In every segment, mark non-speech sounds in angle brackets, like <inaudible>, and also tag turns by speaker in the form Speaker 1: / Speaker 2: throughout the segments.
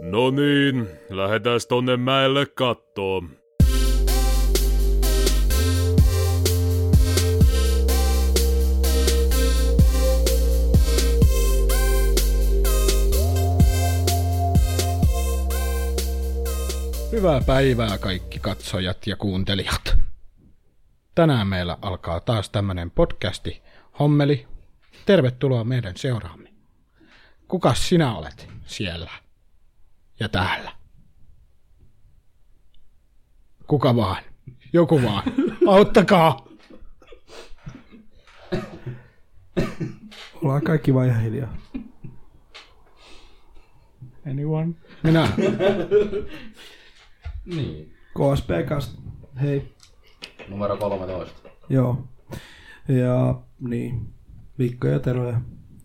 Speaker 1: No niin, lähdetääs tonne mäelle kattoon.
Speaker 2: Hyvää päivää kaikki katsojat ja kuuntelijat. Tänään meillä alkaa taas tämmönen podcasti. Hommeli, tervetuloa meidän seuraamme. Kukas sinä olet siellä ja täällä? Kuka vaan? Joku vaan. Auttakaa!
Speaker 3: Ollaan kaikki vaan ihan hiljaa.
Speaker 2: Anyone? Minä.
Speaker 3: KSP kanssa. Hei.
Speaker 4: Numero 13.
Speaker 3: Joo. Ja niin. Mikko ja Tero ja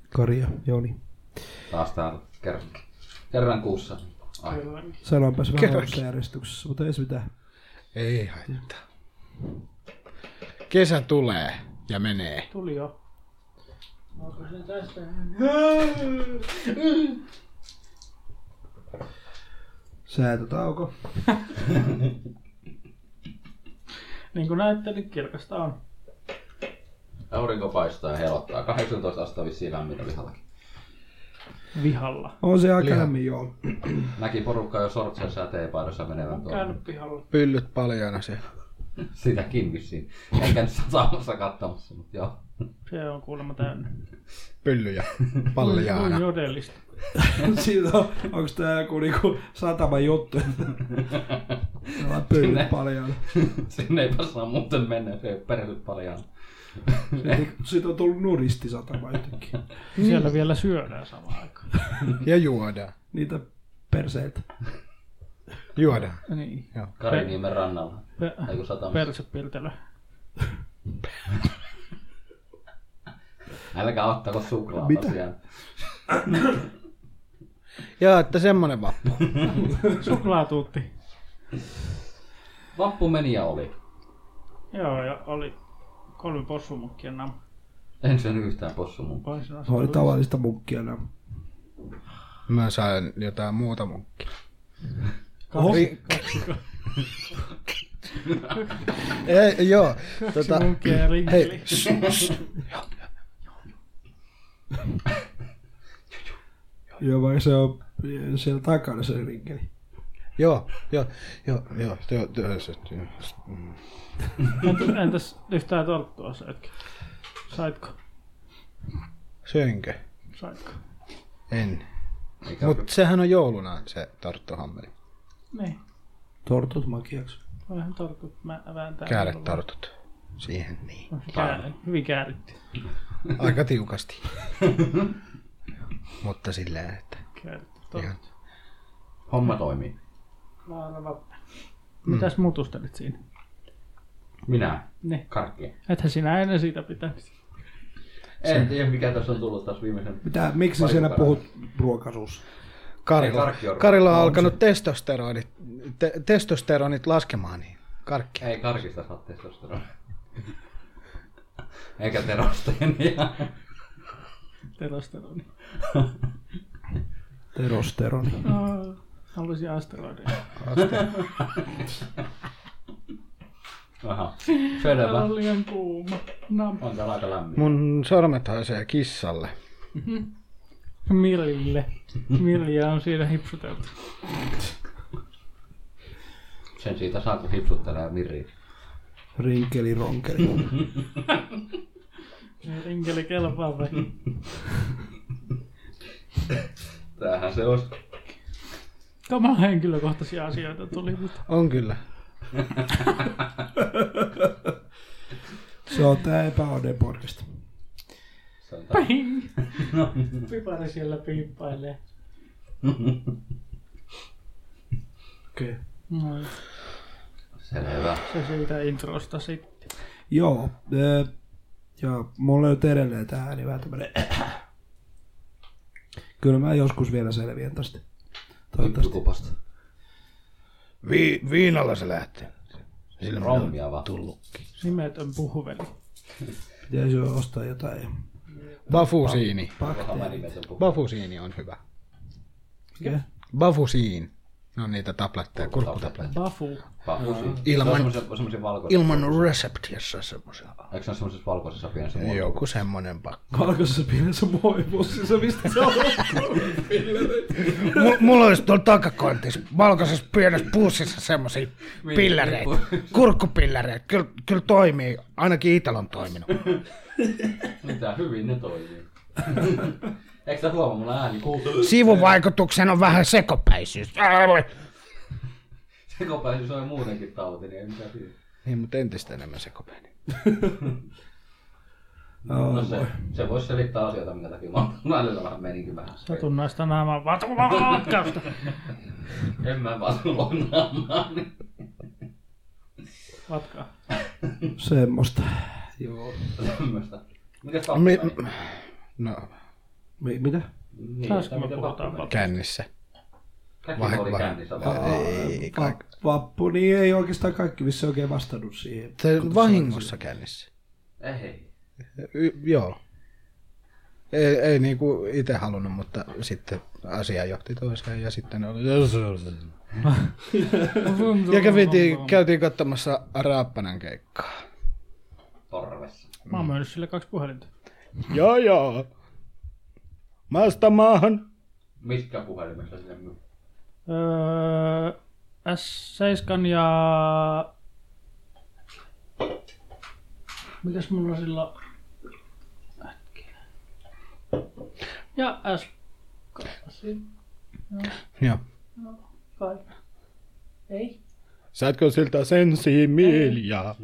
Speaker 3: Kari ja Joni.
Speaker 4: Taas täällä kerran, kerran kuussa. Ai,
Speaker 3: Sanoinpas vähän
Speaker 2: Kerrankin.
Speaker 3: omassa järjestyksessä, mutta ei se mitään.
Speaker 2: Ei haittaa. Kesä tulee ja menee.
Speaker 5: Tuli jo.
Speaker 3: Säätötauko.
Speaker 5: Niin kuin näette, niin kirkasta on.
Speaker 4: aurinko paistaa ja helottaa. 18 astetta vissiin lämmintä vihallakin.
Speaker 5: Vihalla.
Speaker 3: On se aika lämmin, joo. <laughs>
Speaker 4: Näki porukkaa jo sortseissa ja teepaidossa menevän tuolla.
Speaker 5: Käynyt pihalla.
Speaker 2: Pyllyt paljana siellä.
Speaker 4: Sitäkin vissiin. Enkä nyt satamassa katsomassa, mutta joo. <laughs>
Speaker 5: Se on kuulemma täynnä.
Speaker 2: Pyllyjä paljaana.
Speaker 5: Kuin jodellista.
Speaker 3: Siitä on, onks tää joku niinku satama juttu? Täällä on pyllyt paljon.
Speaker 4: Sinne ei passaa muuten mennä, se ei ole perehdyt paljon.
Speaker 3: Siitä- Siitä on tullut nuristi satama jotenkin.
Speaker 5: Siellä vielä syödään samaan aikaan.
Speaker 2: Ja juodaan.
Speaker 3: Niitä perseiltä.
Speaker 2: Juodaan.
Speaker 5: Niin.
Speaker 4: Kariniemen rannalla.
Speaker 5: Pe-
Speaker 4: Ei kun satamassa.
Speaker 5: Persepiltelö.
Speaker 4: Älkää ottako suklaata
Speaker 3: Mitä?
Speaker 4: siellä.
Speaker 2: Joo, että semmonen vappu.
Speaker 5: Suklaatuutti.
Speaker 4: Vappu meni ja oli.
Speaker 5: Joo, ja oli kolme possumukkia nam.
Speaker 4: En syönyt yhtään possumun.
Speaker 5: Vaisina
Speaker 3: Se oli tavallista munkkia nämä.
Speaker 2: Mä sain jotain muuta munkkia.
Speaker 3: Oho,
Speaker 2: Ei, joo. Tota,
Speaker 5: munkkia ja
Speaker 2: hei,
Speaker 5: rinkeli.
Speaker 2: shh, shh.
Speaker 3: joo, vaikka se on eh, siellä takana se niin rinkeli.
Speaker 2: joo, joo, joo, joo, joo, joo, se- joo, s- mm.
Speaker 5: Entäs, entäs yhtään torttua söitkö? Saitko?
Speaker 2: Söinkö?
Speaker 5: Saitko?
Speaker 2: En.
Speaker 4: Eikä
Speaker 2: Mut sehän on jouluna se tarttuhammeli.
Speaker 5: Niin.
Speaker 3: Tortut makiaksi.
Speaker 5: Voihan tortut mä vääntää.
Speaker 2: Kääret tartut. Siihen niin.
Speaker 5: Kääre, hyvin kääritti.
Speaker 2: Aika <laughs> tiukasti. Mutta silleen, että...
Speaker 5: Kääritti tortut.
Speaker 4: Homma toimii.
Speaker 5: Vaarava.
Speaker 4: Mm.
Speaker 5: Mitäs mutustelit siinä?
Speaker 4: Minä.
Speaker 5: Niin.
Speaker 4: Karkkia.
Speaker 5: Ethän sinä ennen siitä pitäisi.
Speaker 4: En tiedä mikä tässä on tullut taas viimeisen
Speaker 3: Mitä, miksi
Speaker 4: Pari
Speaker 3: sinä
Speaker 4: kuukauden.
Speaker 3: puhut ruokasuus?
Speaker 4: Ei
Speaker 2: Karilla,
Speaker 4: karkki on
Speaker 2: Karilla No, on alkanut testosteronit, te, testosteronit laskemaan, niin karkki.
Speaker 4: Ei karkista saa testosteronia. Eikä terosteenia.
Speaker 5: Testosteroni.
Speaker 3: Terosteroni.
Speaker 4: Mm.
Speaker 5: Aa, Haluaisin asteroideja.
Speaker 4: Aha.
Speaker 5: Täällä
Speaker 4: Selvä.
Speaker 5: on liian kuuma. No, Nam.
Speaker 4: On täällä aika lämmin.
Speaker 2: Mun sormet haisee kissalle.
Speaker 5: Millille. Milja on siinä hipsuteltu.
Speaker 4: Sen siitä saa, kun hipsuttelee miriin.
Speaker 3: Rinkeli, ronkeli. <laughs>
Speaker 5: Enkeli kelpaa vai?
Speaker 4: Mm. Tämähän se on.
Speaker 5: Kamala henkilökohtaisia asioita tuli nyt.
Speaker 2: On kyllä.
Speaker 3: Se on tää epäonnen podcast.
Speaker 4: se on tää.
Speaker 5: Ping!
Speaker 4: No.
Speaker 5: Pipari siellä piippailee.
Speaker 3: Okei. Okay.
Speaker 5: No,
Speaker 4: Selvä.
Speaker 5: se siitä introsta sitten.
Speaker 3: Joo. Ö, ja mulla on nyt edelleen tää ääni vähän tämmönen... <coughs> Kyllä mä joskus vielä selviän tästä. Toivottavasti.
Speaker 4: Kupasta.
Speaker 2: Vi, viinalla se lähtee. Sillä
Speaker 4: Rommia vaan. Tullut.
Speaker 5: Nimetön puhuveli.
Speaker 3: Pitäisi jo ostaa jotain.
Speaker 2: Bafusiini.
Speaker 4: Vähän
Speaker 3: Bakteerit.
Speaker 4: välimetön puhu.
Speaker 2: Bafusiini on hyvä.
Speaker 3: Mikä?
Speaker 2: Bafusiin. Ne on niitä tabletteja, kurkkutabletteja.
Speaker 5: Bafu.
Speaker 4: Papusi.
Speaker 2: Ilman-
Speaker 4: Se on semmoisen- semmoisen valkoisen.
Speaker 2: Ilman reseptiassa semmoisen.
Speaker 4: Eikö se ole semmoisessa valkoisessa pienessä muodossa?
Speaker 2: Joku semmonen <laughs> pakko.
Speaker 3: Valkoisessa pienessä muovipussissa, mistä se on? <laughs>
Speaker 2: M- mulla olisi tuolla takakontissa valkoisessa pienessä pussissa semmosia pillereitä, kurkkupillereitä. Kyllä, kyllä toimii, ainakin itsellä on toiminut.
Speaker 4: Mitä hyvin ne toimii. <laughs> Eikö sä huomaa, mulla ääni kuuluu?
Speaker 2: Sivuvaikutuksen on vähän sekopäisyys.
Speaker 4: Sekopäisyys on muutenkin tauti, niin ei mitään siinä.
Speaker 2: Niin, mutta entistä enemmän sekopäinen.
Speaker 4: No se, se voisi selittää asioita, minkä takia mä oon välillä vähän meninkin vähän.
Speaker 5: Satunnaista naamaa vatkausta.
Speaker 4: En mä vaan niin tullut naamaan.
Speaker 5: Vatkaa.
Speaker 3: Semmosta. Joo.
Speaker 4: Tämmöstä. Mikäs
Speaker 2: Mi-
Speaker 4: pappimeni?
Speaker 2: no,
Speaker 3: Mi- mitä?
Speaker 4: Niin,
Speaker 5: Saisiko
Speaker 4: tai
Speaker 5: me
Speaker 4: miten
Speaker 5: puhutaan
Speaker 4: pappimeni?
Speaker 2: kännissä.
Speaker 4: Kaikki oli kännissä vaan.
Speaker 2: Ei,
Speaker 3: Va- vappu, niin ei oikeastaan kaikki vissi oikein vastannut siihen.
Speaker 2: Te vahingossa kännissä.
Speaker 4: Ei.
Speaker 2: Y- joo. Ei, ei niinku itse halunnut, mutta sitten asia johti toiseen ja sitten oli... Ja kävitiin, käytiin katsomassa Raappanan keikkaa.
Speaker 4: Torvessa.
Speaker 5: Mä oon myönnyt sille kaksi puhelinta.
Speaker 2: Joo joo. Maasta maahan.
Speaker 4: Mitkä puhelimessa sinne myy?
Speaker 5: Öö, S7 ja... Mikäs mulla sillä on? Hetkinen. Ja S8.
Speaker 2: Joo.
Speaker 5: Kai. Ei.
Speaker 2: Saatko siltä sensimiilia?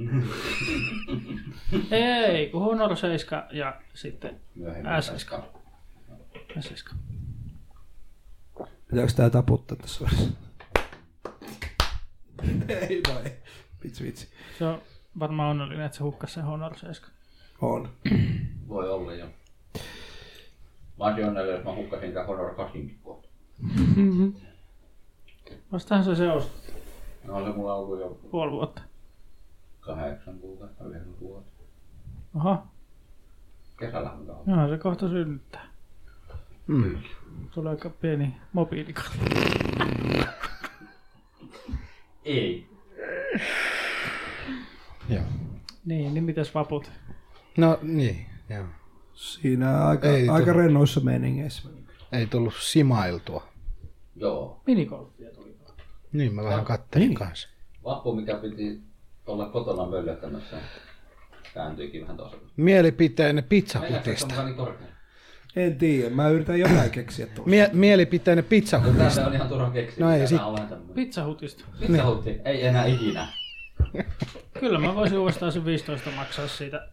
Speaker 5: Ei, kun Honor 7 ja sitten
Speaker 4: Myöhemmin.
Speaker 5: SSK. S7.
Speaker 3: Pitääkö tää taputtaa tässä vaiheessa? <laughs> ei vai. Vitsi vitsi.
Speaker 5: Se on varmaan onnellinen, että se hukkasi sen Honor 7.
Speaker 3: On.
Speaker 4: Voi olla jo. Mä olisin onnellinen, että mä hukkasin tämän Honor 8 kohta.
Speaker 5: Vastahan se se on
Speaker 4: No se mulla on ollut jo
Speaker 5: puoli vuotta.
Speaker 4: kahdeksan kuukautta, yhdeksän kuukautta.
Speaker 5: Aha,
Speaker 4: Kesällä on kauan.
Speaker 5: joo, se kohta synnyttää.
Speaker 2: Mm.
Speaker 5: Tulee aika pieni mobiilikalla.
Speaker 4: Ei.
Speaker 2: Joo.
Speaker 5: Niin, niin mitäs vaput?
Speaker 2: No niin, joo.
Speaker 3: Siinä aika,
Speaker 2: Ei
Speaker 3: aika
Speaker 2: tullut.
Speaker 3: rennoissa meiningeissä.
Speaker 2: Ei tullut simailtua.
Speaker 4: Joo.
Speaker 5: Minigolfia tuli.
Speaker 2: Niin, mä vähän kattelin niin. kanssa.
Speaker 4: Vappu, mikä piti olla kotona möllöttämässä, kääntyikin vähän tuossa.
Speaker 2: Mielipiteinen
Speaker 4: Meinaatko, että
Speaker 2: pizzahutista.
Speaker 4: se on niin korkea?
Speaker 3: En tiedä, mä yritän jotain keksiä tuolla.
Speaker 2: Mie- mielipiteinen
Speaker 4: Mutta
Speaker 2: pizzahutista.
Speaker 4: Tää on ihan turha keksiä.
Speaker 2: No ei
Speaker 4: Tää
Speaker 2: sit-
Speaker 4: on tämmönen.
Speaker 5: Pizza Hutista.
Speaker 4: Pizza Hutti, ei enää ikinä.
Speaker 5: Kyllä mä voisin uudestaan sen 15 maksaa siitä.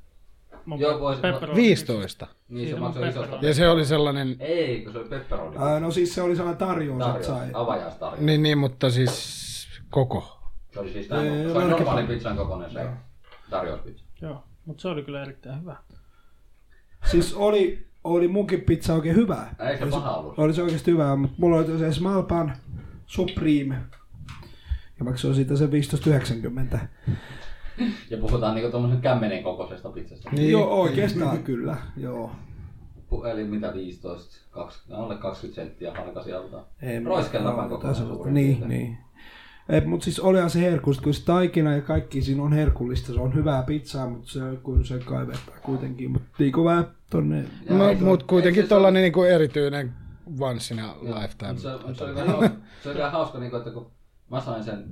Speaker 5: Mun
Speaker 4: Joo, voisin.
Speaker 5: pepperoni-
Speaker 2: 15.
Speaker 4: Niin se
Speaker 5: Siinä
Speaker 4: maksoi
Speaker 5: on
Speaker 4: isosta.
Speaker 5: pepperoni.
Speaker 2: Ja se oli sellainen,
Speaker 4: Ei, kun se oli pepperoni.
Speaker 3: Ää, no siis se oli sellainen tarjous, että sai.
Speaker 4: Tarjous, avajaistarjous.
Speaker 2: niin, niin mutta siis koko.
Speaker 4: Se oli siis tämän,
Speaker 3: Ei,
Speaker 4: se oli
Speaker 3: ei,
Speaker 4: normaali
Speaker 3: ei.
Speaker 4: pizzan kokoinen se tarjouspizza.
Speaker 5: Joo, mutta se oli kyllä erittäin hyvä.
Speaker 3: Siis oli, oli munkin pizza oikein hyvä.
Speaker 4: Ei se paha ollut.
Speaker 3: Oli se oikeasti hyvä, mutta mulla oli se small pan supreme. Ja maksoi siitä se 15,90.
Speaker 4: Ja puhutaan niinku tommosen kämmenen kokoisesta pizzasta.
Speaker 2: Niin.
Speaker 3: Joo, oikeastaan kyllä. Joo.
Speaker 4: Pu- Eli mitä 15, 20, alle 20 senttiä halkasi alta.
Speaker 3: Ei, mutta-
Speaker 4: Roiskellaanpa
Speaker 3: joo,
Speaker 4: kokonaan
Speaker 3: jotain sellaista.
Speaker 4: suurin
Speaker 3: Niin,
Speaker 4: piirtein.
Speaker 3: niin. Et, mut siis olihan se herkullista, kun se taikina ja kaikki siinä on herkullista. Se on hyvää pizzaa, mutta se, kun se kaivetaan kuitenkin. Mutta liiku vähän tonne.
Speaker 4: Ja ei-
Speaker 2: No, mutta
Speaker 4: ei
Speaker 2: kuitenkin
Speaker 4: se- se on-
Speaker 2: tuollainen niinku erityinen once in a
Speaker 4: Joo,
Speaker 2: lifetime.
Speaker 4: mut Se, mut se, oli vähän hauska, se oli vähän hauska, niin kuin, että kun mä sain sen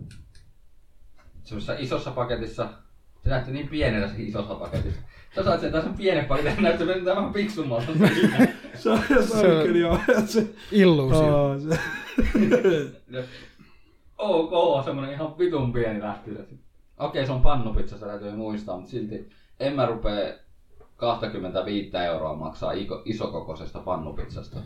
Speaker 4: semmoisessa isossa paketissa, se näytti niin pienellä se isossa paketissa. Sä sait sen tässä pienen paketin, se näytti mennä vähän fiksummalta.
Speaker 3: Se, on- se,
Speaker 2: Se on-
Speaker 3: oli kyllä joo. <laughs> Se,
Speaker 2: Illuusio.
Speaker 3: joo, se,
Speaker 4: Ja ok, semmonen ihan vitun pieni lähti. se. Okei, se on pannupizza, se täytyy muistaa, mutta silti en mä rupee 25 euroa maksaa iko- isokokoisesta pannupizzasta.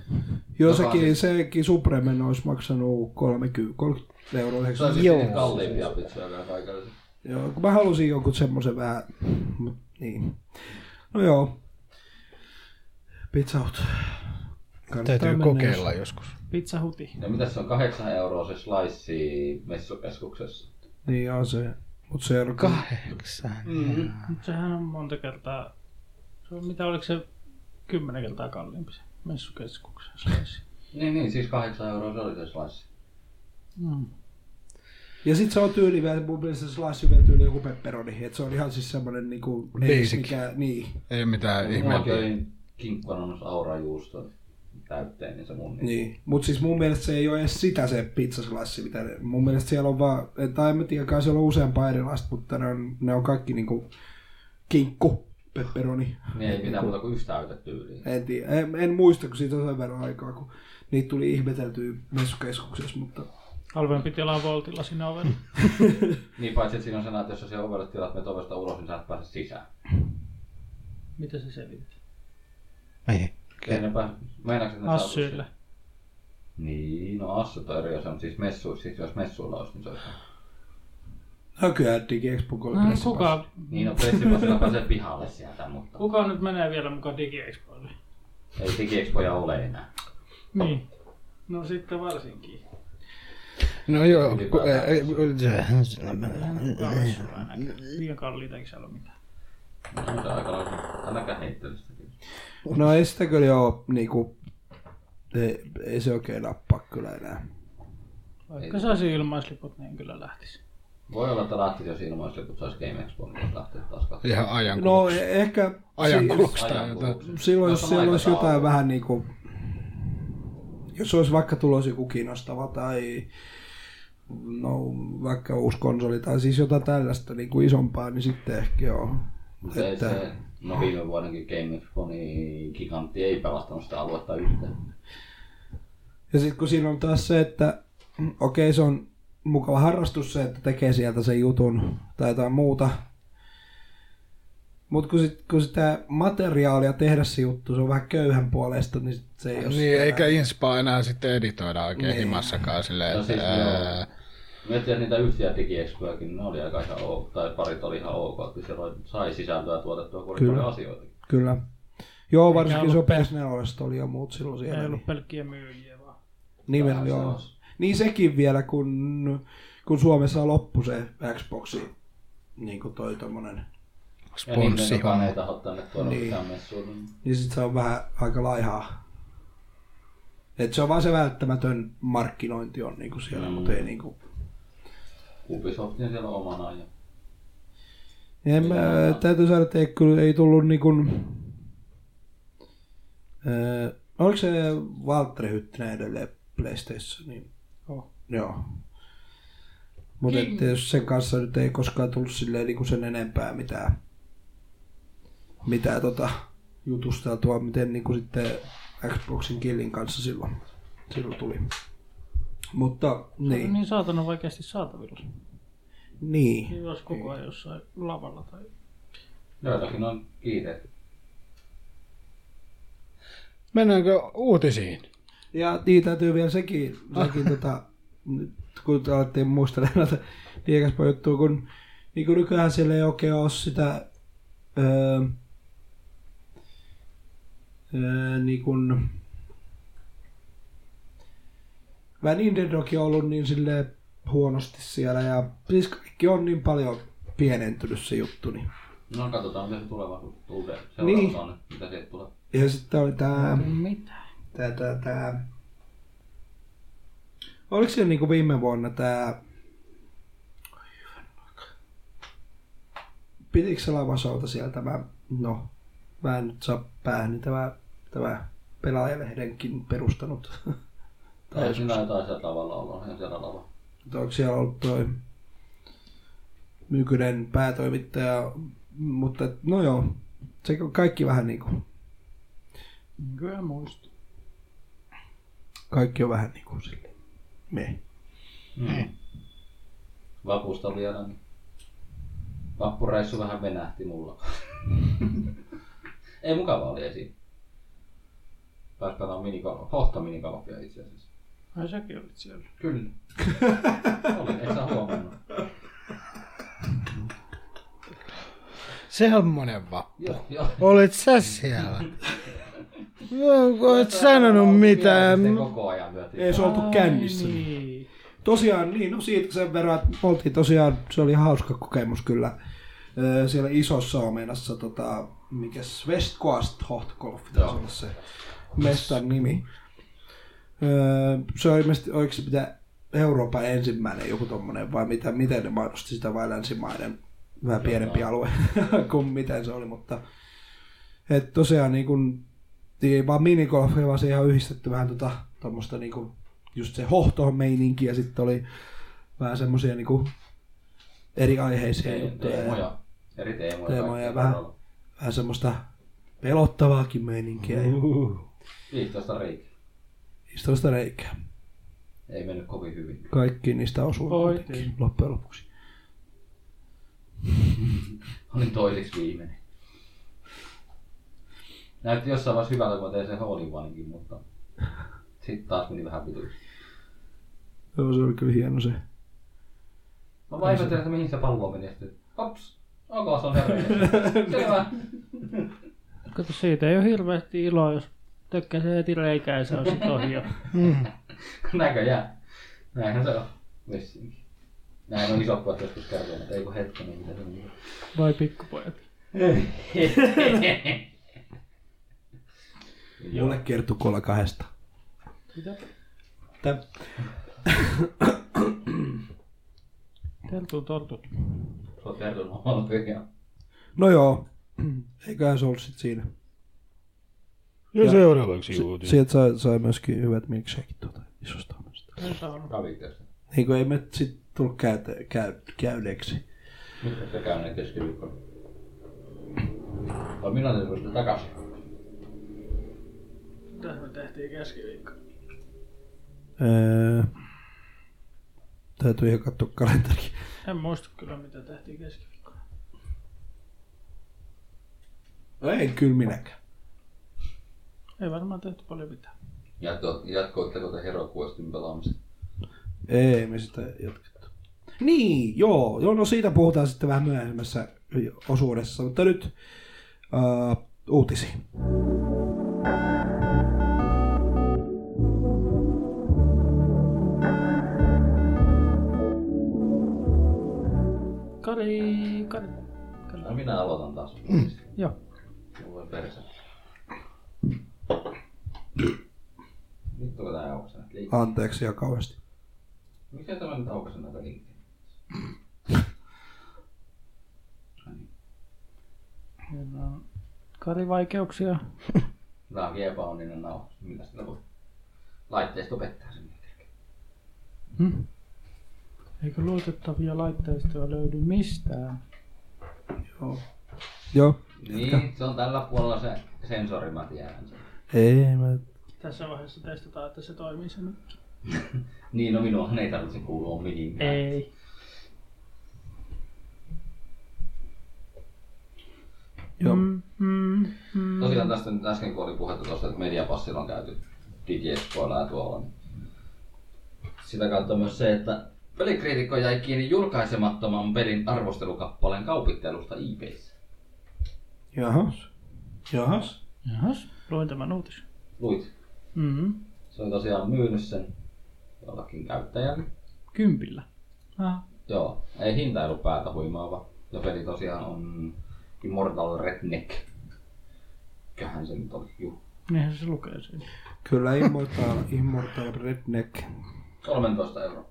Speaker 3: jossakin sekin Supremen olisi maksanut 30, 30 euroa.
Speaker 4: Se on
Speaker 3: 90.
Speaker 4: siis
Speaker 2: Joo.
Speaker 4: niitä kalliimpia pizzoja vielä kaikille.
Speaker 3: Joo, kun mä halusin jonkun semmoisen vähän, mut niin. No joo. Pizza Hut. Kannattaa
Speaker 2: Täytyy
Speaker 3: mennä,
Speaker 2: kokeilla
Speaker 3: Jos...
Speaker 2: joskus.
Speaker 5: Pizza Huti.
Speaker 4: Ja mitä se on, 8 euroa se slice messukeskuksessa?
Speaker 3: Niin on se. Mut se on... niinku-
Speaker 2: Kahdeksan.
Speaker 4: Mm-hmm.
Speaker 5: Mut sehän on monta kertaa, se on, mitä oliko se kymmenen kertaa kalliimpi se messukeskuksessa.
Speaker 4: Niin, niin, siis 8 euroa se oli se slice.
Speaker 3: Ja sit se on tyyli vielä, mun mielestä se slice on vielä tyyli joku pepperoni, et se on ihan siis semmonen niinku, ei
Speaker 2: Basic.
Speaker 3: mikä, niin,
Speaker 2: Ei mitään
Speaker 4: Mä
Speaker 2: ihmeitä.
Speaker 4: köin kinkkuannos aurajuusto täytteen, niin se mun niin.
Speaker 3: niin. Mut siis mun mielestä se ei ole edes sitä se pizzaslassi, mitä ne, mun mielestä siellä on vaan, et- tai en mä tiedä, kai siellä on useampaa erilaista, mutta ne on, ne on kaikki niinku kinkku, pepperoni.
Speaker 4: niin ei mitään muuta kuin yksi täytetyyliä.
Speaker 3: En, tiedä. En, en muista, kun siitä on sen verran aikaa, kun niitä tuli ihmeteltyä messukeskuksessa, mutta
Speaker 5: Halvempi tilaa voltilla sinä ovella.
Speaker 4: Niin paitsi, että siinä on sana, että jos sä siellä ovelle tilat me ovesta ulos, niin sä et pääse sisään.
Speaker 5: Mitä se selität?
Speaker 2: Ei.
Speaker 4: Keinepä, meinaatko, että ne saatu
Speaker 5: Assyille.
Speaker 4: sen? Niin, no assut on eri asia, mutta siis messuissa, siis jos messuilla olisi, niin se olisi.
Speaker 3: no kyllä DigiExpo oli
Speaker 5: No,
Speaker 3: pressipassi.
Speaker 5: kuka,
Speaker 4: Niin, no pressipassilla <laughs> pääsee pihalle sieltä, mutta
Speaker 5: kuka nyt menee vielä mukaan digiexpoille?
Speaker 4: ei digiexpoja ole enää.
Speaker 5: Niin. No sitten varsinkin.
Speaker 2: No joo. Ku,
Speaker 4: Ylipäätään.
Speaker 2: ei, ei-
Speaker 5: Kallissulla ainakin. Liian kalliita eikä siellä ole mitään.
Speaker 4: Mutta aika lailla tänäkään heittelystäkin.
Speaker 3: No ei sitä kyllä joo, niinku, ei, ei se oikein nappaa kyllä enää.
Speaker 5: Vaikka saisi ilmaisliput, niin kyllä lähtisi.
Speaker 4: Voi olla, että lähtisi, jos ilmaisliput saisi Game Expo, niin lähtee taas katsomaan.
Speaker 2: Ihan ajan
Speaker 3: No e- ehkä
Speaker 2: ajan
Speaker 3: si-
Speaker 2: kuluksi tai
Speaker 4: Ajan
Speaker 2: jotain.
Speaker 4: kuluksi.
Speaker 3: silloin,
Speaker 4: No,
Speaker 3: jos
Speaker 4: se on
Speaker 3: siellä olisi
Speaker 4: aikataulu.
Speaker 3: jotain vähän niinku, jos olisi vaikka tulos joku kiinnostava tai no vaikka uusi konsoli tai siis jotain tällaista niinku isompaa, niin sitten ehkä joo.
Speaker 4: Mutta ei
Speaker 3: Että-
Speaker 4: se, no viime vuodenkin Game Expo, niin Gigantti ei pelastanut sitä aluetta yhtään. No
Speaker 3: Ja sitten kun siinä on taas se, että mm, okei se on mukava harrastus se, että tekee sieltä sen jutun tai jotain muuta. Mutta kun, sit, kun sitä materiaalia tehdä se juttu, se on vähän köyhän puolesta, niin sit se ei ole
Speaker 2: Niin, eikä inspaa enää sitten editoida oikein
Speaker 3: Niin.
Speaker 2: himassakaan silleen,
Speaker 4: No siis
Speaker 2: että, ää,
Speaker 4: joo. Miettiä että niitä yhtiä digiexpojakin, ne oli aika ihan ok, tai parit oli ihan ok, kun siellä oli- sai sisältöä tuotettua, kun oli
Speaker 3: Kyllä.
Speaker 4: paljon asioita.
Speaker 3: Kyllä. Joo,
Speaker 5: Eikä
Speaker 3: varsinkin se on
Speaker 5: ollut
Speaker 3: PS4, oli jo muut silloin siellä.
Speaker 5: Ei
Speaker 3: Niin,
Speaker 5: ollut pelkkiä myyjiä vaan.
Speaker 3: nimen,
Speaker 4: Vähän
Speaker 3: joo.
Speaker 4: sellaista.
Speaker 3: Niin sekin vielä, kun, kun Suomessa loppu se Xboxi, niin kuin toi tommonen.
Speaker 4: Ja niin,
Speaker 2: sponssi
Speaker 4: kukaan ei
Speaker 2: on.
Speaker 4: taho tänne tuoda
Speaker 3: Niin.
Speaker 4: mitään messua, niin
Speaker 3: niin sit se on vähän aika laihaa. Et se on vaan se välttämätön markkinointi on niinku siellä, mm.
Speaker 4: Mm.
Speaker 3: mutta ei niinku...
Speaker 4: Ubisoftin siellä on omana. Ja...
Speaker 3: En mä, täytyy sanoa, että ei, kyllä, ei tullut niinku... Öö, oliko se Valtteri Hyttinen edelleen PlayStation? Niin,
Speaker 5: Oh.
Speaker 3: joo. Mutta että jos sen kanssa nyt ei koskaan tullut silleen niinku sen enempää mitään, mitään tota, jutusteltua, miten niinku sitten Xboxin killin kanssa silloin, silloin tuli. Mutta
Speaker 5: Niin.
Speaker 3: niin,
Speaker 5: niin saatana vaikeasti saatavilla.
Speaker 3: niin.
Speaker 5: Niin jos koko ajan jossain lavalla tai...
Speaker 4: Joillakin on kiireet.
Speaker 2: Mennäänkö uutisiin?
Speaker 3: Ja niin täytyy vielä sekin, sekin tota, nyt kun alettiin muistella näitä liikaspa juttuja, kun niin kuin nykyään siellä ei oikein ole sitä öö, öö, niin kuin vähän Nintendokin on ollut niin sille huonosti siellä ja siis kaikki on niin paljon pienentynyt se juttu. Niin.
Speaker 4: No katsotaan, mitä se tulevaisuus tulee.
Speaker 3: Niin.
Speaker 4: Seuraavaksi on, mitä sieltä tulee.
Speaker 3: Ja sitten oli tämä
Speaker 5: Mitä?
Speaker 3: tää, tää, tää... Oliko se niinku viime vuonna tää... Pitikö se lavasolta siellä tämä, no, mä en nyt saa päähän, niin tämä, tämä pelaajalehdenkin perustanut.
Speaker 4: Tai siinä jotain siellä tavalla olla, ihan siellä lava.
Speaker 3: Mutta Onko siellä ollut toi nykyinen päätoimittaja, mutta et, no joo, se on kaikki vähän niinku,
Speaker 5: Kyllä muista.
Speaker 3: kaikki on vähän niinku silleen, me.
Speaker 4: Mm. Vapusta vielä, niin vappureissu vähän venähti <laughs> mulla. ei mukava oli esiin. Pääsi pelaamaan minikalo- hohta minikalopia itse asiassa.
Speaker 5: Ai säkin olit siellä.
Speaker 4: Kyllä. <laughs> oli, ei saa huomannut.
Speaker 2: Se on monen vappu.
Speaker 4: Joo, joo.
Speaker 2: Olit sä siellä? Onko et sanonut mitään?
Speaker 4: Sitten koko ajan lyötiin.
Speaker 3: Ei se oltu kännissä.
Speaker 5: Niin.
Speaker 3: Tosiaan, niin, no siitä sen verran, että oltiin tosiaan, se oli hauska kokemus kyllä. Öö, siellä isossa omenassa, tota, mikäs West Coast Hot Golf, taisi
Speaker 4: Joo.
Speaker 3: olla se mestan nimi. Öö, se oli ilmeisesti, oliko se mitä Euroopan ensimmäinen joku tommonen, vai mitä, miten ne mainosti sitä, vai länsimainen, vähän pienempi alue <laughs> kuin miten se oli, mutta et tosiaan niin kun, ei vaan minigolfia, vaan se ihan yhdistetty vähän tota, tommosta niin kun, just se hohtomeininki ja sitten oli vähän semmosia niin kun, eri aiheisia
Speaker 4: Te-
Speaker 3: juttuja. ja-
Speaker 4: Teemoja. Eri teemoja.
Speaker 3: Teemoja
Speaker 4: kaikkea
Speaker 3: vähän.
Speaker 4: todella.
Speaker 3: vähän semmoista pelottavaakin meininkiä. Mm.
Speaker 4: 15 riikkiä.
Speaker 3: 15 reikää.
Speaker 4: Ei mennyt kovin hyvin.
Speaker 3: Kaikki niistä osuu
Speaker 5: Oi,
Speaker 3: kuitenkin
Speaker 5: niin.
Speaker 3: loppujen lopuksi.
Speaker 4: Olin toiseksi viimeinen. Näytti jossain vaiheessa hyvältä, kun mä tein sen hoolivaninkin, mutta sitten taas meni vähän pituiksi.
Speaker 3: Joo, se oli kyllä hieno se.
Speaker 4: Mä vaan ihmettelin, että mihin se pallo meni. ja Sitten, hops, onko se on <laughs> herreinen. Selvä.
Speaker 5: Kato, siitä ei ole hirveästi iloa, jos tökkäsee heti reikää ja se on sit ohi jo.
Speaker 4: Näköjään. Näinhän se on. Vissinkin. Näin on iso pojat joskus kertoo, että ei kun hetki, niin mitä se <laughs> on.
Speaker 5: Vai pikkupojat?
Speaker 4: Joo.
Speaker 3: Mulle kertoi kuolla kahdesta.
Speaker 5: Mitä?
Speaker 3: Tä.
Speaker 5: Teltun tortut.
Speaker 4: Se on tervetuloa omalla pyhiä.
Speaker 3: No joo, <clears throat> eiköhän se ollut sit siinä.
Speaker 2: Ja, ja seuraavaksi
Speaker 3: Si- sieltä sai, sai myöskin hyvät milkshakeit tuota isosta hommasta.
Speaker 5: Tältä on.
Speaker 4: Kavikkeessa.
Speaker 3: Niin kuin ei me sit tullut käytä, käy, käyneeksi.
Speaker 4: Nyt se käy ne keskiviikkona. Vai milloin te tulette takaisin?
Speaker 5: Mitä me tehtiin keskiviikko?
Speaker 3: Öö, täytyy ihan katsoa kalenteri.
Speaker 5: En muista kyllä mitä tehtiin keskiviikkona.
Speaker 3: No ei kyllä minäkään.
Speaker 5: Ei varmaan tehty paljon mitään.
Speaker 4: Jatko, jatkoitteko te Heroquestin pelaamista?
Speaker 3: Ei me sitä jatkettu. Niin, joo, joo, no siitä puhutaan sitten vähän myöhemmässä osuudessa, mutta nyt uh, uutisiin.
Speaker 5: Kari, Kari. Kari.
Speaker 4: No minä aloitan taas.
Speaker 5: Joo.
Speaker 4: Mulla on perse. Vittu kun tää aukasena. Liikki.
Speaker 3: Anteeksi ja kauheasti.
Speaker 4: Mikä tämä nyt aukasena näitä linkkejä? Ai niin.
Speaker 5: Meillä on Kari vaikeuksia.
Speaker 4: Tää on epäonninen nauha. Mitä sitä voi? Laitteisto pettää sen.
Speaker 5: Hm? Eikö luotettavia laitteistoja löydy mistään?
Speaker 3: Joo. Joo.
Speaker 4: Niin, se on tällä puolella se sensori, mä tiedän sen.
Speaker 3: Ei, mä...
Speaker 5: Tässä vaiheessa testataan, että se toimii se mikki.
Speaker 4: Niin, no minuahan ei tarvitse kuulua mihinkään.
Speaker 5: Ei.
Speaker 3: Joo.
Speaker 5: Mm, mm, mm.
Speaker 4: Tosiaan tästä nyt äsken kun oli puhetta tuosta, että mediapassilla on käyty digiespoilla ja tuolla, niin sitä kautta myös se, että pelikriitikko jäi kiinni julkaisemattoman pelin arvostelukappaleen kaupittelusta E eBayssä.
Speaker 3: Jahas. Jahas.
Speaker 5: Jahas, luin tämän uutisen.
Speaker 4: Luit,
Speaker 5: Mm.
Speaker 4: se on tosiaan myynyt sen jollakin käyttäjälle.
Speaker 5: Kympillä. Aha.
Speaker 4: Joo, ei hinta ei ollut päätä huimaava. Ja peli tosiaan on Immortal Redneck. Köhän se nyt oli, juu.
Speaker 5: Niinhän se lukee siinä.
Speaker 3: <laughs> Kyllä Immortal, Immortal Redneck.
Speaker 4: 13 euroa.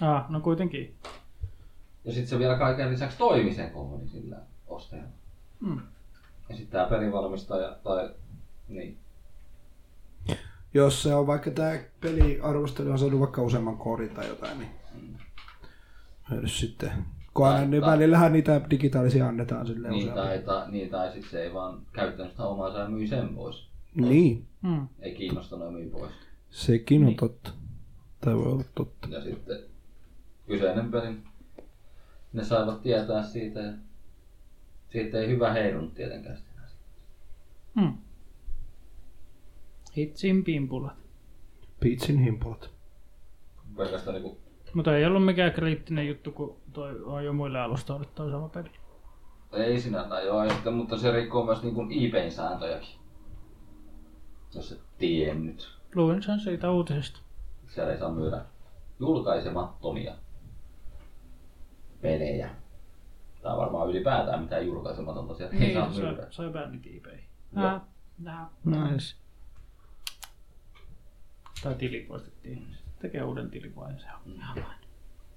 Speaker 5: Ah, no kuitenkin.
Speaker 4: Ja sitten se vielä kaiken lisäksi toimi sen koodi sillä ostajalla.
Speaker 5: Mm.
Speaker 4: Ja sitten tämä pelivalmistaja tai niin.
Speaker 3: Jos se on vaikka tämä peliarvostelu on saanut vaikka useamman korin tai jotain, niin mm. sitten. Kun aina, niin
Speaker 4: Tai-
Speaker 3: välillähän niitä digitaalisia annetaan silleen
Speaker 4: Niin
Speaker 3: useamman.
Speaker 4: tai, tai, niin, tai sitten se ei vaan käyttänyt sitä omaansa ja myi sen pois.
Speaker 3: Niin,
Speaker 5: Mm.
Speaker 4: Ei kiinnostanut ja myi pois.
Speaker 3: sekin on
Speaker 4: Niin.
Speaker 3: totta. Tai voi olla totta.
Speaker 4: Ja sitten kyseinen peli, ne saivat tietää siitä ja siitä ei hyvä heilunut tietenkään sitten.
Speaker 5: Mm. Hitsin pimpulat.
Speaker 3: Piitsin himpulat.
Speaker 4: Pelkästään niinku,
Speaker 5: Mutta ei ollut mikään kriittinen juttu, kun toi on jo muille alustoille toi sama peli.
Speaker 4: ei sinällään joo, ja sitten, mutta se rikkoo myös niinku eBayn sääntöjäkin. Jos et tiennyt.
Speaker 5: Luin sen siitä uutisesta.
Speaker 4: siellä ei saa myydä julkaisemattomia pelejä. Tai varmaan ylipäätään mitään julkaisematonta sieltä ei saa
Speaker 5: Niin, se
Speaker 4: myydä.
Speaker 5: sai bännit eBayihin.
Speaker 4: Joo.
Speaker 5: Ah, nah.
Speaker 3: Nice.
Speaker 5: Tai tili poistettiin. tekee uuden tilin vaan ja se on ihan vain.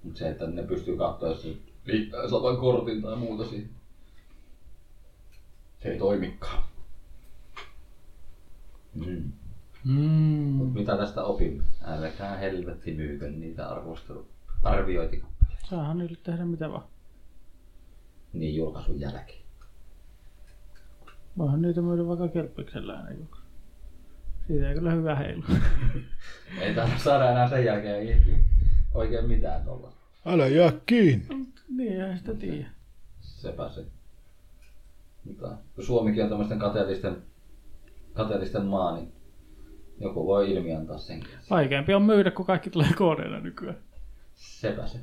Speaker 4: Mutta se, että ne pystyy katsoa, jos se liittää saman kortin tai muuta siihen. Se ei toimikaan. Mm.
Speaker 3: Mm.
Speaker 4: Mut mitä tästä opimme? Älkää helvetti myykö niitä arvostelu arvioitika.
Speaker 5: Saahan niille tehdä mitä vaan.
Speaker 4: Niin julkaisun jälkeen.
Speaker 5: Voihan niitä myydä vaikka kelpiksellä aina joku. Siitä ei kyllä hyvä heilu.
Speaker 4: Ei täällä saada enää sen jälkeen i- oikein mitään tuolla.
Speaker 2: Älä jää kiinni.
Speaker 5: niin, eihän sitä tiedä.
Speaker 4: Sepä se. Mutta kun Suomikin on tämmöisten kateellisten, kateellisten maa, niin joku voi ilmiantaa senkin.
Speaker 5: Vaikeampi on myydä, kun kaikki tulee koodeina nykyään.
Speaker 4: Sepä se.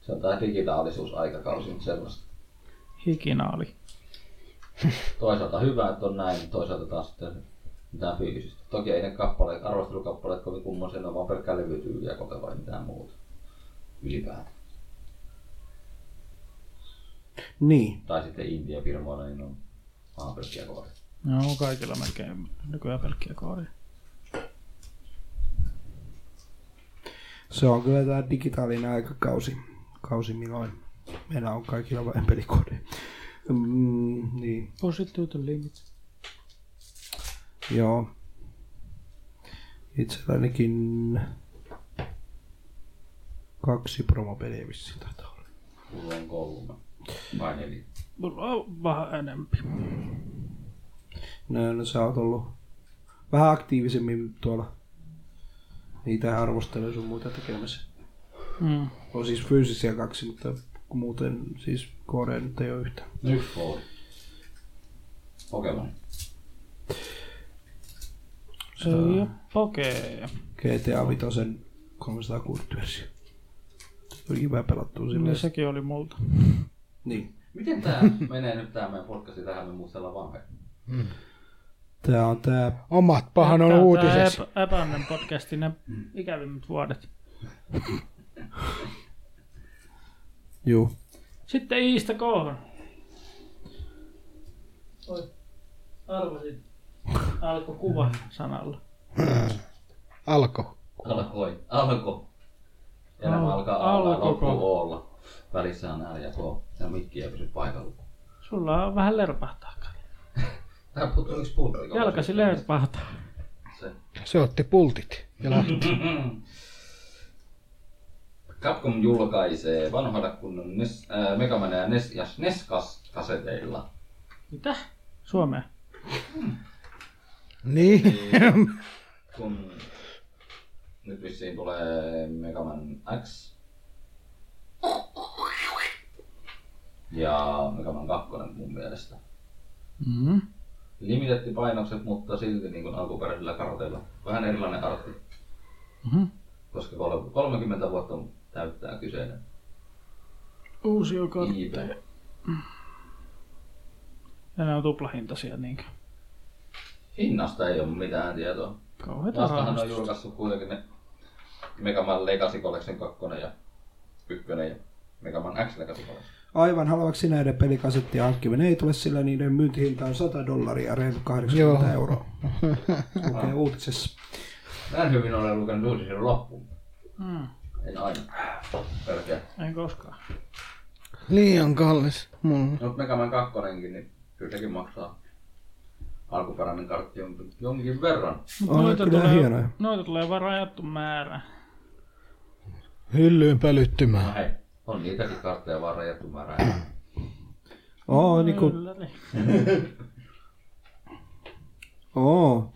Speaker 4: Se on tää digitaalisuusaikakausi nyt sellaista.
Speaker 5: Hikinaali.
Speaker 4: Toisaalta hyvä, että on näin, mutta toisaalta taas sitten mitään fyysistä. Toki ei ne kappaleet, arvostelukappaleet kovin kummoisia, ne on vaan pelkkää levytyyliä kote vai mitään muuta. Ylipäätään.
Speaker 3: Niin.
Speaker 4: Tai sitten Intia firmoilla, niin on vaan pelkkiä kote.
Speaker 5: No, on kaikilla melkein nykyään pelkkiä koodeja.
Speaker 3: Se on kyllä tämä digitaalinen aikakausi, kausi milloin meillä on kaikilla vain pelikode. Mm, niin.
Speaker 5: Push it to the limit.
Speaker 3: Joo. Itsellänikin kaksi promopeliä vissiin taitaa olla.
Speaker 4: Mulla on kolme. Vai neljä.
Speaker 5: Mulla on vähän enempi.
Speaker 3: No, no sä oot ollut vähän aktiivisemmin tuolla niitä arvosteluja sun muuta tekemässä.
Speaker 5: Mm.
Speaker 3: On siis fyysisiä kaksi, mutta muuten siis koodea nyt ei ole yhtään.
Speaker 4: Yksi koodi. Pokemon.
Speaker 5: Se ei oo pokeja.
Speaker 3: GTA Vitosen 360 versio. Oli kiva pelattua
Speaker 5: Niin
Speaker 3: silleen.
Speaker 5: sekin oli multa.
Speaker 3: Niin.
Speaker 4: Miten tää menee nyt tää meidän podcasti tähän me muistellaan vanhoja?
Speaker 3: Tää on tää...
Speaker 2: Omat pahan on
Speaker 5: Tää- tää
Speaker 2: uutisessa.
Speaker 5: epä- Epäonnen podcastin ne ikävimmät vuodet.
Speaker 3: Juu.
Speaker 5: Sitten Iistä kohon. Oi, arvasin. Alko kuva sanalla.
Speaker 2: Alko.
Speaker 4: Alkoi. Alko. Elämä
Speaker 5: Al-
Speaker 4: alkaa olla
Speaker 5: alkoi.
Speaker 4: loppu olla. Välissä on R ja K. Ja mikki ei pysy paikalla.
Speaker 5: Sulla on vähän lerpahtaa. Kari.
Speaker 4: Tää puuttuu yksi pultti. koko
Speaker 5: Jalkasi
Speaker 4: systeemistä.
Speaker 5: lerpahtaa.
Speaker 4: Se.
Speaker 2: Se otti pultit ja lähti.
Speaker 4: Mm-hmm. Capcom julkaisee vanhoilla kunnon NES, äh, Mega Man ja NES, ja NES kas- kaseteilla.
Speaker 5: Mitä? Suomea.
Speaker 2: Niin.
Speaker 4: Niin, kun nyt vissiin tulee Mega Man X. Ja Mega Man 2 mun mielestä.
Speaker 5: Mm.
Speaker 4: Limitetti painokset, mutta silti niin kuin alkuperäisillä karteilla. Vähän erilainen arti,
Speaker 5: Mm-hmm.
Speaker 4: koska kol- 30 vuotta täyttää kyseinen
Speaker 5: Uusia kartteja.
Speaker 4: IP.
Speaker 5: Ja ne on tuplahintaisia niinkö?
Speaker 4: Hinnasta ei ole mitään tietoa.
Speaker 5: Kauheeta
Speaker 4: Vastahan on
Speaker 5: rahastusta.
Speaker 4: julkaissut kuitenkin ne Mega Man Legacy Collection 2 ja 1 ja Mega Man X Legacy Collection.
Speaker 3: Aivan halvaksi näiden pelikasettien hankkiminen ei tule, sillä niiden myyntihinta on 100 dollaria, reilu 80
Speaker 2: Joo.
Speaker 3: euroa. Lukee uutisessa.
Speaker 4: Näin hyvin olen lukenut uutisen loppuun. Hmm.
Speaker 5: Mm.
Speaker 4: En aina. Pelkää.
Speaker 5: En koskaan.
Speaker 2: Liian kallis mulla.
Speaker 4: No, Mega Man 2, niin kyllä sekin maksaa alkuperäinen kartti jon- jonkin verran.
Speaker 5: Mut
Speaker 3: On kyllä hienoja.
Speaker 5: Noita tulee vaan rajattu määrä.
Speaker 2: Hyllyyn pälyttymään.
Speaker 4: No hei, on niitäkin kartteja vaan rajattu määrä.
Speaker 3: Oo, niinku,
Speaker 5: Ylläri.
Speaker 3: oo.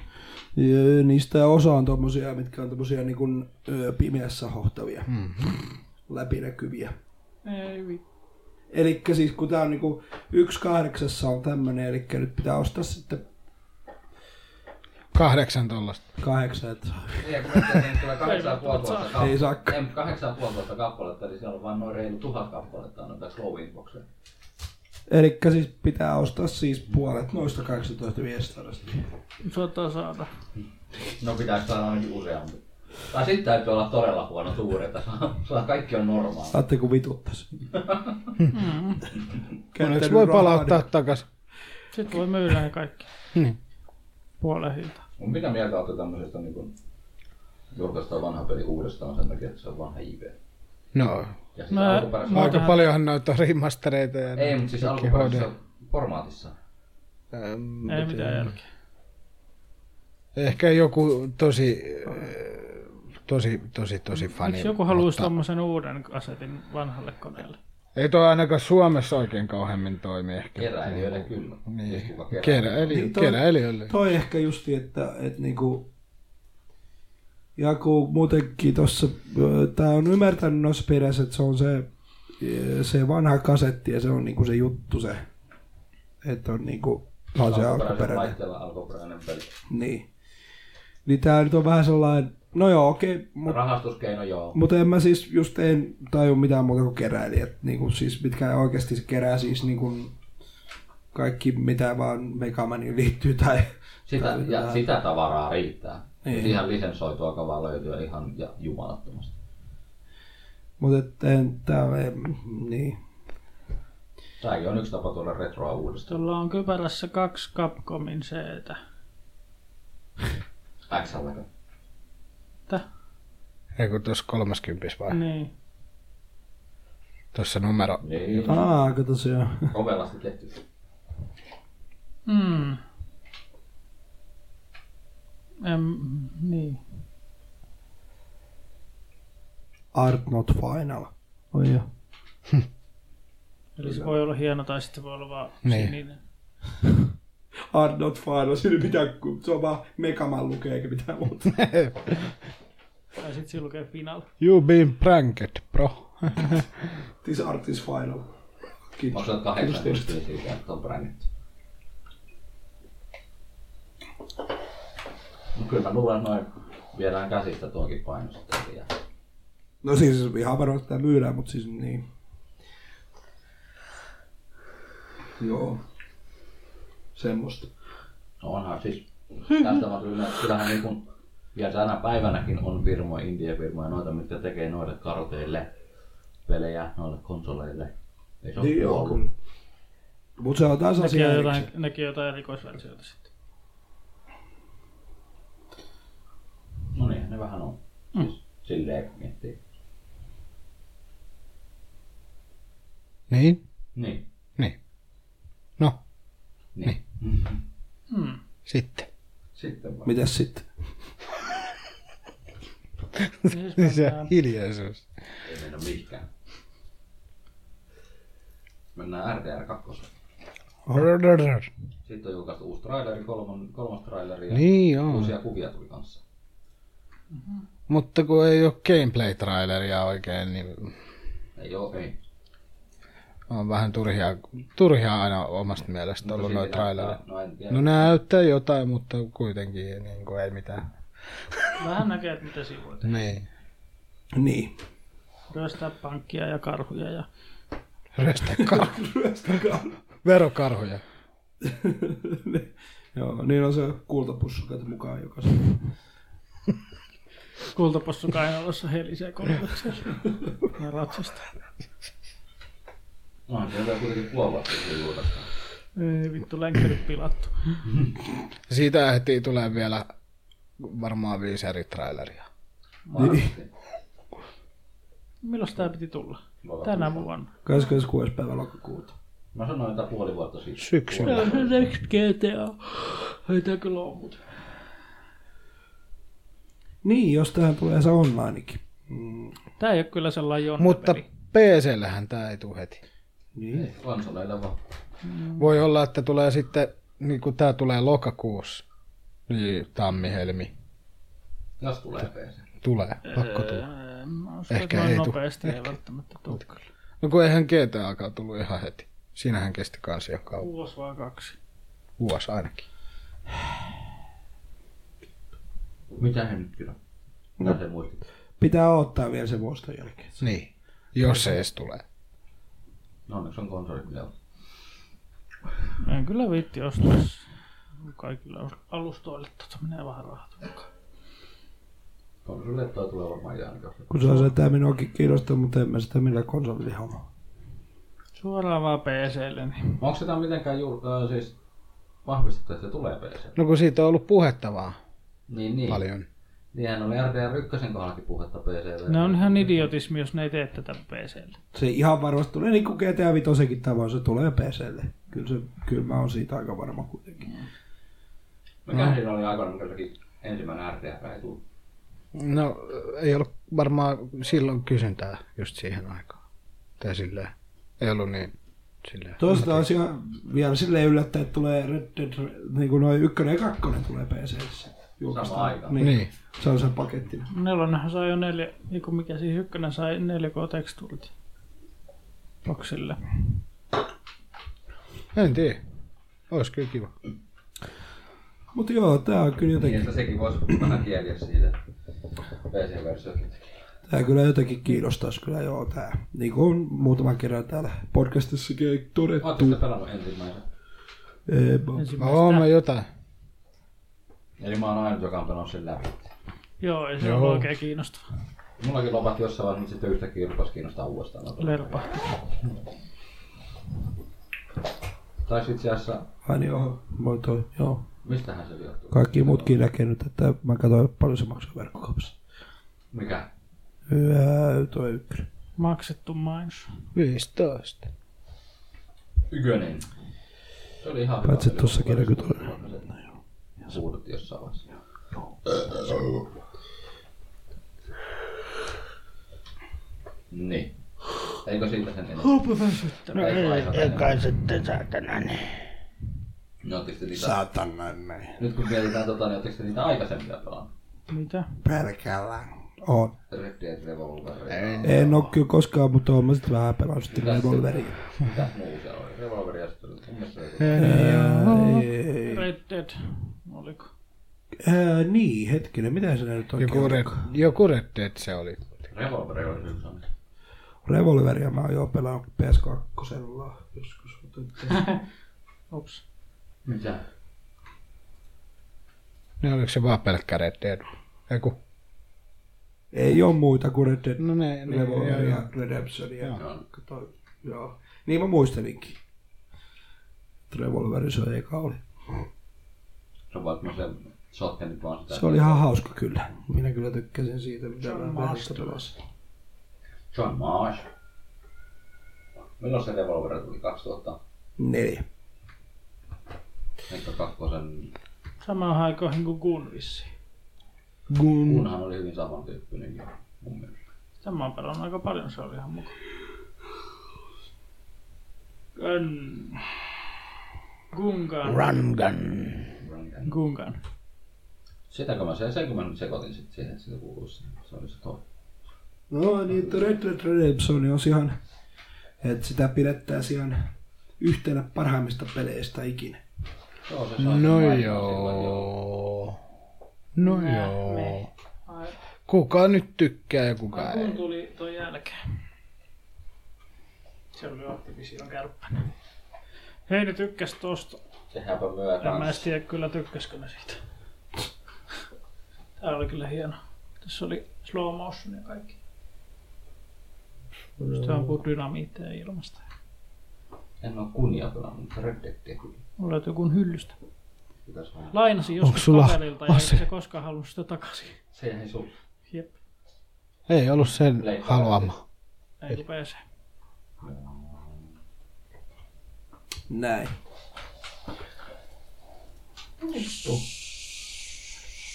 Speaker 3: Ja Niistä osa on tommosia, mitkä on tommosia niinku, ö, pimeässä hohtavia. Läpinäkyviä.
Speaker 5: Ei vittu.
Speaker 3: Eli siis kun tää on niinku, yksi kahdeksassa on tämmönen, eli nyt pitää ostaa sitten
Speaker 2: Kahdeksan tollasta.
Speaker 3: kahdeksan, että
Speaker 4: Niin, kun mä tein, tulee 8500
Speaker 3: ei
Speaker 4: kappaletta.
Speaker 3: saa.
Speaker 4: Ei, mutta 8500 kappaletta, eli siellä on vain noin reilu tuhat kappaletta on noita slow inboxeja.
Speaker 3: Eli siis pitää ostaa siis puolet noista 18 viestarasta.
Speaker 5: Sota saada.
Speaker 4: No pitäisi saada ainakin useampi. Tai sitten täytyy olla todella huono tuuri, että saa, saa kaikki on normaali.
Speaker 3: Saatte kun vituttas.
Speaker 2: Onneksi voi
Speaker 3: rahaa,
Speaker 2: palauttaa
Speaker 3: niin-
Speaker 2: takas.
Speaker 5: Sitten voi myydä ne kaikki.
Speaker 2: Niin.
Speaker 5: Puolen hinta.
Speaker 4: Mun mitä mieltä olette tämmöisestä niin kuin, niinku julkaistaan vanha peli uudestaan sen takia, että se on vanha IP.
Speaker 2: No,
Speaker 4: Ja siis
Speaker 5: Mä-
Speaker 4: alkuperäisessä...
Speaker 5: mä-
Speaker 2: aika
Speaker 5: tähän-
Speaker 2: paljonhan noita remastereita ja
Speaker 4: Ei, mutta siis
Speaker 2: kaikki
Speaker 4: alkuperäisessä
Speaker 2: HD.
Speaker 4: formaatissa.
Speaker 2: Ähm,
Speaker 5: Ei
Speaker 2: miten-
Speaker 5: mitään järkeä.
Speaker 2: Ehkä joku tosi, äh, tosi, tosi, tosi fani.
Speaker 5: Miksi joku haluaisi
Speaker 2: mutta
Speaker 5: tommosen uuden kasetin vanhalle koneelle?
Speaker 2: Ei tuo ainakaan Suomessa oikein kauheammin toimi ehkä.
Speaker 4: Keräilijöille kyllä. Siis
Speaker 2: Niin,
Speaker 4: Iskuva keräilijöille.
Speaker 2: keräili,
Speaker 3: Niin toi-
Speaker 2: keräilijöille.
Speaker 3: Toi ehkä justi, että, että niinku, ja kun muutenkin tossa, ö, tää on ymmärtänyt noissa perässä, että se on se, ö, se vanha kasetti ja se on niinku se juttu se, että on niinku, se on se
Speaker 4: Alkuperäisellä
Speaker 3: alkuperäinen.
Speaker 4: laitteella alkuperäinen peli.
Speaker 3: Niin. Niin tää nyt on vähän sellainen, no joo okei, okay, mutta
Speaker 4: Rahastuskeino joo.
Speaker 3: mutta en mä siis just en taju mitään muuta kuin keräilijät. Niin kuin siis mitkä oikeasti se kerää siis niin kuin kaikki mitä vaan Megamaniin liittyy tai... <laughs>
Speaker 4: Sitä,
Speaker 3: tai
Speaker 4: ja
Speaker 3: jotain.
Speaker 4: sitä tavaraa riittää.
Speaker 3: Niin.
Speaker 4: Niin. Ihan lisensoitua kavaa löytyy ihan ja jumalattomasti.
Speaker 3: Mut et en, tää on, en, niin.
Speaker 4: Tämäkin on yksi tapa tuoda retroa uudestaan.
Speaker 5: Tuolla on kypärässä kaksi Capcomin seetä.
Speaker 4: XL.
Speaker 5: Tä?
Speaker 2: Eikö tuossa 30 vai?
Speaker 5: Niin.
Speaker 2: Tuossa numero. <laughs>
Speaker 4: Niin.
Speaker 3: Aa, kato se on.
Speaker 4: Ovelasti tehty.
Speaker 5: Mm. Em, niin.
Speaker 3: Art not final. Oi joo.
Speaker 5: Eli se voi olla hieno tai sitten voi olla vaan
Speaker 2: Niin.
Speaker 5: sininen.
Speaker 3: Art not final, siinä ei mitään, ku- se on vaan Megaman lukee eikä mitään muuta.
Speaker 5: Tai sitten siinä lukee final.
Speaker 2: You've been pranked, bro.
Speaker 3: This art is final. Kiitos.
Speaker 4: Maksoit kahdeksan tyyppiä siitä, että on brännitty. Mut No kyllä mä luulen noin viedään käsistä tuonkin paino sitten vielä.
Speaker 3: No siis ihan varmaan sitä myydään, mutta siis niin. Joo. Semmosta.
Speaker 4: No onhan siis,
Speaker 3: Hmm.
Speaker 4: tästä mä kyllä, kyllähän niin kuin, vielä tänä päivänäkin on firmoja, indie-firmoja, noita, mitkä tekee noille karteille pelejä, noille konsoleille. Ei se ole
Speaker 3: Niin joo,
Speaker 4: kuollut.
Speaker 3: kyllä. Mutta se on taas
Speaker 5: Nekin
Speaker 3: asia
Speaker 5: on
Speaker 3: erikseen.
Speaker 5: jotain, nekin on jotain erikoisversioita
Speaker 2: <laughs>
Speaker 5: sitten.
Speaker 4: No niin, ne vähän on.
Speaker 3: Hmm.
Speaker 4: Mm. Silleen kun miettii.
Speaker 2: Niin?
Speaker 4: Niin.
Speaker 2: Niin. No,
Speaker 4: Niin.
Speaker 5: Hmm.
Speaker 2: sitten.
Speaker 4: <laughs> Sitten vaan.
Speaker 3: Mitäs sitten?
Speaker 5: Siis
Speaker 2: Se
Speaker 5: mennään,
Speaker 2: hiljaisuus.
Speaker 4: Ei mennä mihinkään. Mennään RDR 2. Sitten on julkaistu uusi traileri, kolmon, kolmas traileri ja
Speaker 2: Niin on.
Speaker 4: uusia kuvia tuli kanssa.
Speaker 2: Mutta kun ei ole gameplay-traileria oikein, niin
Speaker 4: Ei oo, ei.
Speaker 2: on vähän turhia, turhia aina omasta mielestä ollut
Speaker 4: Tosin
Speaker 2: noita
Speaker 4: näyttää-
Speaker 2: trailereja.
Speaker 4: No en tiedä.
Speaker 2: No näyttää jotain, mutta kuitenkin niin kuin ei mitään.
Speaker 5: vähän näkee, että mitä siinä voi tehdä.
Speaker 2: Niin.
Speaker 3: Niin.
Speaker 5: Ryöstää pankkia ja karhuja ja
Speaker 2: Ryöstä kar- verokarhuja.
Speaker 3: Joo, niin on se kultapussu kato mukaan jokaisen.
Speaker 5: kultapossu kainalossa
Speaker 2: <laughs>
Speaker 5: helisee koulutuksessa. Ja ratsastaa.
Speaker 4: No, se on vielä kuitenkin puoli vuotta sitten julkaistaan.
Speaker 5: Ei vittu, lenkkerit pilattu.
Speaker 2: Siitä ehtii tulee vielä varmaan viisi eri traileria. Niin.
Speaker 4: Varmasti.
Speaker 5: Milloin tää piti tulla?
Speaker 4: Voi olla
Speaker 5: Tänä
Speaker 4: kuusi.
Speaker 5: vuonna.
Speaker 3: 26. päivä lokakuuta.
Speaker 4: Mä sanoin, että puoli vuotta sitten.
Speaker 2: Syksyllä.
Speaker 5: Se next GTA. Ei tää kyllä oo muuta.
Speaker 3: Niin, jos tähän tulee se onlinekin.
Speaker 5: Tää ei oo kyllä sellainen jonna
Speaker 2: Mutta PCllähän tämä ei tule heti.
Speaker 3: Niin.
Speaker 4: Konsoleilla vaan.
Speaker 2: Voi olla, että tulee sitten, niin kun tämä tulee lokakuussa, niin tammi-helmi
Speaker 4: Jos tulee PC.
Speaker 2: tulee, pakko tulla.
Speaker 5: Mä uskon,
Speaker 2: Ehkä
Speaker 5: että noin
Speaker 2: ei tuu.
Speaker 5: nopeasti ei välttämättä tuu.
Speaker 2: No kun eihän GTAkaan tullut ihan heti. Siinähän kesti kans jo kauan.
Speaker 5: Vuosi vai kaksi.
Speaker 2: Vuosi ainakin.
Speaker 4: Mitä he nyt kyllä?
Speaker 2: No.
Speaker 4: Mitä se muisti?
Speaker 3: Pitää odottaa vielä se vuosien jälkeen.
Speaker 2: Niin. Jos se edes tulee.
Speaker 4: No onneksi on konsolit vielä.
Speaker 5: Mä en kyllä viitti ostaa kaikille alustoille, tota menee vähän rahat mukaan.
Speaker 4: Konsoleille toi tulee varmaan ihan kanssa.
Speaker 3: Kun se on se, että tämä minuakin kiinnostaa, mutta en mä sitä millä konsolilla homma.
Speaker 5: Suoraan vaan PClle, niin
Speaker 4: Onko sitä mitenkään juur... Äh, siis vahvistettu, että se tulee PC?
Speaker 2: No kun siitä on ollut puhetta vaan
Speaker 4: Niin, niin.
Speaker 2: paljon.
Speaker 4: Niinhän oli RDR 1 kohdallakin puhetta PClle.
Speaker 5: Ne on ihan idiotismi, jos ne ei tee tätä PClle.
Speaker 3: Se ihan varmasti tulee, niin kuin GTA Vitosekin tavoin, se tulee PClle. Kyllä, se, kyllä mä oon siitä aika varma kuitenkin.
Speaker 5: No.
Speaker 4: Mikä siinä No oli aikoinaan, kun sekin ensimmäinen RDR ei tullut?
Speaker 2: No, ei ollut varmaan silloin kysyntää just siihen aikaan. Tai silleen. Ei ollut niin silleen.
Speaker 3: Toista on ihan vielä silleen yllättäen, että tulee Red Dead, niin kuin noin ykkönen ja kakkonen tulee PClle.
Speaker 4: Samaan aikaan.
Speaker 3: Niin. niin.
Speaker 2: Niin.
Speaker 3: Se on se paketti.
Speaker 5: Nelonenhan sai jo neljä, niin kuin mikä siinä ykkönen sai 4K-tekstuurit. Boksille.
Speaker 2: En tiedä. Ois kyllä kiva.
Speaker 3: Mutta joo, tää on kyllä
Speaker 4: Niin,
Speaker 3: jotenkin,
Speaker 4: että sekin voisi vähän kieliä siitä PC-versiokin takia.
Speaker 3: tää kyllä jotenkin kiinnostaisi kyllä joo tää. Niin kuin on muutama kerran täällä podcastissakin todettu.
Speaker 4: Oletteko te pelannut ensimmäisen?
Speaker 3: Ei, mä-
Speaker 2: Oon mä jotain.
Speaker 4: Eli mä oon ainut, joka on pelannut sen läpi.
Speaker 5: Joo, ei se
Speaker 2: Joo.
Speaker 5: ole oikein kiinnostava.
Speaker 4: Mullakin lopat jossain vaiheessa, mutta sitten yhtäkkiä rupesi kiinnostaa uudestaan.
Speaker 5: Lerpa.
Speaker 4: Tai sit itse asiassa,
Speaker 3: Ai niin, joo, voi toi, joo.
Speaker 4: mistähän se johtuu?
Speaker 3: Kaikki muutkin näkee nyt, että mä katsoin paljon se maksaa verkkokaupassa.
Speaker 4: Mikä?
Speaker 3: Hyvä, toi ykkönen.
Speaker 5: Maksettu mainos.
Speaker 2: 15.
Speaker 4: Ykönen. Se oli ihan hyvä.
Speaker 3: Paitsi
Speaker 4: peli.
Speaker 3: tossa kirjakytöllä.
Speaker 4: Huudot jossain vaiheessa. Niin. Eikö siitä sen enää? Huupa väsyttävä. No ei, ei kai sitten saatana niin. No ootteko te niitä,
Speaker 3: Saatana näin.
Speaker 4: nyt kun mietitään tota, niin ootteko te niitä aikaisempia pelannut?
Speaker 5: Mitä?
Speaker 3: Pelkällä. On.
Speaker 4: Red Dead Revolveria.
Speaker 3: En oo kyllä koskaan, mutta oon mä sit vähän pelannut sitten revolveria.
Speaker 4: Mitä muu se oli? Revolveria sitten oli. Mun mielestä se oli-
Speaker 3: Niin.
Speaker 5: Red Dead. Oliko?
Speaker 3: Ää, niin, hetkinen, mitä se nyt oikein
Speaker 2: Joku red, joku red Dead se oli.
Speaker 4: Revolveri oli yksi on.
Speaker 3: Revolveria mä oon jo pelannut PS2 joskus.
Speaker 2: <laughs>
Speaker 3: mutta nyt-
Speaker 5: Ups.
Speaker 4: Mitä?
Speaker 2: Ne oliko se vaan pelkkä Red Dead? Eiku.
Speaker 3: Ei oo muita kuin Red Dead
Speaker 2: No ne, ne joo,
Speaker 3: Revolveria,
Speaker 2: joo.
Speaker 3: Redemptionia.
Speaker 2: Joo.
Speaker 4: Joo.
Speaker 3: Kato, joo. Niin mä muistelinkin. Revolveri se eka oli.
Speaker 4: Se on vaikka se shotgunit vaan sitä.
Speaker 3: Se oli ihan hauska kyllä. Minä kyllä tykkäsin siitä, mitä mä verhosta pelasin.
Speaker 4: John Marsh. Milloin se Revolver tuli 2000?
Speaker 3: Neljä.
Speaker 4: Ehkä kakkosen.
Speaker 5: Samaan aikoihin kuin Gun vissiin.
Speaker 3: Gun.
Speaker 4: Kunhan oli hyvin samantyyppinen jo, mun mielestä.
Speaker 5: Tämä on pelannut aika paljon, se oli ihan mukava. Gun. Gungan.
Speaker 2: Rangan.
Speaker 4: Rankin.
Speaker 5: Gungan.
Speaker 4: Sitäkö mä se, sen kun mä nyt sekoitin sit siihen, että sitä kuuluu siihen. Se oli se toi.
Speaker 3: No niin, että Red Dead Redemption on ihan, että sitä pidetään ihan yhtenä parhaimmista peleistä ikinä.
Speaker 4: Joo, se sai sen
Speaker 2: No
Speaker 4: maininnan silloin,
Speaker 2: joo. No
Speaker 5: Mä-
Speaker 2: joo.
Speaker 5: me- Ai,
Speaker 2: Kuka nyt tykkää ja kuka
Speaker 5: ai, kun
Speaker 2: ei?
Speaker 5: tuli ton jälkeen. Se oli Activision kärppänä. Hei, ne tykkäs tosta.
Speaker 4: Se häpä myö
Speaker 5: En No mä
Speaker 4: kans.
Speaker 5: edes tiedä kyllä tykkäskö ne siitä. Tää oli kyllä hieno. Tässä oli slow motion ja kaikki. Sitten ampuu dynamiitteja ilmasta.
Speaker 4: En oo kunnia pelannut, mutta Red Deadia kyllä.
Speaker 5: Mulla löytyy kuin hyllystä.
Speaker 4: Pitäis vaan.
Speaker 5: Lainasin joskus
Speaker 2: sulla
Speaker 5: kaverilta ja
Speaker 2: ase?
Speaker 5: eikä Ah, se koskaan halunnut sitä takaisin.
Speaker 4: Se jäi sun.
Speaker 5: Jep,
Speaker 2: Ei ollut sen
Speaker 4: Leikkaa.
Speaker 2: haluama.
Speaker 5: ei rupee se.
Speaker 3: Näin.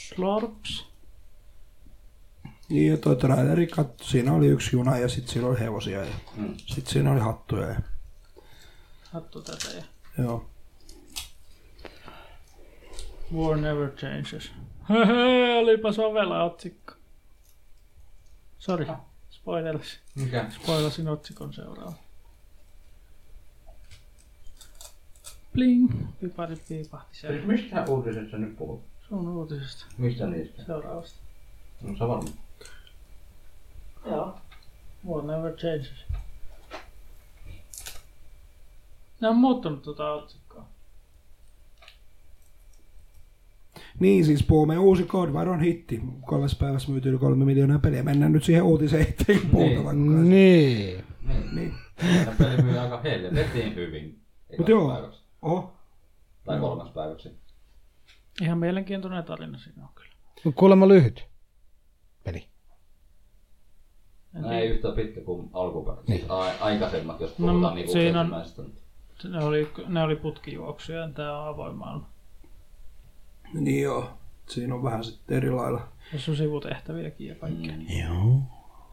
Speaker 5: Slorps.
Speaker 3: Niin ja toi traileri katto, siinä oli yksi juna ja sitten siinä oli hevosia ja
Speaker 4: Mm.
Speaker 3: sitten siinä oli hattuja. Ja,
Speaker 5: Hattu tätä ja
Speaker 3: joo.
Speaker 5: War never changes. Höhö, olipa sovella otsikko. Sori, spoilasin.
Speaker 4: Mikä?
Speaker 5: Spoilasin otsikon seuraava. Bling, pipari piipahti siellä.
Speaker 4: Siis mistä uutisesta nyt puhut?
Speaker 5: Sun uutisesta
Speaker 4: Mistä niistä?
Speaker 5: seuraavasta.
Speaker 4: No se varmaan.
Speaker 5: Joo. War never changes. Ne on muuttanut tota otsikkoa.
Speaker 3: Niin siis puhumme uusi Code War on hitti. Kolmessa päivässä myyty yli kolme miljoonaa peliä. Mennään nyt siihen uutiseen ettei puhuta vaikka.
Speaker 2: Niin.
Speaker 4: Niin.
Speaker 3: Niin.
Speaker 4: Tämä peli myy aika helvetin hyvin.
Speaker 3: Mut
Speaker 4: Ekas
Speaker 3: joo.
Speaker 4: päiväksi.
Speaker 3: Oho.
Speaker 4: Tai kolmas päiväksi.
Speaker 5: Ihan mielenkiintoinen tarina siinä on kyllä.
Speaker 2: No, Kuulemma lyhyt. peli.
Speaker 4: Näin yhtä pitkä kuin alkuperäiset. Siis
Speaker 2: Niin.
Speaker 4: A- aikaisemmat, jos
Speaker 5: No,
Speaker 4: puhutaan
Speaker 5: mut
Speaker 4: no, niinku
Speaker 5: siinä on-
Speaker 4: ensimmäisestä.
Speaker 5: Ne oli, ne oli putkijuoksuja, ja tämä on avoimaailma.
Speaker 3: Niin joo, siinä on vähän sitten eri lailla.
Speaker 5: Tässä on sivutehtäviäkin ja
Speaker 4: Mm.
Speaker 5: kaikkea.
Speaker 2: Joo.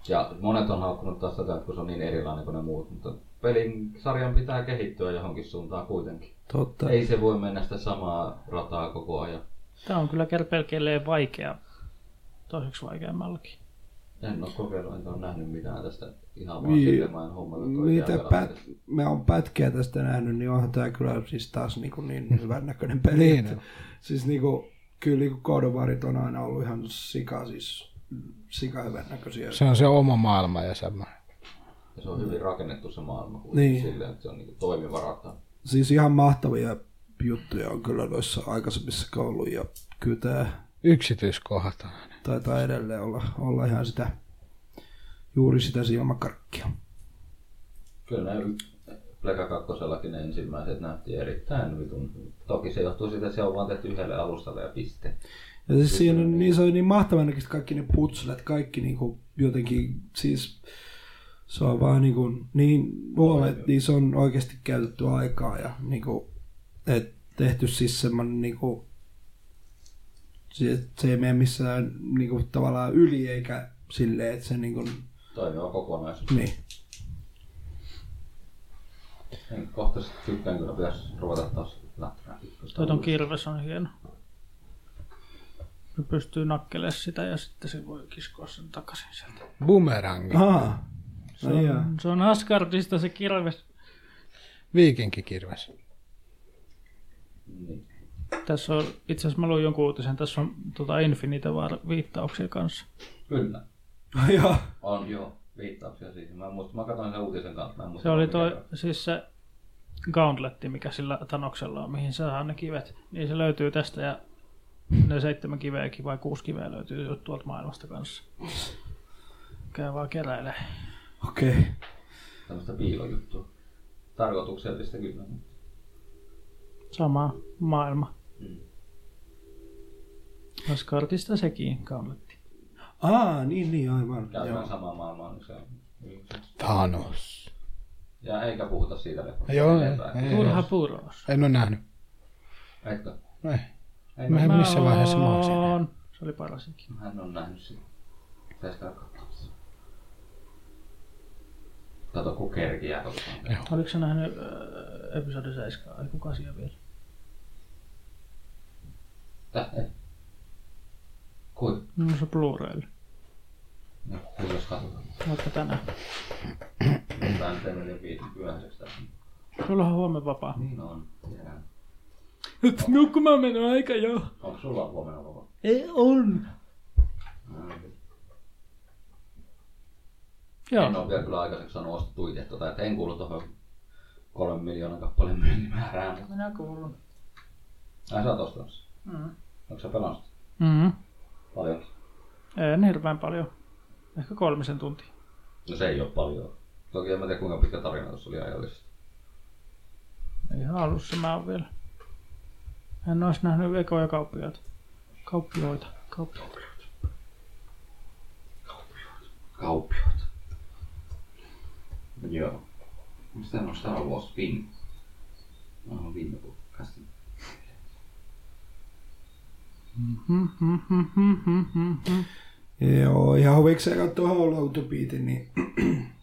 Speaker 4: Ja monet on haukkunut taas tätä, kun se on niin erilainen kuin ne muut, mutta pelin sarjan pitää kehittyä johonkin suuntaan kuitenkin.
Speaker 3: Totta.
Speaker 4: Ei se voi mennä sitä samaa rataa koko ajan.
Speaker 5: Tämä on kyllä ker- pelkeilleen vaikea. Toiseksi vaikeammallakin.
Speaker 4: En ole kokeillut, enkä ole nähnyt mitään tästä ihan vaan
Speaker 3: Niin.
Speaker 4: silleen hommalla.
Speaker 3: Mitä pät, mä oon pätkiä tästä nähnyt, niin onhan tää kyllä siis taas niin, kuin niin hyvän näköinen peli.
Speaker 2: Hmm. Niin
Speaker 3: että-
Speaker 2: on.
Speaker 3: Siis niin kuin, kyllä niin koodovarit on aina ollut ihan sika, siis sika hyvän näköisiä.
Speaker 2: Se on se oma maailma ja semmoinen.
Speaker 4: Ja se on hyvin rakennettu se maailma
Speaker 3: Niin.
Speaker 4: niin. silleen, että se on niinku toimiva rata.
Speaker 3: Siis ihan mahtavia juttuja on kyllä noissa aikaisemmissa ollut ja kyllä tää
Speaker 2: Yksityiskohdat on aina.
Speaker 3: taitaa edelleen olla, olla ihan sitä, juuri sitä silmäkarkkia.
Speaker 4: Kyllä ne Pleka 2 ne ensimmäiset näytti erittäin vitun. Toki se johtuu siitä, että se on vaan tehty yhdelle alustalle ja piste.
Speaker 3: Ja siis siinä on, niin se on niin mahtavan näköistä kaikki ne putslet, kaikki niinku jotenkin, siis se on vaan niinku, niin luovet, niin se on oikeasti käytetty aikaa ja niinku, et tehty siis semmonen niinku, se, se ei mene missään niinku tavallaan yli eikä silleen, että se niinku,
Speaker 4: Toimiva kokonaisuus.
Speaker 3: niin.
Speaker 4: En kohtaisesti tykkään kyllä pitäisi ruveta taas lähtemään.
Speaker 5: Toi ton kirves on hieno. Se pystyy nakkelemaan sitä ja sitten se voi kiskoa sen takaisin sieltä.
Speaker 2: Boomerang.
Speaker 3: Aa,
Speaker 5: Se
Speaker 3: no jaa.
Speaker 5: on, se on Asgardista se kirves.
Speaker 2: Viikinkikirves.
Speaker 4: Niin.
Speaker 5: Tässä on, itse asiassa mä luin jonkun uutisen, tässä on tota Infinite War viittauksia kanssa.
Speaker 4: Kyllä.
Speaker 3: Ai jaa.
Speaker 4: On joo. Viittauksia siihen. Mä, muistan, mä katsoin sen uutisen kanssa. Mä en muista,
Speaker 5: Se oli
Speaker 4: mikä
Speaker 5: toi, siis se gauntletti, mikä sillä Tanoksella on, mihin saadaan ne kivet. Niin se löytyy tästä ja ne seitsemän kiveäkin vai kuusi kiveä löytyy jo tuolta maailmasta kanssa. Käy vaan keräilee.
Speaker 3: Okei. Okay.
Speaker 4: Tämmöistä piilojuttua. Tarkoituksellista kyllä.
Speaker 5: Sama maailma.
Speaker 4: Mm.
Speaker 5: Asgardista sekin gauntletti.
Speaker 3: Aa, niin, niin, aivan.
Speaker 4: Käydään
Speaker 3: Joo.
Speaker 4: samaa maailmaa, niin se on.
Speaker 2: Thanos.
Speaker 4: Ja eikä puhuta siitä leffasta.
Speaker 2: Joo,
Speaker 4: enempää.
Speaker 2: ei,
Speaker 5: Turha puuros.
Speaker 2: en ole nähnyt.
Speaker 4: Etkö?
Speaker 2: No Ei.
Speaker 4: Ei,
Speaker 2: Mä en
Speaker 5: Mä
Speaker 2: missä vaiheessa mä oon siinä.
Speaker 5: oon. Se oli parasinkin.
Speaker 4: Hän on nähnyt sitä. Pitäis käydä katsomassa. Kato, kun kerkiää katsomaan.
Speaker 5: Oliko sä nähnyt äh, episodi 7? Ei kuka siellä vielä?
Speaker 4: Täh, ei. Kui?
Speaker 5: No se Blu-raylla.
Speaker 4: No, kun jos katsotaan.
Speaker 5: Vaikka tänään.
Speaker 4: Tää nyt ei mene viisi myöhäiseksi tässä.
Speaker 5: Sulla on huomenna vapaa.
Speaker 4: Niin on. Tiedän.
Speaker 5: Nukkumaan meno aika jo.
Speaker 4: Onko sulla huomenna No, vapaa?
Speaker 5: Ei on.
Speaker 4: En
Speaker 5: Joo.
Speaker 4: ole vielä kyllä aikaiseksi saanut ostettua itse tota, että en kuulu tuohon kolmen miljoonan kappaleen myyntimäärään. mutta-
Speaker 5: Minä kuulun.
Speaker 4: Ai sä oot ostamassa. Onko sä pelannut sitä?
Speaker 5: Mm.
Speaker 4: paljon?
Speaker 5: En hirveän paljon. Ehkä kolmisen tuntia.
Speaker 4: No se ei ole paljon. Toki en mä tiedä kuinka pitkä tarina tuossa oli ajallisesti.
Speaker 5: Ihan alussa mä oon vielä. En ois nähnyt ekoja kauppioita. Kauppioita. Kauppioita.
Speaker 4: Kauppiot. Joo. Mistä on Star Wars Spin? No on viime podcastin.
Speaker 5: Hmm, hmm, hmm, hmm, hmm, hmm, hmm.
Speaker 3: Joo, ihan huvikseen katsoa Hollow-beatin, niin <clears throat>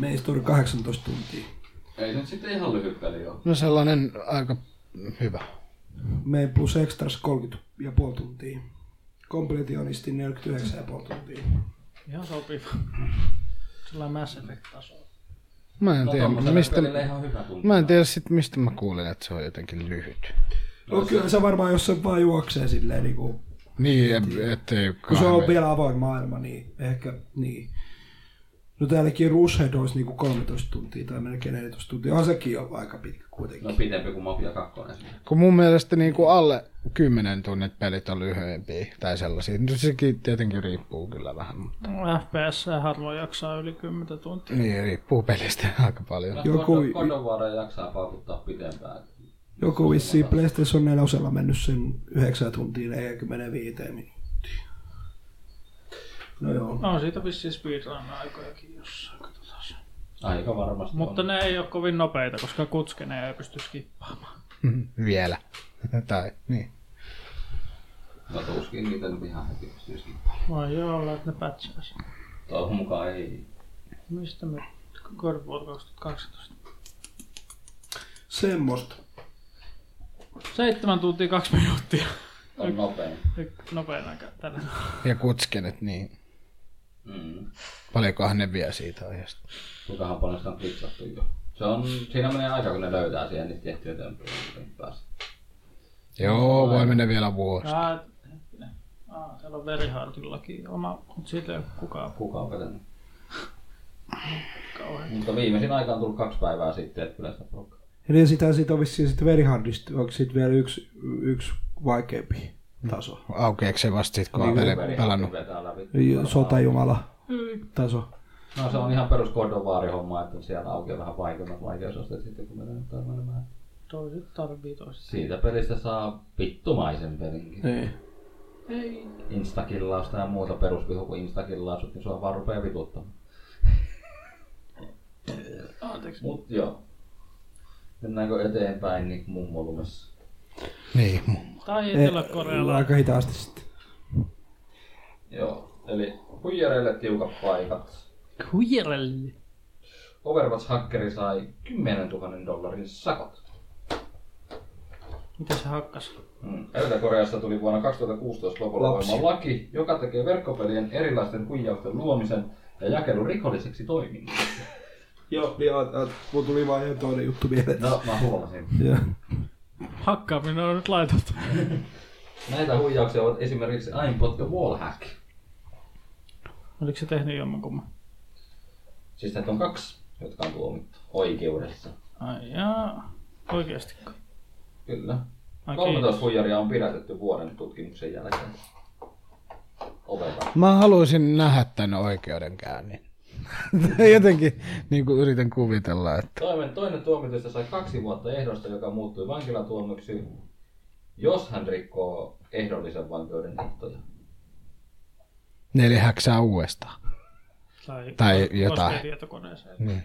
Speaker 3: meistä oli 18 tuntia.
Speaker 4: Ei se nyt sitten ihan lyhyt peli ole.
Speaker 2: No sellainen aika hyvä.
Speaker 3: Meidän plus extras 30,5 tuntia. Kompletionisti 49,5 tuntia. No
Speaker 5: Ihan sopiva. Sellainen Mass Effect-taso.
Speaker 2: Mä
Speaker 3: No
Speaker 2: en tiedä,
Speaker 4: tommoselle
Speaker 2: mistä...
Speaker 4: pelille No ihan hyvä tunti.
Speaker 2: Mä en tiedä sit, mistä mä kuulin, että se on jotenkin lyhyt.
Speaker 3: No, kyllä se varmaan, jos se vaan juoksee silleen, niin kuin,
Speaker 2: Niin, e- ettei
Speaker 3: kun se on
Speaker 2: kahve-
Speaker 3: vielä avoin maailma, niin ehkä niin. No täälläkin Rushed olisi niin kuin 13 tuntia tai melkein 14 tuntia. On sekin jo aika pitkä kuitenkin.
Speaker 4: No pitempi kuin Mafia 2.
Speaker 2: Kun mun mielestä niin kuin alle 10 tunnit pelit on lyhyempiä tai sellaisia. No sekin tietenkin riippuu kyllä vähän. mutta-
Speaker 5: FPS harvoin jaksaa yli 10 tuntia.
Speaker 2: Niin, riippuu pelistä <laughs> aika paljon.
Speaker 3: Joku-
Speaker 4: Joku... Kodovuoreen jaksaa paukuttaa pitempään.
Speaker 3: Joku vissiin PlayStation 4 osalla mennyt sen 9 tuntia 45 minuuttia. No joo.
Speaker 5: On siitä vissiin speedrun-aikojakin jossain, katsotaan se.
Speaker 4: Aika varmasti
Speaker 5: Mutta
Speaker 4: on.
Speaker 5: ne ei ole kovin nopeita, koska kutskeneen ei pysty skippaamaan.
Speaker 2: Mm, Vielä. tai niin.
Speaker 4: No tuskin niitä nyt ihan heti pystyisi
Speaker 5: Voi joo olla, että ne patchaisi.
Speaker 4: Toivon mukaan ei.
Speaker 5: Mistä me God of War 2018?
Speaker 3: Semmosta.
Speaker 5: 7 tuntia 2 minuuttia. <laughs>
Speaker 4: On nopein.
Speaker 5: Nopein aika tällä.
Speaker 2: Ja kutskenet, niin
Speaker 4: Mm.
Speaker 2: paljonkohan ne vie siitä aiheesta.
Speaker 4: Kuinkahan paljon sitä on kliksattu jo. Se on, siinä menee aika kun ne löytää siihen niitä tehtyjä temppuja. niin pääsee.
Speaker 2: Joo, voi mennä vielä vuosi.
Speaker 5: Ah, ah, siellä on Verihardillakin oma, mutta siitä ei ole kukaan
Speaker 4: Kuka on vetänyt?
Speaker 5: kauhean.
Speaker 4: Mutta viimeisin aika on tullut kaksi päivää sitten, että kyllä sitä porukkaa.
Speaker 3: Eli sitä siitä on vissiin sitten verihardista, onko siitä vielä yksi, yksi vaikeampi taso?
Speaker 2: Aukeeko se vasta sit, kun on pele-
Speaker 4: Veri
Speaker 2: pelannut?
Speaker 4: vetää läpi.
Speaker 3: Mm. Sotajumala taso.
Speaker 4: No se on ihan perus homma, että siellä auki on vähän vaikeammat vaikeusasteet sitten kun mennään ottaa menemään.
Speaker 5: Toiset tarvii toiset.
Speaker 4: Siitä pelistä saa vittumaisen pelinkin.
Speaker 3: Niin.
Speaker 5: Ei.
Speaker 4: Instakillausta ja muuta perusvihu kuin instakillausut, niin sua vaan rupeaa vituttamaan.
Speaker 5: Anteeksi.
Speaker 4: Mut joo. Mennäänkö eteenpäin niin mummolumessa?
Speaker 2: Niin, mu-
Speaker 5: Tai Etelä-Korealla.
Speaker 3: E- Aika hitaasti sitten.
Speaker 4: Joo, eli huijareille tiukat paikat.
Speaker 5: Hujerelle.
Speaker 4: Overwatch-hakkeri sai 10 000 dollarin sakot.
Speaker 5: Mitä se hakkas?
Speaker 4: Mm. Etelä-Koreassa tuli vuonna 2016 lopulla
Speaker 3: Lapsi.
Speaker 4: voimaan laki, joka tekee verkkopelien erilaisten huijausten luomisen ja jakelun rikolliseksi toiminnaksi.
Speaker 3: Joo, niin, a, a, mun tuli vaan ihan toinen juttu mieleen.
Speaker 4: No, mä huomasin.
Speaker 3: Joo.
Speaker 5: Hakkaaminen on nyt laitettu.
Speaker 4: Näitä huijauksia ovat esimerkiksi aimbot ja wallhack.
Speaker 5: Oliko se tehnyt jommankumman?
Speaker 4: Siis näitä on kaksi, jotka on tuomittu oikeudessa.
Speaker 5: Ai jaa. Oikeasti.
Speaker 4: Kyllä.
Speaker 5: Ai
Speaker 4: 13
Speaker 5: kiitos.
Speaker 4: huijaria on pidätetty vuoden tutkimuksen jälkeen. Ovella.
Speaker 2: Mä haluaisin nähdä tämän oikeudenkäynnin. <laughs> Jotenkin niin kuin yritän kuvitella, että
Speaker 4: Toinen, toinen tuomituista sai kaksi vuotta ehdosta, joka muuttui vankilatuomioksi, jos hän rikkoo ehdollisen vankeuden ehtoja.
Speaker 2: neljä häksää uudestaan.
Speaker 5: Tai,
Speaker 2: Tai
Speaker 5: koskee
Speaker 2: jotain.
Speaker 5: tietokoneeseen.
Speaker 2: Niin.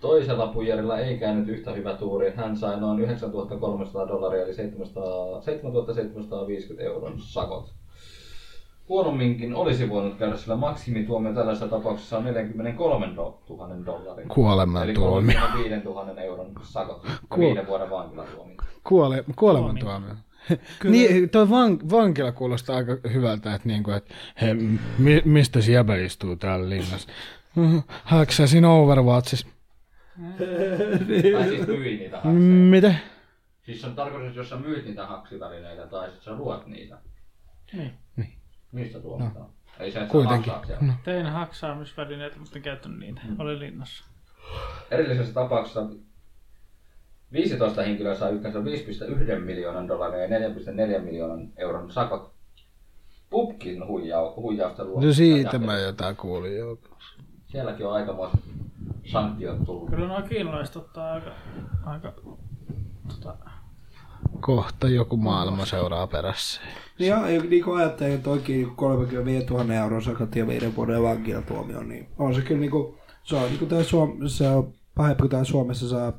Speaker 4: Toisella pujerilla ei käynyt yhtä hyvä tuuri. Hän sai noin 9300 dollaria eli 700, 7750 euron sakot. Huonomminkin olisi voinut käydä, sillä maksimituomio tällaisessa tapauksessa on 43 000 dollaria. Eli
Speaker 2: Kuolemantuomio.
Speaker 4: 35 000 euron sakot ja viiden vuoden vankilatuomio.
Speaker 2: Kuole, kuolemantuomio. Niin, tuo van, vankila kuulostaa aika hyvältä, että, niinku, että he, mi, mistä se jäbä istuu täällä linnassa? Häksäsin Overwatchissa.
Speaker 4: Tai siis myi niitä
Speaker 2: Mm.
Speaker 4: hakseja.
Speaker 2: Mitä?
Speaker 4: Siis se on tarkoitus, että jos sä myyt niitä haksivälineitä tai sit sä ruot niitä,
Speaker 5: Niin.
Speaker 4: mistä tuomitaan? No. Ei se, että
Speaker 2: Kuitenkin.
Speaker 4: sä haksaat
Speaker 2: No.
Speaker 4: siellä.
Speaker 5: Tein haksaamisvälineitä, mutta en käyttänyt niitä. Olin linnassa.
Speaker 4: Erillisessä tapauksessa 15 henkilöä saa yhteensä 5,1 miljoonan dollaria ja 4,4 miljoonan euron sakot. Pupkin huijau, huijausta luo.
Speaker 2: No siitä mä jotain kuulin. Joo.
Speaker 4: Sielläkin on aikamoiset sanktiot tullut.
Speaker 5: Kyllä nuo kiinalaiset ottaa aika, aika tota,
Speaker 2: Kohta joku maailma seuraa perässä.
Speaker 3: Ja niin kuin ajattelin, että oikein niin 35 000 euron sakot ja viiden vuoden vankilatuomio, niin on se kyllä niin kuin, se on, niin kuin tää Suom- se on pahempi kuin tää Suomessa saa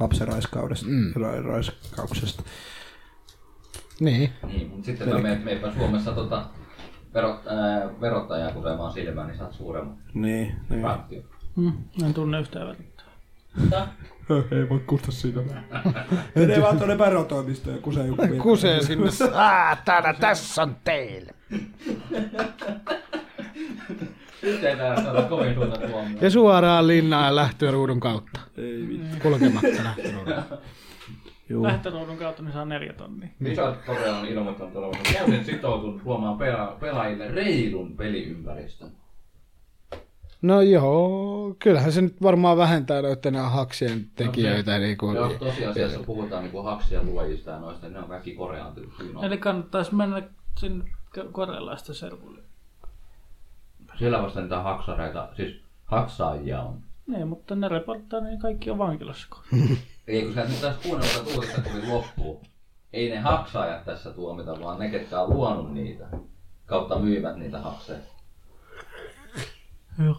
Speaker 3: lapsen raiskaudesta, mm. ra- raiskauksesta.
Speaker 2: Niin.
Speaker 4: Niin, mutta sitten kun meet, meetpä Suomessa tota, verot, ää, verottajaa kusemaan silmään, niin saat suuremman
Speaker 3: Niin, niin.
Speaker 4: sanktion.
Speaker 5: mm, en tunne yhtään välittää.
Speaker 3: <laughs> Ei voi kusta siinä. <laughs> Menee vaan tuonne verotoimistoon ja kusee joku. virka.
Speaker 2: Kusee sinne. Ah, täällä, tässä on teille.
Speaker 4: Nyt ei täällä saada kovin suurta tuomioon.
Speaker 2: Ja suoraan linnaan lähtöruudun kautta.
Speaker 3: Ei Äh. mitään.
Speaker 2: Kulkematta lähtöruudun.
Speaker 3: Juu.
Speaker 5: Lähtöruudun kautta niin saa neljä tonnia.
Speaker 4: Blizzard Korea on ilmoittanut olevansa täysin sitoutunut luomaan pela- pelaajille reilun peliympäristön.
Speaker 2: No joo, kyllähän se nyt varmaan vähentää noiden haksien tekijöitä. No, niin kuin,
Speaker 4: Jos tosiasiassa puhutaan niinku haksia luojista ja noista, niin ne on kaikki Korean tyyppiä.
Speaker 5: Eli kannattaisi mennä sinne k- korealaisten servulle.
Speaker 4: Siellä vasta niitä haksareita, siis haksaajia on.
Speaker 5: Niin, mutta ne reporttaa, niin kaikki on vankilassa. kohta.
Speaker 4: Ei kun sä nyt taas kuunnella tuulista kovin loppuun. Ei ne haksaajat tässä tuomita, vaan ne ketkä on luonut niitä. Kautta myivät niitä hakseja.
Speaker 5: Hyvä.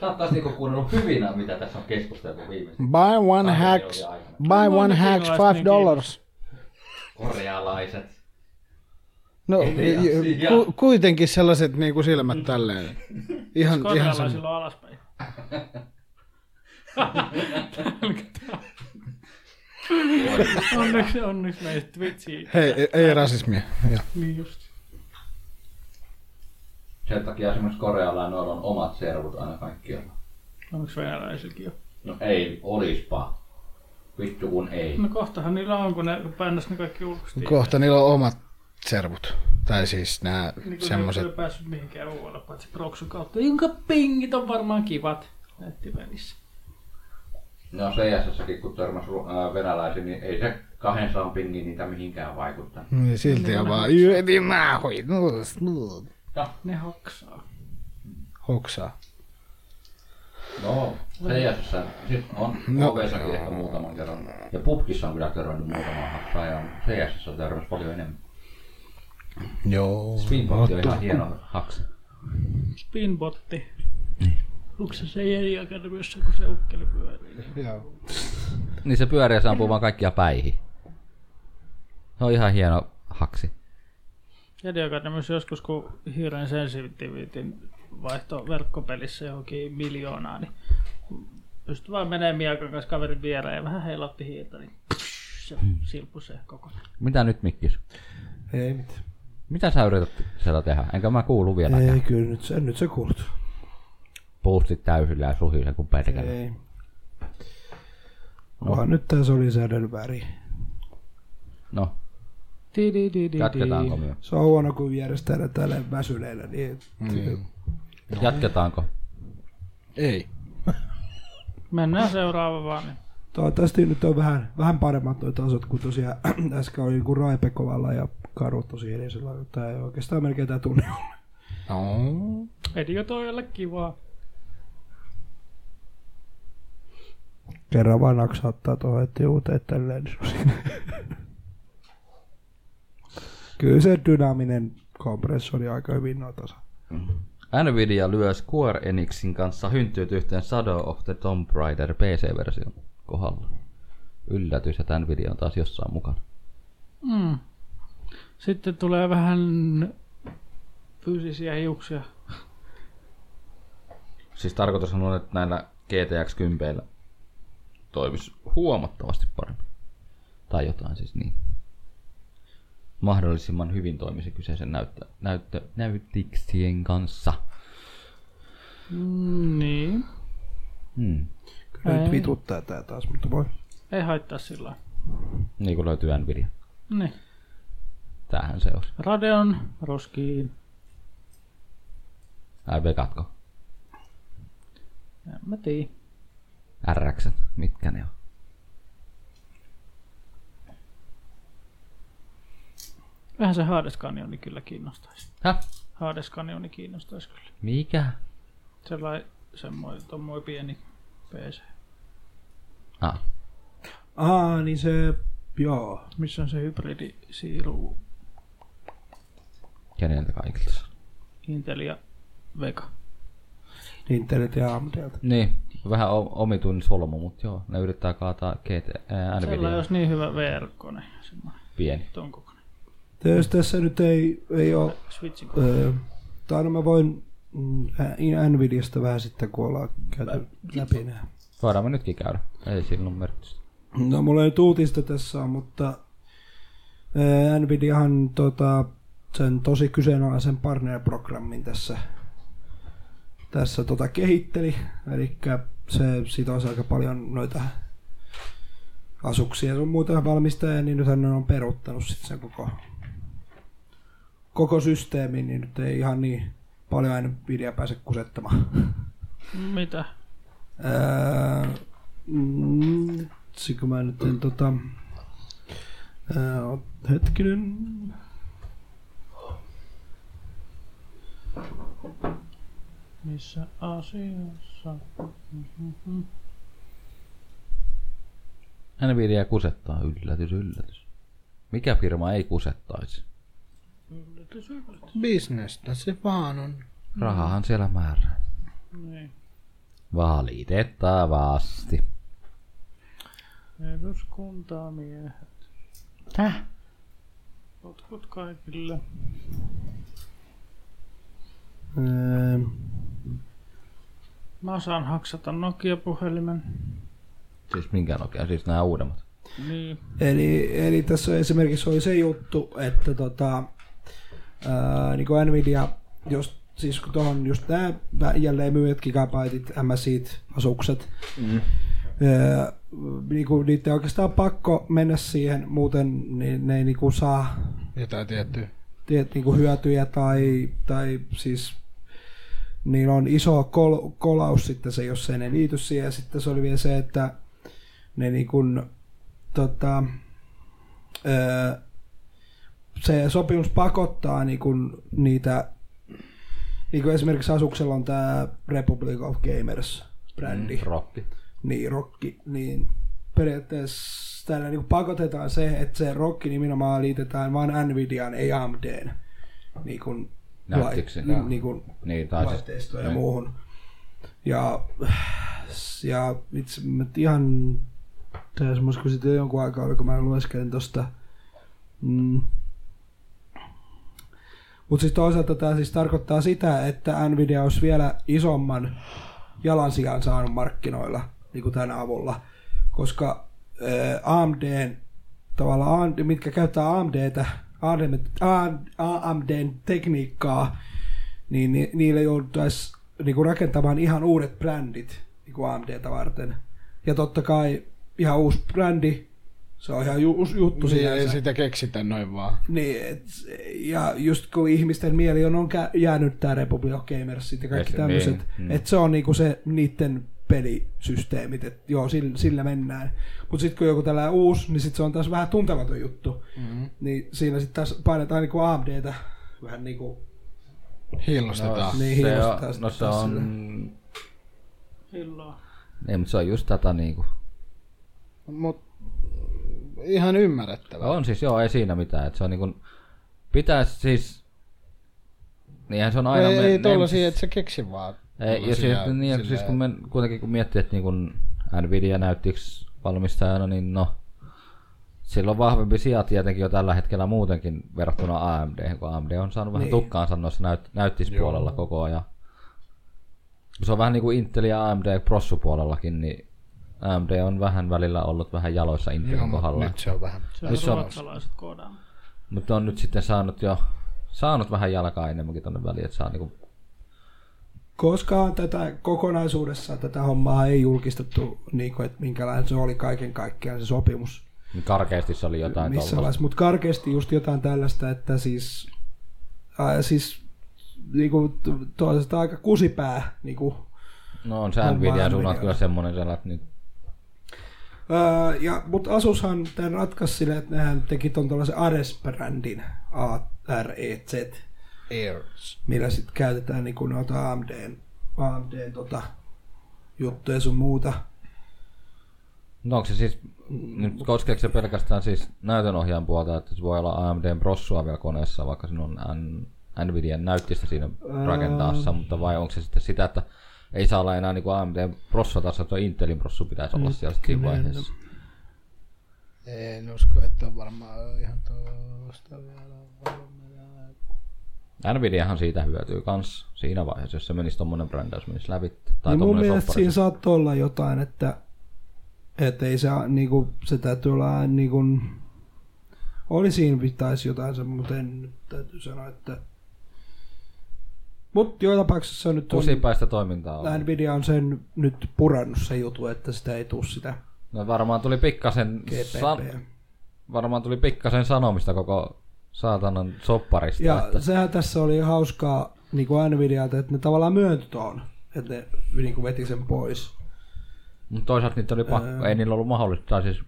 Speaker 6: Sä oot taas niinku kuunnellut hyvinä, mitä tässä on keskusteltu viimeisen
Speaker 2: Buy one
Speaker 6: kahden
Speaker 2: hacks,
Speaker 6: minuutin aikana.
Speaker 2: buy
Speaker 5: No,
Speaker 2: one
Speaker 5: ne
Speaker 2: hacks
Speaker 5: kiinalaiset
Speaker 2: five
Speaker 5: niin
Speaker 2: dollars.
Speaker 6: Korealaiset.
Speaker 2: No
Speaker 6: tiedä,
Speaker 2: ju-
Speaker 6: siinä.
Speaker 2: ku, kuitenkin sellaiset niinku silmät tälleen. Ihan, ihan sama.
Speaker 5: Skandalaisilla on alaspäin. onneksi, onneksi näistä Twitchiin.
Speaker 2: Hei, ei, ei rasismia. Joo.
Speaker 5: Niin just.
Speaker 6: Sen takia esimerkiksi Korealla ja noilla on omat servut aina kaikkialla.
Speaker 5: Onko venäläisilläkin jo?
Speaker 6: No ei, olispa. Vittu kun ei.
Speaker 5: No kohtahan niillä on, kun ne bändäs ne kaikki julkaistiin.
Speaker 2: Kohta niillä on omat servut. Tai siis nämä
Speaker 5: niin semmoset...
Speaker 2: semmoset.
Speaker 5: Ne ei ole päässyt mihinkään muualle, paitsi Proxyn kautta, jonka pingit on varmaan kivat. Näytti välissä.
Speaker 6: No CS:ssäkin kun törmäs ru- ää, venäläisiin, niin ei se 200 pingin niitä mihinkään vaikuttanut.
Speaker 2: Niin silti on vaan yöti nahui. nuus, nuus.
Speaker 5: Ne hoksaa.
Speaker 2: Hoksaa.
Speaker 6: No, CS siis on
Speaker 2: No.
Speaker 6: no. OVssäkin ehkä muutaman kerran. Ja pubkissa on kyllä törmännyt muutaman haksaa ja CS törmäs paljon enemmän.
Speaker 2: Joo.
Speaker 6: Swingbot on ihan hieno haksa.
Speaker 5: Spinbotti.
Speaker 2: Niin.
Speaker 5: Onko se se eri akademiassa, kun se ukkeli pyörii?
Speaker 2: Joo.
Speaker 6: Niin se pyörii ja se ampuu vaan kaikkia päihin. Se on ihan hieno haksi.
Speaker 5: Jedi Academissa joskus, kun hiiren sensitivitin vaihto verkkopelissä johonkin miljoonaa, niin pystyi vaan menemään miakan kanssa kaverin viereen ja vähän heilautti hiirtä, niin se silppu se kokonaan.
Speaker 6: Mitä nyt Mikkis?
Speaker 3: Ei mitään.
Speaker 6: Mitä sä yrität siellä tehdä? Enkä mä kuulu vieläkään.
Speaker 3: Ei, kyllä nyt se, nyt se kuulut.
Speaker 6: Puustit täysillä ja suhisen kuin perkele.
Speaker 3: Ei. Vaan nyt tää solisäädön väri.
Speaker 6: No,
Speaker 5: Di, di, di, di,
Speaker 6: jatketaanko me?
Speaker 3: Se on huono, kun järjestetään täällä väsyneillä, niin mm.
Speaker 6: Jatketaanko?
Speaker 2: Ei.
Speaker 5: Mennään seuraavaan vaan. Niin.
Speaker 3: Toivottavasti nyt on vähän, vähän paremmat nuo tasot, kun tosiaan <clears throat> äsken oli niin Raipekovalla ja Karu tosi edisellä. Tämä ei oikeastaan melkein tämä tunne ollut.
Speaker 2: No.
Speaker 5: Edio toijalle kivaa.
Speaker 3: Kerran vaan naksauttaa tuohon, että juu, teet tälleen. niin se on siinä. <laughs> Kyllä se dynaaminen kompressori aika hyvin nuo tasa.
Speaker 4: Nvidia lyö Square Enixin kanssa hynttyyt yhteen Shadow of the Tomb Raider PC-version kohdalla. Yllätys, että Nvidia on taas jossain mukana.
Speaker 5: Mm. Sitten tulee vähän fyysisiä hiuksia.
Speaker 4: Siis tarkoitus on, että näillä GTX 10 toimisi huomattavasti paremmin. Tai jotain siis niin. Mahdollisimman hyvin toimisi kyseisen näyttö, näyttö, näytiksien kanssa.
Speaker 5: Mm, niin.
Speaker 4: Hmm.
Speaker 3: Kyllä
Speaker 5: Ei.
Speaker 3: nyt vituttaa tää taas, mutta voi.
Speaker 5: Ei haittaa sillä lailla.
Speaker 4: Niin kuin löytyy Nvidia.
Speaker 5: Niin.
Speaker 4: Tämähän se olisi.
Speaker 5: Radeon roskiin.
Speaker 4: Ai vekatko?
Speaker 5: En mä tiedä.
Speaker 4: RX, mitkä ne on?
Speaker 5: Vähän se Hades Canyoni kyllä kiinnostaisi.
Speaker 4: Häh?
Speaker 5: Hades Canyoni kiinnostaisi kyllä.
Speaker 4: Mikä?
Speaker 5: Sellainen semmoinen tommoinen pieni PC.
Speaker 4: Ah,
Speaker 3: Aa, niin se, joo.
Speaker 5: Missä on se hybridi siiru
Speaker 4: keneltä kaikilta?
Speaker 5: Intel ja Vega.
Speaker 3: Internet ja AMDltä.
Speaker 4: Niin, vähän o- omituinen solmu, mutta joo, ne yrittää kaataa GT, ää,
Speaker 5: Sillä
Speaker 4: Nvidia
Speaker 5: olisi niin hyvä VR-kone. Semmoinen
Speaker 4: pieni.
Speaker 5: ton kokoinen.
Speaker 3: Jos tässä nyt ei, ei ole
Speaker 5: Switchin kokoinen.
Speaker 3: Öö, tai no mä voin mm, ä- Nvidiasta vähän sitten, kun ollaan käyty läpi nää.
Speaker 4: Voidaan me nytkin käydä, ei sillä ole merkitystä.
Speaker 3: No mulla ei nyt uutista tässä on, mutta öö, Nvidiahan tota, sen tosi kyseenalaisen partnerprogrammin tässä, tässä tota, kehitteli. Eli se sitoisi aika paljon noita asuksia sun muuta valmistajia, niin nythän ne on peruuttanut sitten sen koko, koko systeemin, niin nyt ei ihan niin paljon Nvidia pääse kusettamaan.
Speaker 5: Mitä?
Speaker 3: Ää, mm, Vitsi, kun mä nyt en tota... Ää, ot- hetkinen...
Speaker 5: Missä asiassa?
Speaker 4: Nvidia kusettaa, yllätys, yllätys. Mikä firma ei kusettaisi?
Speaker 5: Yllätys, yllätys.
Speaker 2: Bisnestä se vaan on.
Speaker 4: Rahahan siellä määrää.
Speaker 5: Niin.
Speaker 4: Valitettavasti.
Speaker 5: Eduskuntaa miehet.
Speaker 4: Täh?
Speaker 5: Potkut kaikille.
Speaker 3: Öö,
Speaker 5: Mä osaan haksata Nokia-puhelimen.
Speaker 4: Siis minkä Nokia? Siis nämä uudemmat.
Speaker 5: Niin.
Speaker 3: Eli, eli tässä esimerkiksi oli se juttu, että tota, ää, niin kuin Nvidia, jos, siis kun tuohon just nämä jälleen myyjät, gigabaitit, MSIt, asukset, mm. ää, niin kuin niiden oikeastaan pakko mennä siihen, muuten niin ne ei niin kuin saa
Speaker 2: Jotain tiettyä.
Speaker 3: tiet, niin kuin hyötyjä tai, tai siis niillä on iso kol, kolaus sitten se, jos ei ne liity siihen. Ja sitten se oli vielä se, että ne niin kuin, tota, öö, se sopimus pakottaa niin kuin niitä, niin kuin esimerkiksi Asuksella on tämä Republic of Gamers brändi
Speaker 4: Rokki.
Speaker 3: niin rokki, niin periaatteessa täällä niin pakotetaan se, että se rokki nimenomaan liitetään vain Nvidiaan, ei AMDn niin kuin
Speaker 4: Näytiksi, joo.
Speaker 3: niin kuin
Speaker 4: Niin, tai siis
Speaker 3: laitteistoon ja
Speaker 4: Niin.
Speaker 3: muuhun. Ja, ja itse mä nyt ihan tässä muistin, kun sitten jonkun aikaa oli, kun mä lueskelin tosta. Mm. Mutta siis toisaalta tämä siis tarkoittaa sitä, että Nvidia olisi vielä isomman jalansijan saanut markkinoilla niin kuin tämän avulla, koska äh, ää, AMD, tavallaan AMD, mitkä käyttää AMDtä, AMD, AMDn tekniikkaa, niin ni, niille jouduttaisiin niinku rakentamaan ihan uudet brändit niinku AMDtä varten. Ja totta kai ihan uusi brändi, se on ihan ju, uusi juttu
Speaker 2: Niin, ei
Speaker 3: sinänsä.
Speaker 2: sitä keksitä noin vaan.
Speaker 3: Niin, et, ja just kun ihmisten mieli on, on kä- jäänyt tämä Republic of Gamers ja kaikki
Speaker 4: Niin,
Speaker 3: tämmöiset,
Speaker 4: niin.
Speaker 3: että se on niinku se niiden pelisysteemit, että joo, sillä, sillä mennään. Mutta sitten kun joku tällä uusi, niin sit se on taas vähän tuntematon juttu. Mm-hmm. Niin siinä sitten taas painetaan niinku AMDtä vähän niinku
Speaker 2: Hillostetaan.
Speaker 3: niin
Speaker 4: se
Speaker 3: hiilostaa
Speaker 4: on,
Speaker 3: sitä
Speaker 4: no se
Speaker 3: taas
Speaker 4: on...
Speaker 5: Hilloa.
Speaker 4: Ei, mutta se on just tätä niinku...
Speaker 2: Mut ihan ymmärrettävä.
Speaker 4: On siis, joo, ei siinä mitään. Et se on niinku... Pitäis siis... Niinhän se on aina...
Speaker 2: Aina ei,
Speaker 4: men-
Speaker 2: ei
Speaker 4: nem-
Speaker 2: tollasia, että se keksi vaan.
Speaker 4: Ei, ja siis,
Speaker 2: tollasia
Speaker 4: niin,
Speaker 2: silleen-
Speaker 4: siis kun me kuitenkin kun miettii, että niin kun Nvidia näyttiksi valmistajana, niin no, sillä on vahvempi sija tietenkin jo tällä hetkellä muutenkin verrattuna AMD, kun AMD on saanut vähän niin. tukkaansa noissa näyt, näyttispuolella koko ajan. Se on vähän niin kuin Intel ja AMD prossupuolellakin, niin AMD on vähän välillä ollut vähän jaloissa
Speaker 2: Joo,
Speaker 4: Intelin
Speaker 2: mut
Speaker 4: kohdalla.
Speaker 2: nyt se on vähän.
Speaker 5: Se on
Speaker 4: Nyt se on-
Speaker 5: ruotsalaiset koodaamat.
Speaker 4: Mutta on nyt sitten saanut jo saanut vähän jalkaa enemmänkin tonne väliin, että saa niinku,
Speaker 3: Koskaan tätä kokonaisuudessaan tätä hommaa ei julkistettu, niin kuin, että minkälainen se oli kaiken kaikkiaan se sopimus
Speaker 4: niin karkeasti se oli jotain
Speaker 3: missä
Speaker 4: tollaista.
Speaker 3: vaiheessa, mutta karkeasti just jotain tällaista, että siis, äh, siis niin kuin, toisaalta aika kusipää niin kuin,
Speaker 4: No on se
Speaker 3: Homma
Speaker 4: Nvidia
Speaker 3: Nvidialta.
Speaker 4: suunnat kyllä semmonen niin- sellainen, että nyt
Speaker 3: Öö, ja, mutta Asushan tämän ratkaisi silleen, että nehän teki tuon tuollaisen Ares-brändin AREZ,
Speaker 2: Airs.
Speaker 3: millä sitten käytetään niin kuin noita AMDn, AMDn tota, juttuja sun muuta.
Speaker 4: No onko se siis, nyt koskeeko se pelkästään siis näytönohjaajan puolta, että se voi olla AMDn prossua vielä koneessa, vaikka sinun on N- Nvidian näyttistä siinä rakentaassa, mutta vai onko se sitten sitä, että ei saa olla enää niin kuin AMDn prossa tässä, että Intelin prossu pitäisi olla siellä sitten siinä vaiheessa.
Speaker 2: En usko, että on varmaan ihan tuosta vielä.
Speaker 4: Nvidiahan siitä hyötyy kans siinä vaiheessa, jos se menisi tommonen brändäys menisi läpi. Tai
Speaker 3: Niin mun
Speaker 4: tommonen
Speaker 3: mielestä
Speaker 4: soppari.
Speaker 3: siinä saattoi olla jotain, että, että ei se, niin kuin, se täytyy olla niin kuin, oli siinä pitäisi jotain se, mutta en nyt täytyy sanoa, että mutta joka tapauksessa nyt on,
Speaker 4: Kusipäistä toimintaa on.
Speaker 3: Nvidia on sen nyt purannut se jutu, että sitä ei tule sitä
Speaker 4: No varmaan tuli pikkasen
Speaker 3: GPP.
Speaker 4: san- varmaan tuli pikkasen sanomista koko saatanan sopparista.
Speaker 3: Ja
Speaker 4: että
Speaker 3: sehän tässä oli hauskaa niin kuin Nvidialta, että ne tavallaan myönty tuon, että ne niin kuin veti sen pois.
Speaker 4: Mutta toisaalta niitä oli pakko, ei niillä ollut mahdollista, tai siis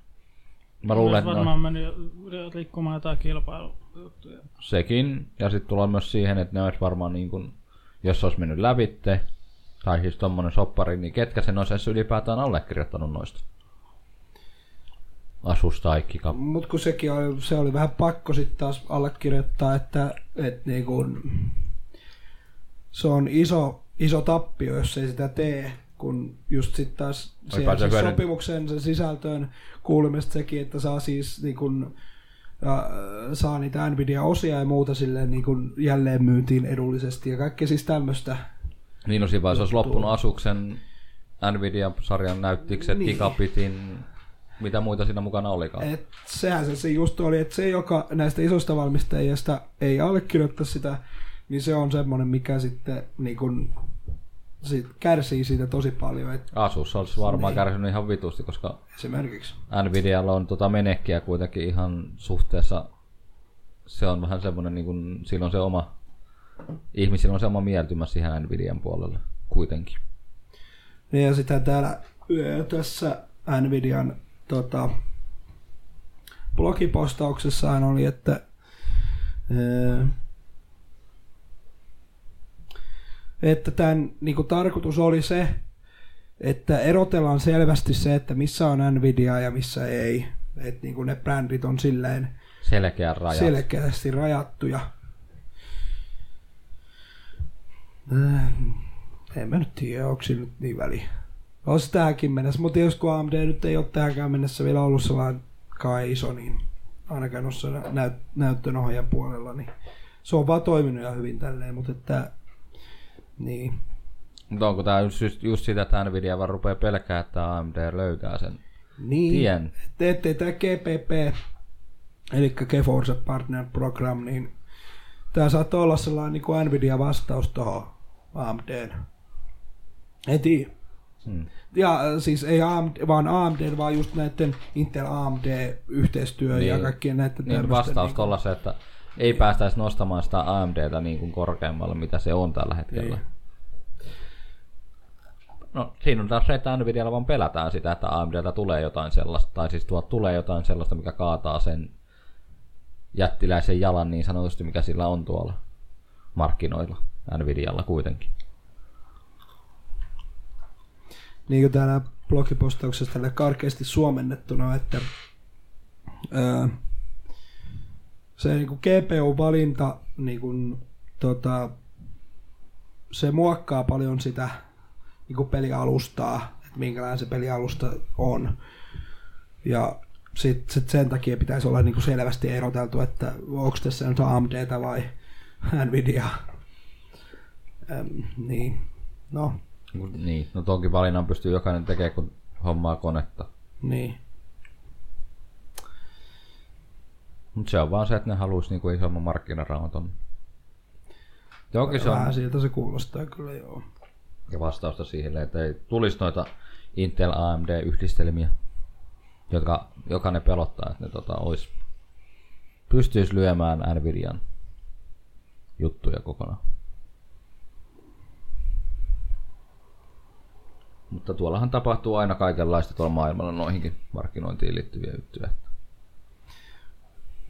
Speaker 4: mä luulen,
Speaker 5: Olisi
Speaker 4: että
Speaker 5: varmaan mennyt jo- liikkumaan jotain kilpailujuttuja.
Speaker 4: no, sekin, ja sitten tullaan myös siihen, että ne olisi varmaan niin kuin, jos se olisi mennyt lävitte, tai siis tommonen soppari, niin ketkä sen olisi edes ylipäätään allekirjoittanut noista? Asus tai kika.
Speaker 3: Mutta kun sekin oli, se oli vähän pakko sitten taas allekirjoittaa, että et niin kun, niinku, se on iso, iso tappio, jos ei sitä tee, kun just sitten taas siihen
Speaker 4: pääsee
Speaker 3: siis
Speaker 4: hyödyn-
Speaker 3: sopimuksen sen sisältöön kuulimista sekin, että saa siis niin kun, äh, saa niitä Nvidia-osia ja muuta silleen niin kun jälleen myyntiin edullisesti ja kaikkea siis tämmöistä.
Speaker 4: Niin no siinä vaiheessa olisi loppunut Asuksen, Nvidia-sarjan näyttikset,
Speaker 3: Niin.
Speaker 4: niin. Gigabitin, mitä muita siinä mukana olikaan.
Speaker 3: Et sehän se, se just oli, että se, joka näistä isoista valmistajista ei allekirjoita sitä, niin se on semmoinen, mikä sitten niin kun, sit kärsii siitä tosi paljon. Et
Speaker 4: Asus olisi
Speaker 3: Niin.
Speaker 4: varmaan kärsinyt ihan vitusti, koska
Speaker 3: esimerkiksi
Speaker 4: Nvidialla on tota menekkiä kuitenkin ihan suhteessa, se on vähän semmoinen, niin kuin, sillä on se oma, ihmisillä on se oma mieltymä siihen Nvidian puolelle kuitenkin.
Speaker 3: Niin ja sitten täällä öö, tässä Nvidian tota, blogipostauksessahan oli, että öö, että tämän niin kuin tarkoitus oli se, että erotellaan selvästi se, että missä on Nvidia ja missä ei. Että niin kuin ne brändit on silleen
Speaker 4: Selkeä raja. Sel-
Speaker 3: selkeästi rajattuja. Ähm, En mä nyt tiedä, onko sillä nyt niin väliä. On se tähänkin mennessä, mutta jos kun AMD nyt ei ole tähänkään mennessä vielä ollut sellainen kai iso, niin ainakaan noissa näyt- näyttön ohjaajan puolella, niin se on vaan toiminut ihan hyvin tälleen, mutta että niin,
Speaker 4: Mutta onko tämä just, just sitä, että Nvidia vaan rupeaa pelkää, että AMD löytää sen
Speaker 3: niin
Speaker 4: tien.
Speaker 3: että ettei tämä GPP, eli GeForce Partner Program, niin tämä saattoi olla sellainen niin kuin Nvidia-vastaus tuohon AMDn. En tiedä.
Speaker 4: Hmm.
Speaker 3: Ja äh, siis ei AMD, vaan AMD, vaan just näiden Intel AMD-yhteistyö niin. ja
Speaker 4: Niin.
Speaker 3: kaikkien näiden
Speaker 4: Niin
Speaker 3: tämmöisten
Speaker 4: vastaus
Speaker 3: niinku-
Speaker 4: tuolla se, että ei päästäisi nostamaan sitä AMDtä niin kuin korkeammalle, mitä se on tällä hetkellä.
Speaker 3: Niin.
Speaker 4: No siinä on taas se, että Nvidialla vaan pelätään sitä, että AMDltä tulee jotain sellaista, tai siis tuo tulee jotain sellaista, mikä kaataa sen jättiläisen jalan niin sanotusti, mikä sillä on tuolla markkinoilla, Nvidialla kuitenkin.
Speaker 3: niin kuin täällä blogipostauksessa tällä karkeasti suomennettuna, että öö, se niin kuin GPU-valinta niin kuin, tota, se muokkaa paljon sitä niin kuin pelialustaa, että minkälainen se pelialusta on. Ja sitten sit sen takia pitäisi olla niin kuin selvästi eroteltu, että onko tässä nyt AMDtä vai Nvidia. Öm, niin, no,
Speaker 4: Niin, no tonkin valinnan pystyy jokainen tekemään, kun hommaa konetta.
Speaker 3: niin.
Speaker 4: Mutta se on vaan se, että ne haluaisi niinku isomman markkinarahan tonne. Toki se on
Speaker 3: Vähän siltä se kuulostaa kyllä, joo.
Speaker 4: ja vastausta siihen, että ei tulisi noita Intel AMD-yhdistelmiä, jotka, joka ne pelottaa, että ne tota, olisi, pystyisi lyömään Nvidian juttuja kokonaan. Mutta tuollahan tapahtuu aina kaikenlaista tuolla maailmalla noihinkin markkinointiin liittyviä juttuja.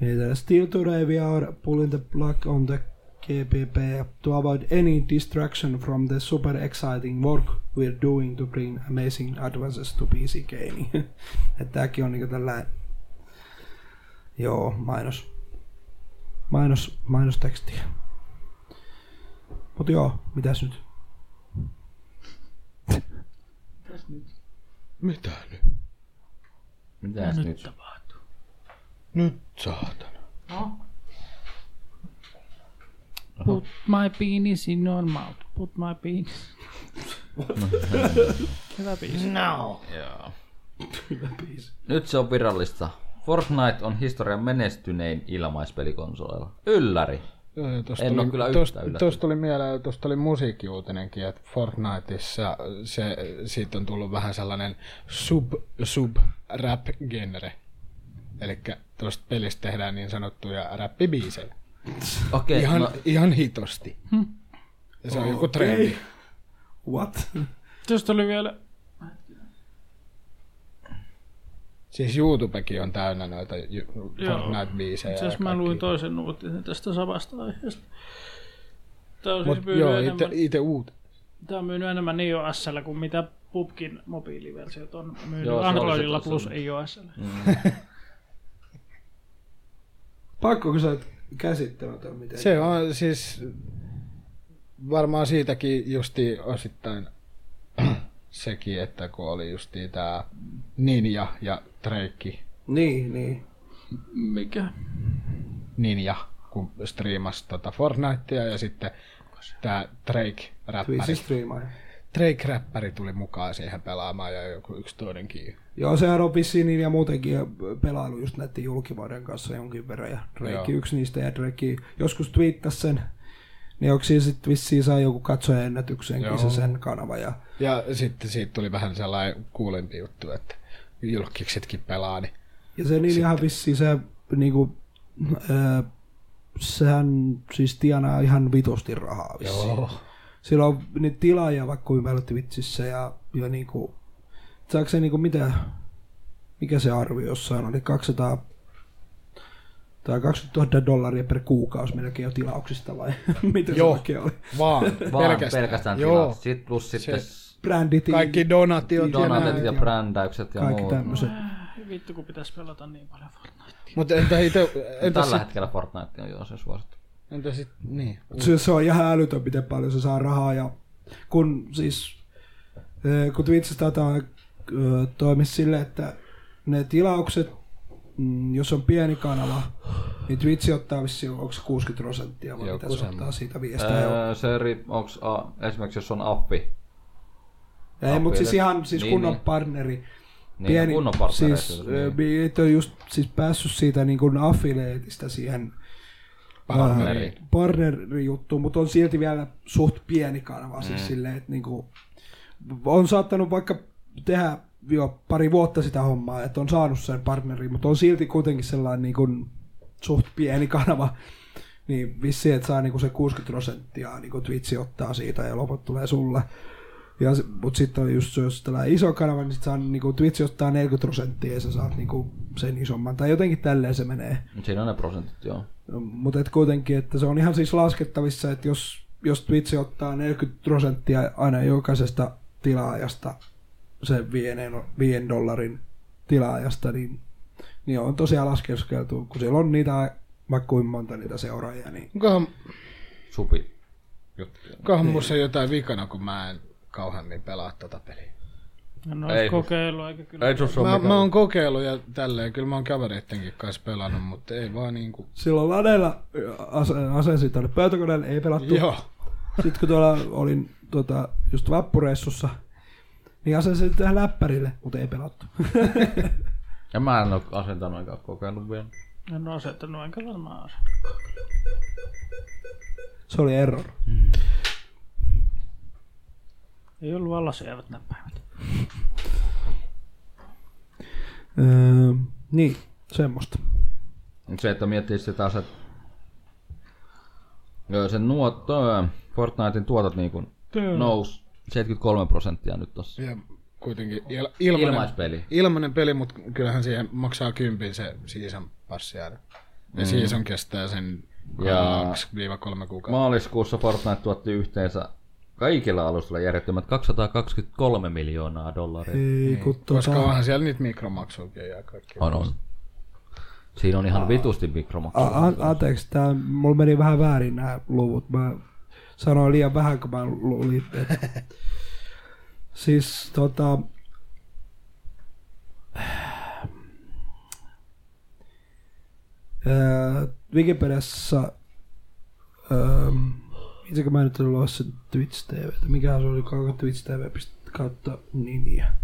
Speaker 3: Niin täällä still today we are pulling the plug on the KPP to avoid any distraction from the super exciting work we're doing to bring amazing advances to PC gaming. <laughs> Että tääkin on niinku tällä... Joo, mainos. Mainos, mainostekstiä. Mut joo, mitäs nyt?
Speaker 2: Mitä nyt?
Speaker 4: Mitäs nyt? nyt?
Speaker 2: Nyt saatana.
Speaker 5: Put my penis in your mouth. Put my
Speaker 4: <laughs>
Speaker 5: penis. Hyvä biisi.
Speaker 4: Nyt se on virallista. Fortnite on historian menestynein ilmaispelikonsoleilla. Ylläri!
Speaker 2: Joo, ja tosta
Speaker 4: En oo kyllä yhtään
Speaker 2: tosta,
Speaker 4: yllättynyt.
Speaker 2: tosta tuli mieleen, tosta oli musiikkiuutinenkin, että Fortniteissa se, siitä on tullut vähän sellainen sub, sub rap genre. Eli tuosta pelistä tehdään niin sanottuja räppibiisejä.
Speaker 4: Okei,
Speaker 2: Ihan,
Speaker 4: no,
Speaker 2: ihan hitosti.
Speaker 5: Hmm.
Speaker 2: Ja se on joku trendi.
Speaker 3: What? <laughs>
Speaker 5: Tuosta oli vielä...
Speaker 2: Siis YouTubekin on täynnä noita ju- Fortnite-biisejä.
Speaker 5: Itse asiassa
Speaker 2: ja
Speaker 5: mä luin
Speaker 2: kaikki.
Speaker 5: toisen uutisen tästä samasta aiheesta. Tämä on siis
Speaker 2: Mut
Speaker 5: myynyt
Speaker 2: joo, ite,
Speaker 5: enemmän,
Speaker 2: ite uut.
Speaker 5: tää on myynyt enemmän iOSllä kuin mitä PUBGin mobiiliversiot on myynyt
Speaker 4: Joo, se Mm. oli se
Speaker 5: Androidilla
Speaker 4: tossa.
Speaker 5: plus iOSllä.
Speaker 3: Pakko, kun sä oot käsittämätön miten.
Speaker 2: Se on siis varmaan siitäkin justi osittain <clears throat> sekin, että kun oli justi tämä Ninja ja Drake,
Speaker 3: Niin, niin.
Speaker 5: Mikä?
Speaker 2: Ninja, kun striimasi tota Fortnitea ja sitten tämä Drake-räppäri.
Speaker 3: Twitchin striimaa.
Speaker 2: Drake-räppäri tuli mukaan siihen pelaamaan ja joku yksi toinenkin.
Speaker 3: Joo, sehän on vissiin niin ja muutenkin pelailu just näiden julkimaiden kanssa jonkin verran. Ja Drake
Speaker 2: Joo.
Speaker 3: yksi niistä ja Drake joskus twiittasi sen. Niin onko siinä sitten vissiin saa joku katsoja ennätykseenkin se
Speaker 2: Joo.
Speaker 3: sen kanava. Ja
Speaker 2: Ja sitten siitä tuli vähän sellainen kuulempi juttu, että julkiksetkin pelaa, niin
Speaker 3: Ja se niin ihan vissiin se niinku, öö, sehän siis tienaa ihan vitosti rahaa vissiin. Joo. Sillä on niitä tilaajia vaikka kuin paljon Twitchissä ja, ja niinku, saako se niinku mitä, mikä se arvio jossain oli, 200 tai 20 000 dollaria per kuukausi melkein jo tilauksista vai <laughs> mitä se
Speaker 2: Joo.
Speaker 3: oikein oli?
Speaker 2: vaan,
Speaker 4: Vaan pelkästään, pelkästään
Speaker 2: Joo,
Speaker 4: Sitten plus sitten s-
Speaker 3: Brändit,
Speaker 2: kaikki donatiot ja näin.
Speaker 4: donatit ja brändäykset ja
Speaker 3: kaikki
Speaker 4: muut.
Speaker 3: tämmöiset.
Speaker 5: Vittu kun pitäisi pelata niin paljon Fortnite.
Speaker 2: Mutta entä, ite, entä,
Speaker 4: Tällä
Speaker 2: sit,
Speaker 4: hetkellä Fortnite on jo se suosittu.
Speaker 2: entä sit, niin.
Speaker 3: Se, se on ihan älytön, miten paljon se saa rahaa. Ja kun siis, eh, kun Twitchissä tämä toimisi silleen, että ne tilaukset, mm, jos on pieni kanava, niin Twitch ottaa vissiin, onko se 60 prosenttia vai mitä se ottaa siitä viestistä. Öö,
Speaker 4: Öö, se ri, onks, a, esimerkiksi jos on appi,
Speaker 3: Ei, mutta siis ihan siis
Speaker 4: Niin,
Speaker 3: niin, kunnon
Speaker 4: niin.
Speaker 3: niin. partneri.
Speaker 4: niin Pieni, kunnon partnereista.
Speaker 3: siis,
Speaker 4: niin.
Speaker 3: ö, niin. et on just siis päässyt siitä niin kuin affiliateista siihen
Speaker 2: Partneriin.
Speaker 3: ää, partnerijuttuun, mutta on silti vielä suht pieni kanava. Mm. Siis silleen, että niin kuin, on saattanut vaikka tehdä jo pari vuotta sitä hommaa, että on saanut sen partnerin, mutta on silti kuitenkin sellainen niin kuin, suht pieni kanava. Niin vissiin, että saa niin kuin se 60 prosenttia niin kuin Twitch ottaa siitä ja loput tulee sulle. Ja, se- mut sitten on just se, jos tällainen iso kanava, niin sit saa niinku Twitch ottaa 40 prosenttia ja sä saat niinku sen isomman. Tai jotenkin tälleen se menee.
Speaker 4: Mut niin Siinä on ne prosentit, joo.
Speaker 3: Mutta et kuitenkin, että se on ihan siis laskettavissa, että jos, jos Twitch ottaa 40 prosenttia aina jokaisesta tilaajasta, sen 5 dollarin tilaajasta, niin, niin on tosiaan laskeskeltu, kun siellä on niitä vaikka kuinka monta niitä seuraajia, niin
Speaker 2: Onkohan,
Speaker 4: Supi.
Speaker 2: onkohan
Speaker 4: Niin.
Speaker 2: musta jotain vikana, kun mä en kauhean niin pelaa tota peliä.
Speaker 5: En
Speaker 4: Ei.
Speaker 5: ole kokeillut eikä kyllä.
Speaker 4: Ei se
Speaker 2: Mä, mä oon kokeillut ja tälleen, kyllä mä oon kavereittenkin kanssa pelannut, mutta ei vaan niinku...
Speaker 3: silloin ladeilla ase, asensi tuonne pöytäkoneelle, ei pelattu.
Speaker 2: Joo,
Speaker 3: Sitten kun tuolla olin tota, just vappureissussa, niin asensin tähän läppärille, mutta ei pelattu. <laughs>
Speaker 4: Ja mä en oo asentanut eikä oo kokeillut vielä.
Speaker 5: En ole asettanut enkä varmaan ase.
Speaker 3: Se oli error.
Speaker 5: Ei ollut vallassa jäävät nämä päivät.
Speaker 3: Öö, niin, semmoista.
Speaker 4: Mut Se, että miettii sitä taas, että Joo, sen nuot, öö, Fortnitein tuotot niinku nous 73 prosenttia nyt tossa.
Speaker 2: ja kuitenkin il, ilmanen,
Speaker 4: Ilmaispeli.
Speaker 2: ilmanen peli, mutta kyllähän siihen maksaa kympin se season passi aina. Ja mm. season kestää sen
Speaker 4: Ja-
Speaker 2: 2-3 kuukautta.
Speaker 4: Maaliskuussa Fortnite tuotti yhteensä kaikilla alustalla järjettömät 223 miljoonaa dollaria.
Speaker 3: Ei, kun
Speaker 2: Koska
Speaker 3: tota,
Speaker 2: onhan siellä niitä mikromaksuja ja kaikki.
Speaker 4: On, on. Siinä on ihan vitusti mikromaksuja.
Speaker 3: a- a- anteeksi, tää, mulla meni vähän väärin nämä luvut. Mä sanoin liian vähän, kun mä luulin, että... siis tota... Öö, Wikipediassa... Öö, itsekö mä nyt en luo sen Twitch TV, että mikä se oli, kautta Twitch TV pist- kautta nimiä.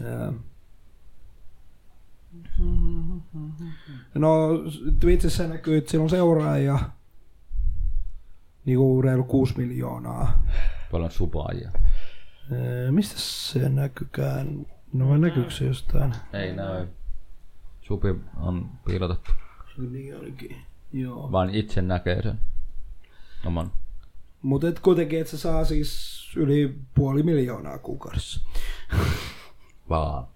Speaker 3: Joo. Mm-hmm. No Twitchissä näkyy, että sillä on seuraajia niinku reilu 6 miljoonaa.
Speaker 4: Paljon supaajia.
Speaker 3: Ee, mistä se näkykään? No vai näkyykö se jostain?
Speaker 4: Ei näy. Supi on piilotettu.
Speaker 3: Niin olikin. Joo.
Speaker 4: Vaan itse näkee sen. Oman.
Speaker 3: Mutta et kuitenkin, että se saa siis yli puoli miljoonaa kuukaudessa.
Speaker 4: Vaan.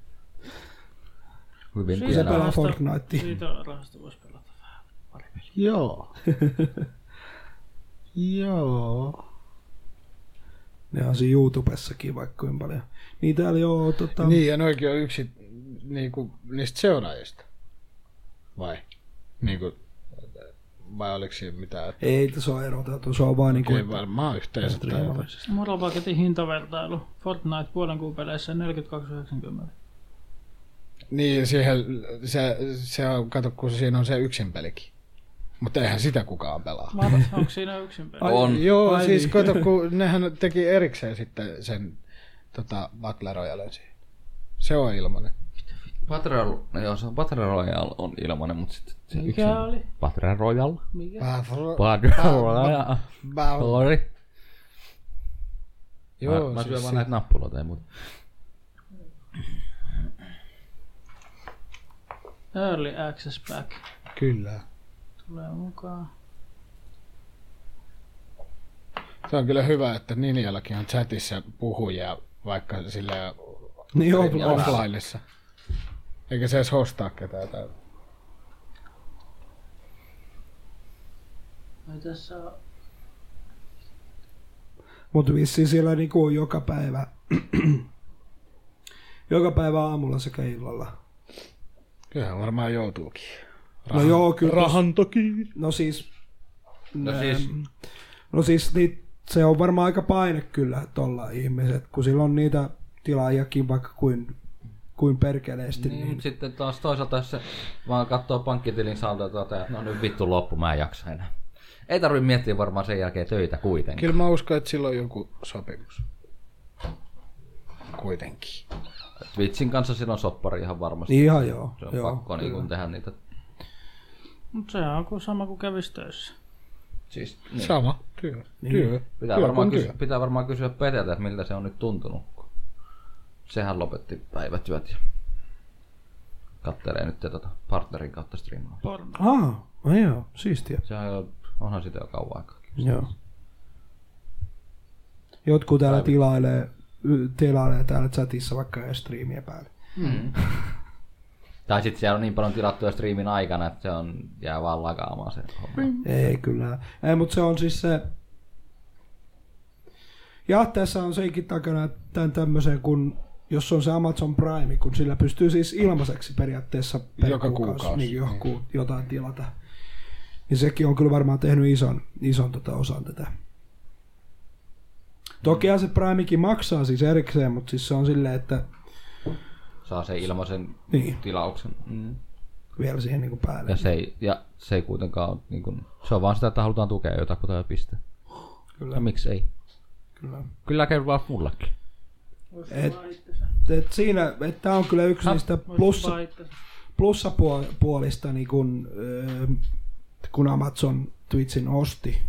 Speaker 4: Hyvin
Speaker 3: Kun se
Speaker 4: tienaa.
Speaker 3: pelaa
Speaker 5: Rahasta-
Speaker 3: Fortnitea.
Speaker 5: Siitä rahasta voisi pelata vähän.
Speaker 2: <laughs> Joo. Joo.
Speaker 3: Ne on siinä YouTubessakin vaikka kuinka paljon. Niin täällä joo, tota...
Speaker 2: Niin, ja noikin on yksi niinku, niistä seuraajista. Vai? Niin kuin, vai oliko siinä mitään?
Speaker 3: Ei tässä ole eroteltu, se on vaan niin
Speaker 2: Ei
Speaker 3: kuin...
Speaker 2: varmaan yhteensä. tai jotain.
Speaker 5: Moral Bucketin hintavertailu. Fortnite puolen kuun peleissä 42,90.
Speaker 2: Niin, siihen, se, se on, kato, kun siinä on se yksin pelikin. Mutta eihän sitä kukaan pelaa.
Speaker 5: Mä <laughs> arvasin, onko siinä yksin peli?
Speaker 3: Ai,
Speaker 6: On.
Speaker 2: Joo,
Speaker 3: Ai
Speaker 2: siis
Speaker 3: niin.
Speaker 2: kato,
Speaker 3: <laughs>
Speaker 2: kun nehän teki erikseen sitten sen tota, Battle Royalen siihen. Se on ilmanen.
Speaker 4: Battle, joo, se on Battle Royale on ilmainen, mutta sitten se
Speaker 5: Mikä
Speaker 4: yksin-
Speaker 5: oli?
Speaker 4: Battle Royale?
Speaker 5: Mikä?
Speaker 2: Battle
Speaker 4: Battle Royale.
Speaker 2: Battle
Speaker 4: Sorry.
Speaker 2: Joo,
Speaker 4: mä, mä syön
Speaker 2: siis
Speaker 4: vaan
Speaker 2: se-
Speaker 4: näitä nappuloita ja muuta.
Speaker 5: Early Access Pack.
Speaker 2: Kyllä.
Speaker 5: Tulee mukaan.
Speaker 2: Se on kyllä hyvä, että Ninjallakin on chatissa puhujia, vaikka sillä
Speaker 3: Niin
Speaker 2: on
Speaker 3: on,
Speaker 2: offlineissa. Eikä se edes hostaa ketään. Tai...
Speaker 5: Ei tässä ole.
Speaker 3: Mutta vissiin siellä niinku on joka päivä. <clears throat> joka päivä aamulla sekä illalla.
Speaker 2: Kyllä varmaan joutuukin.
Speaker 3: No joo, kyllä. tos-
Speaker 2: Rahan toki.
Speaker 3: No siis...
Speaker 4: No
Speaker 3: ne-
Speaker 4: siis-
Speaker 3: No siis niit, se on varmaan aika paine kyllä tuolla ihmiset, kun sillä on niitä tilaajakin vaikka kuin, kuin perkeleesti.
Speaker 4: Niin,
Speaker 3: Niin.
Speaker 4: mutta sitten taas toisaalta, jos se vaan katsoo pankkitilin saldoa tuota, että no nyt vittu loppu, mä en jaksa enää. Ei tarvitse miettiä varmaan sen jälkeen töitä kuitenkin.
Speaker 2: Kyllä mä uskon, että sillä on joku sopimus. Kuitenkin.
Speaker 4: Twitchin kanssa silloin soppari ihan varmasti.
Speaker 3: Niin ihan joo.
Speaker 4: Se on
Speaker 3: joo
Speaker 4: pakko niin kun tehdä niitä.
Speaker 5: Mut sehän on kuin sama kuin kävisi töissä.
Speaker 4: Siis,
Speaker 2: Niin.
Speaker 4: niin.
Speaker 2: Sama. Työ. Niin. Työ.
Speaker 4: pitää,
Speaker 2: työ
Speaker 4: varmaan
Speaker 2: kun
Speaker 4: kysyä,
Speaker 2: työ.
Speaker 4: pitää varmaan kysyä Peteltä, että miltä se on nyt tuntunut. kun Sehän lopetti päivätyöt ja kattelee nyt tätä partnerin kautta striimaa.
Speaker 5: Porno.
Speaker 3: Ah, no joo, siistiä.
Speaker 4: Sehän on, onhan sitä jo kauan aikaa.
Speaker 3: Joo. Jotkut täällä tilailee, y- tilailee täällä chatissa vaikka ei striimiä päälle.
Speaker 4: Tai sitten siellä on niin paljon tilattuja striimin aikana, että se on, jää vaan lakaamaan se homma.
Speaker 3: Ei kyllä. Ei, mutta se on siis se... Ja tässä on senkin takana tämän tämmöisen, kun jos on se Amazon Prime, kun sillä pystyy siis ilmaiseksi periaatteessa per
Speaker 2: Joka kuukausi.
Speaker 3: Niin joku, jotain tilata. Niin sekin on kyllä varmaan tehnyt ison, ison tota osan tätä. Tokihan se Primekin maksaa siis erikseen, mutta siis se on silleen, että
Speaker 4: Saa sen ilmaisen
Speaker 3: niin,
Speaker 4: tilauksen. Mm.
Speaker 3: vielä siihen niin päälle.
Speaker 4: Ja, se ei, ja se ei kuitenkaan ole, niin kun, se on vaan sitä, että halutaan tukea jotakuta ja piste.
Speaker 3: Kyllä.
Speaker 4: Ja miksei.
Speaker 3: Kyllä.
Speaker 4: Kyllä käy vaan mullekin.
Speaker 3: Et, et siinä, että on kyllä yksi niistä plussa, plussapuolista, niin kun, öö, kun Amazon Twitchin osti.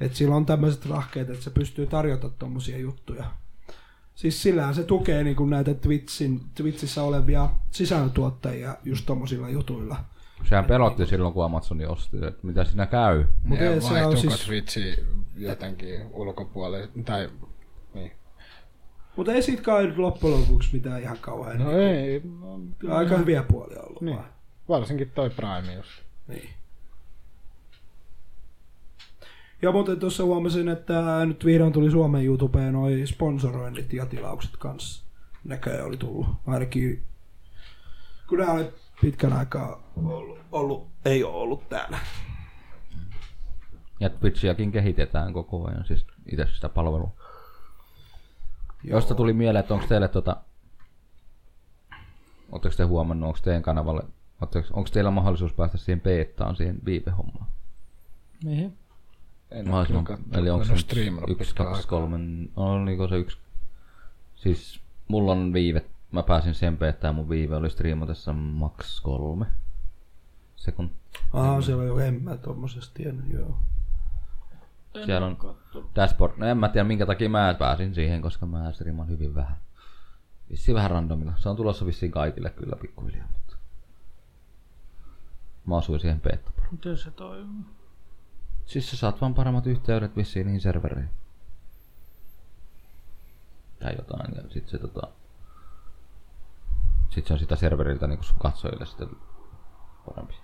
Speaker 3: Et sillä on tämmöiset rahkeet, että se pystyy tarjota tuommoisia juttuja. Siis sillähän se tukee niin kun näitä Twitchin, Twitchissä olevia sisällöntuottajia just tuommoisilla jutuilla.
Speaker 4: Sehän pelotti silloin, kun Amazoni osti, että mitä siinä käy.
Speaker 3: Mut
Speaker 2: Ja
Speaker 3: ei, se on
Speaker 2: vaihtuuko
Speaker 3: siis,
Speaker 2: Twitchi jotenkin ulkopuolelle? Tai niin.
Speaker 3: mutta ei siitä kai loppujen lopuksi mitään ihan kauhean. niin
Speaker 2: No ei.
Speaker 3: Aika hyviä puolia ollut.
Speaker 2: Niin.
Speaker 3: vaan.
Speaker 2: Varsinkin toi Prime just.
Speaker 3: Niin. Ja muuten tuossa huomasin, että nyt vihdoin tuli Suomen YouTubeen noi sponsoroinnit ja tilaukset kanssa. Näköjään oli tullut. Ainakin kun nämä oli pitkän aikaa ollut, ollut ei ole ollut täällä.
Speaker 4: Ja Twitchiäkin kehitetään koko ajan, siis itse sitä palvelua. Joo. Josta tuli mieleen, että onko teille tota... Oletteko te huomannut, onko teidän kanavalle... Onko teillä mahdollisuus päästä siihen beettaan, siihen viipehommaan?
Speaker 5: Mihin?
Speaker 2: En
Speaker 4: Mahdollisimman- Eli onko se
Speaker 2: no,
Speaker 4: nyt yksi, kaksi, kolme... no, Oliko se yksi... Siis mulla on viive... Mä pääsin sen beettaan, mun viive oli striimatessa max kolme. Se kun
Speaker 3: Aa, siellä on jo en mä tuommoisesta tiennyt, joo.
Speaker 4: siellä on dashboard. No en mä tiedä minkä takia mä pääsin siihen, koska mä striimaan hyvin vähän. Vissiin vähän randomilla. Se on tulossa vissiin kaikille kyllä pikkuhiljaa, mutta... Mä osuin siihen beta.
Speaker 5: Miten se toimii?
Speaker 4: Siis sä saat vaan paremmat yhteydet vissiin niihin servereihin. Tai jotain, ja sit se tota... Sit se on sitä serveriltä niinku sun katsojille sitten parempi.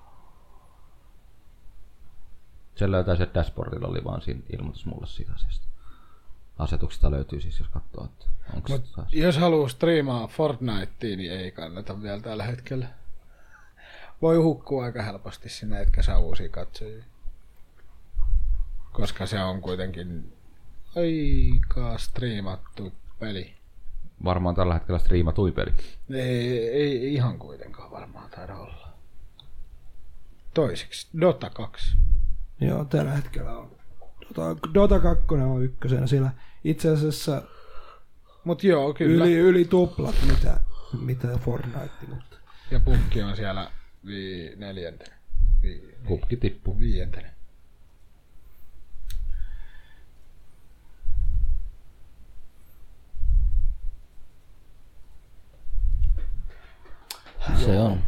Speaker 4: Sen löytää se dashboardilla oli vaan siinä ilmoitus mulle siitä asiasta. Asetuksista löytyy siis, jos katsoo, että onko se taas.
Speaker 2: Jos haluaa striimaa Fortnitea, niin ei kannata vielä tällä hetkellä. voi hukkua aika helposti sinne, etkä saa uusia katsojia. Koska se on kuitenkin aika striimattu peli.
Speaker 4: Varmaan tällä hetkellä striimatui peli.
Speaker 2: Ei, ei ihan kuitenkaan varmaan taida olla. Toiseksi, Dota 2.
Speaker 3: Joo, tällä hetkellä on. Dota, Dota 2 on ykkösenä siellä. Itse asiassa
Speaker 2: Mut joo, kyllä.
Speaker 3: yli, yli tuplat mitä, mitä Fortnite, mutta
Speaker 2: Ja pukki on siellä vi- neljäntenä. Vi-
Speaker 4: Kupki tippu.
Speaker 2: viientenä.
Speaker 4: Se on.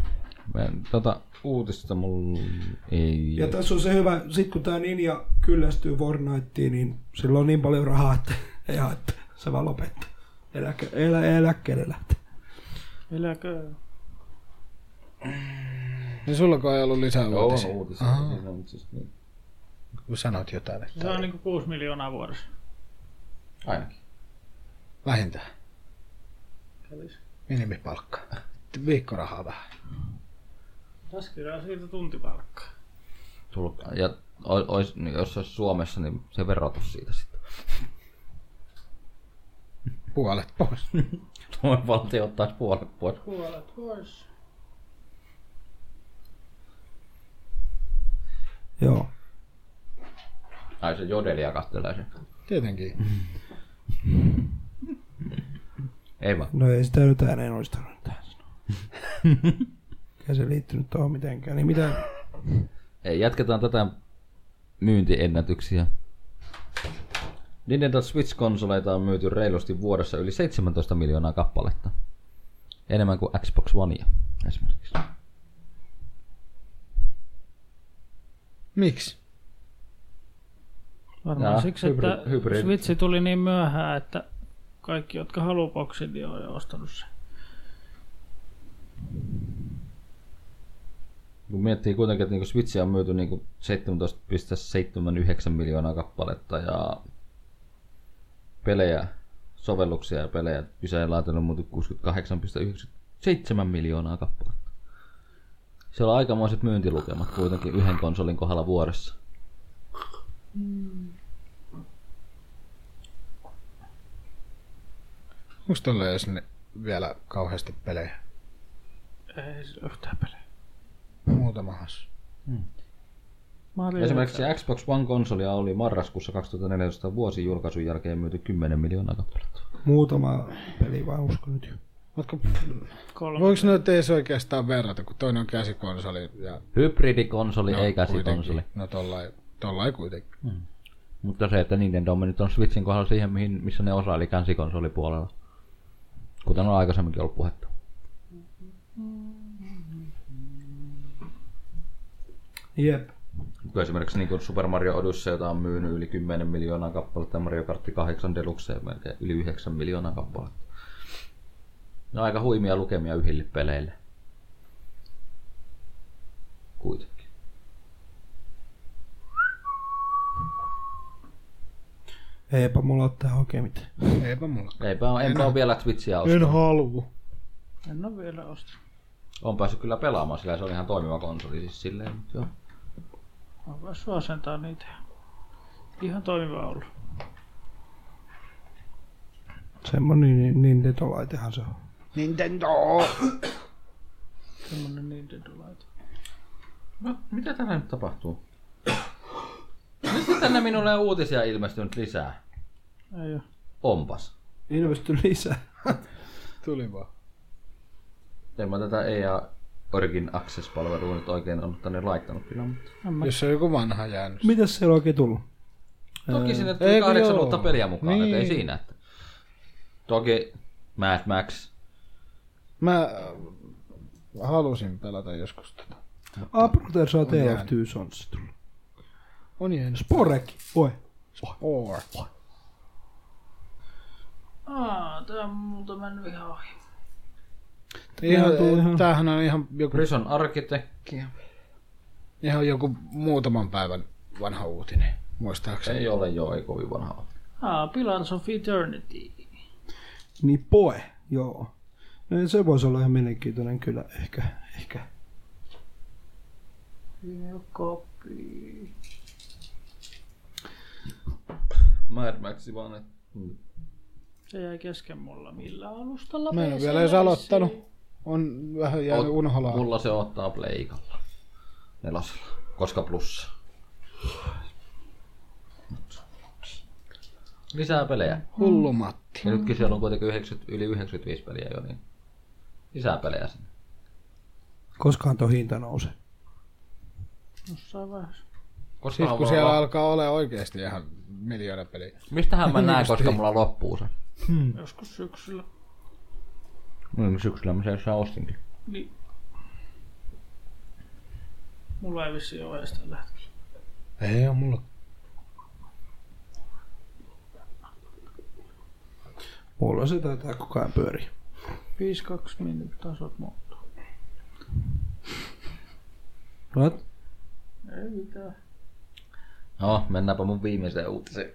Speaker 4: Mä en- Tota uutista mulla ei...
Speaker 3: Ja tässä on se hyvä, sit kun tää Ninja kyllästyy Fortniteen, niin sillä on niin paljon rahaa, että <laughs> ei haittaa. Se vaan lopettaa. Eläke, elä, eläkkeelle lähtee.
Speaker 5: Eläkö?
Speaker 2: Niin sulla ei ollut lisää
Speaker 4: Joo,
Speaker 2: uutisia?
Speaker 4: on uutista. Siinä on siis niin.
Speaker 2: Kun sanot jotain.
Speaker 5: Se
Speaker 2: Että
Speaker 5: on niinku 6 miljoonaa vuodessa.
Speaker 4: Ainakin.
Speaker 2: Vähintään.
Speaker 5: Kävis.
Speaker 2: Minimipalkka. Viikkorahaa vähän.
Speaker 5: Lasketaan siitä tuntipalkkaa.
Speaker 4: Tulkaa. Ja o- ois, niin jos se olisi Suomessa, niin se verotus siitä sitten. <laughs>
Speaker 2: Puolet pois.
Speaker 4: Suomen valtio ottaisi puolet pois.
Speaker 5: Puolet pois.
Speaker 3: Joo.
Speaker 4: Ai se jodelia kattelee sen.
Speaker 2: Tietenkin.
Speaker 4: Ei vaan.
Speaker 3: No ei sitä nyt ääneen olisi tarvinnut tähän sanoa. <laughs> Eikä se liittynyt tuohon mitenkään. Niin mitä?
Speaker 4: Ei, jatketaan tätä myyntiennätyksiä. Nintendo Switch-konsoleita on myyty reilusti vuodessa yli 17 miljoonaa kappaletta. Enemmän kuin Xbox Onea esimerkiksi.
Speaker 2: Miksi?
Speaker 5: Varmaan
Speaker 4: Jaa,
Speaker 5: siksi,
Speaker 4: hybrid-
Speaker 5: että
Speaker 4: hybrid.
Speaker 5: Switch tuli niin myöhään, että kaikki, jotka haluaa boksin, niin on jo ostanut sen.
Speaker 4: Kun miettii kuitenkin, että niinku Switchia on myyty niinku 17,79 miljoonaa kappaletta ja pelejä, sovelluksia ja pelejä pysäinlaitoilla on muuten 68,97 miljoonaa kappaletta. Se on aikamoiset myyntilukemat kuitenkin yhden konsolin kohdalla vuodessa.
Speaker 2: Musta tulee ei sinne vielä kauheasti pelejä.
Speaker 5: Ei sillä yhtään pelejä.
Speaker 2: Muutama hassu.
Speaker 5: Mario
Speaker 4: Esimerkiksi Xbox One-konsolia oli marraskuussa 2014 vuosi julkaisun jälkeen myyty 10 miljoonaa kappaletta.
Speaker 3: Muutama peli vai uskon nyt jo.
Speaker 2: Mutta
Speaker 5: kolme.
Speaker 2: voiko noita edes oikeastaan verrata, kun toinen on käsikonsoli ja
Speaker 4: Hybridikonsoli,
Speaker 2: No,
Speaker 4: ei
Speaker 2: kuitenkin.
Speaker 4: käsikonsoli.
Speaker 2: No tollain, tollain kuitenkin.
Speaker 4: Mutta se, että Nintendo on mennyt on Switchin kohdalla siihen, mihin, missä ne osa, eli käsikonsolipuolella. Kuten on aikaisemminkin ollut puhetta.
Speaker 3: Jep.
Speaker 4: Kyllä esimerkiksi niin kuin Super Mario Odyssey, jota on myynyt yli 10 miljoonaa kappaletta, ja Mario Kart 8 Deluxe melkein yli 9 miljoonaa kappaletta. Ne on aika huimia lukemia yhdille peleille. Kuitenkin.
Speaker 3: Eipä mulla ole tähän oikein mitään.
Speaker 2: Eipä mulla.
Speaker 4: Eipä ole, enpä ole vielä Switchiä ostanut.
Speaker 2: halua.
Speaker 5: En ole vielä ostanut.
Speaker 4: On päässyt kyllä pelaamaan sillä, se on ihan toimiva konsoli siis silleen, mutta joo.
Speaker 5: Mä voin suosentaa niitä. Ihan toimiva ollut.
Speaker 3: Semmoinen niin, niin detolaitehan se on.
Speaker 2: Nintendo!
Speaker 5: Semmonen Nintendo-laite.
Speaker 4: No, mitä tällä nyt tapahtuu? Mistä tänne minulle on uutisia ilmestynyt lisää?
Speaker 5: Ei oo.
Speaker 4: Onpas.
Speaker 3: Ilmesty lisää.
Speaker 2: Tuli vaan.
Speaker 4: En mä tätä EA Origin Access-palvelua nyt oikein on tänne laittanut kyllä, mutta...
Speaker 5: En mä
Speaker 2: Jos on joku vanha jäänyt.
Speaker 3: Mitäs siellä oikein tullut?
Speaker 4: Toki sinne tuli
Speaker 2: eikö
Speaker 4: kahdeksan
Speaker 2: joo?
Speaker 4: uutta peliä mukaan, niin.
Speaker 2: Niin.
Speaker 4: ei siinä, että... Toki Mad Max,
Speaker 2: Mä äh, halusin pelata joskus tota. tätä.
Speaker 3: Abruter saa Tale of
Speaker 2: jäänyt.
Speaker 3: Two Sons tullut.
Speaker 2: On jäänyt.
Speaker 3: Sporek. Voi.
Speaker 2: Spore.
Speaker 5: Aa, tää on multa mennyt ihan ohi.
Speaker 2: Ihan,
Speaker 3: Ihan tuli ihan-
Speaker 2: tämähän on ihan joku,
Speaker 4: Prison Architect,
Speaker 2: ihan joku muutaman päivän vanha uutinen. Muistaakseni.
Speaker 4: ei ole joo, ei kovin vanha ole.
Speaker 5: Aa, Pillars of Eternity.
Speaker 3: Niin poe. Joo. No se voisi olla ihan mielenkiintoinen kyllä. Ehkä. Ehkä.
Speaker 5: Copy.
Speaker 4: Mad Maxi vaan, että
Speaker 5: Se jäi kesken mulla. Millä alustalla
Speaker 2: Mä en
Speaker 5: PC
Speaker 2: vielä edes
Speaker 5: läsi?
Speaker 2: aloittanut. On vähän jäänyt
Speaker 4: Ot-
Speaker 2: unholaan.
Speaker 4: mulla se ottaa pleikalla. Nelosella. Koska plussa. Lisää pelejä.
Speaker 2: Hullu Matti.
Speaker 4: Ja nyt siellä on kuitenkin 90, yli 95 peliä jo, niin lisää pelejä sinne.
Speaker 3: Koskaan tuo hinta nousee.
Speaker 5: Jossain vaiheessa.
Speaker 4: Koska
Speaker 2: Siis kun siellä alkaa olla oikeasti ihan miljoona peliä. <laughs>
Speaker 4: Mistähän mä näen,
Speaker 2: niin.
Speaker 4: koska mulla loppuu se?
Speaker 5: Joskus syksyllä.
Speaker 4: Niin, syksyllä mä sen jossain ostinkin.
Speaker 5: Niin. Mulla ei vissiin ole edes tällä hetkellä.
Speaker 2: Ei oo mulla.
Speaker 3: Mulla se taitaa koko ajan pyöriä.
Speaker 5: 5-2 minuuttia tasot muuttuu.
Speaker 3: What?
Speaker 5: Ei mitään.
Speaker 4: No, mennäänpä mun viimeiseen uutiseen.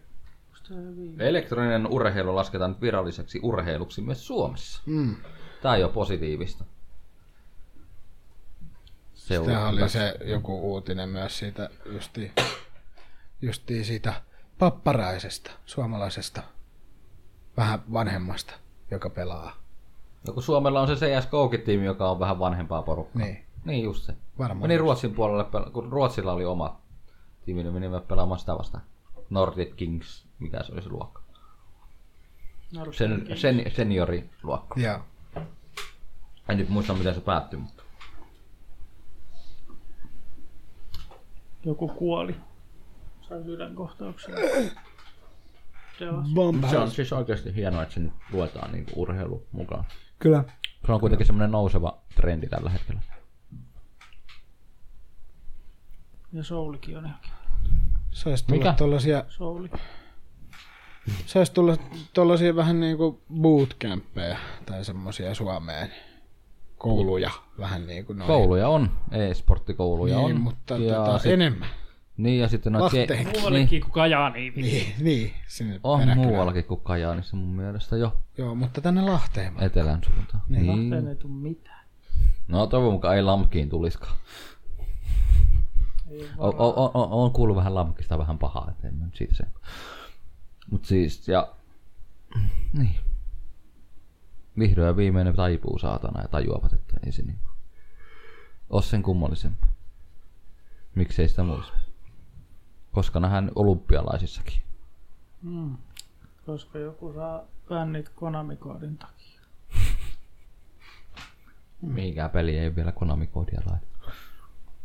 Speaker 5: Sitä ei viime.
Speaker 4: Elektroninen urheilu lasketaan nyt viralliseksi urheiluksi myös Suomessa.
Speaker 2: Mm.
Speaker 4: Tää on jo positiivista. Se
Speaker 2: Tämä oli se joku uutinen myös siitä justi, justiin siitä papparaisesta, suomalaisesta, vähän vanhemmasta, joka pelaa.
Speaker 4: No kun Suomella on se CSGO-tiimi, joka on vähän vanhempaa porukkaa.
Speaker 2: Niin,
Speaker 4: Niin just se.
Speaker 2: varmaan.
Speaker 4: Meni Ruotsin puolelle, pel- kun Ruotsilla oli oma tiimi, niin menivät pelaamaan sitä vastaan. Nordic Kings, mikä se oli se luokka. Sen, sen, senioriluokka.
Speaker 2: Joo.
Speaker 4: En nyt muista, miten se päättyi, mutta
Speaker 5: Joku kuoli. Sai sydänkohtauksen. Se on
Speaker 4: se on siis oikeasti hienoa, että se nyt luetaan niin urheilu mukaan.
Speaker 3: Kyllä.
Speaker 4: Se on kuitenkin semmoinen nouseva trendi tällä hetkellä.
Speaker 5: Ja soulikin on ihan kiva.
Speaker 2: Saisi tulla
Speaker 4: Mikä?
Speaker 2: tuollaisia,
Speaker 5: Souli.
Speaker 4: Niin.
Speaker 2: sais tulla tuollaisia vähän niin kuin bootcampeja tai semmoisia Suomeen. Kouluja, vähän niin kuin noin.
Speaker 4: Kouluja on, e-sporttikouluja
Speaker 2: niin,
Speaker 4: on.
Speaker 2: mutta
Speaker 4: ja
Speaker 2: tota,
Speaker 4: sit,
Speaker 2: enemmän.
Speaker 4: Niin, ja sitten noita...
Speaker 2: Lahteenkin.
Speaker 5: Muuallekin kuin Kajaaniin.
Speaker 2: Niin, niin sinne
Speaker 4: On
Speaker 2: peräkylään.
Speaker 4: muuallakin kuin Kajaanissa mun mielestä jo
Speaker 2: Joo, mutta tänne Lahteen.
Speaker 4: etelän suuntaan.
Speaker 5: Lahteen
Speaker 4: Niin.
Speaker 5: ei tule mitään.
Speaker 4: No toivon mukaan ei Lamkiin tuliskaan.
Speaker 5: Ei
Speaker 4: O-
Speaker 5: varaa.
Speaker 4: o- o- o- on kuullut vähän Lamkista vähän pahaa, että en mä nyt siitä se. Mut siis, ja... Niin. Vihdoin ja viimeinen taipuu saatana ja tajuavat, että ei se niinku... Oo sen kummallisempaa. Miksei sitä muista. Koska nähdään olympialaisissakin.
Speaker 5: Mm. Koska joku saa bännit Konami-koodin takia.
Speaker 4: Mihinkään peli ei vielä Konami-koodia laita.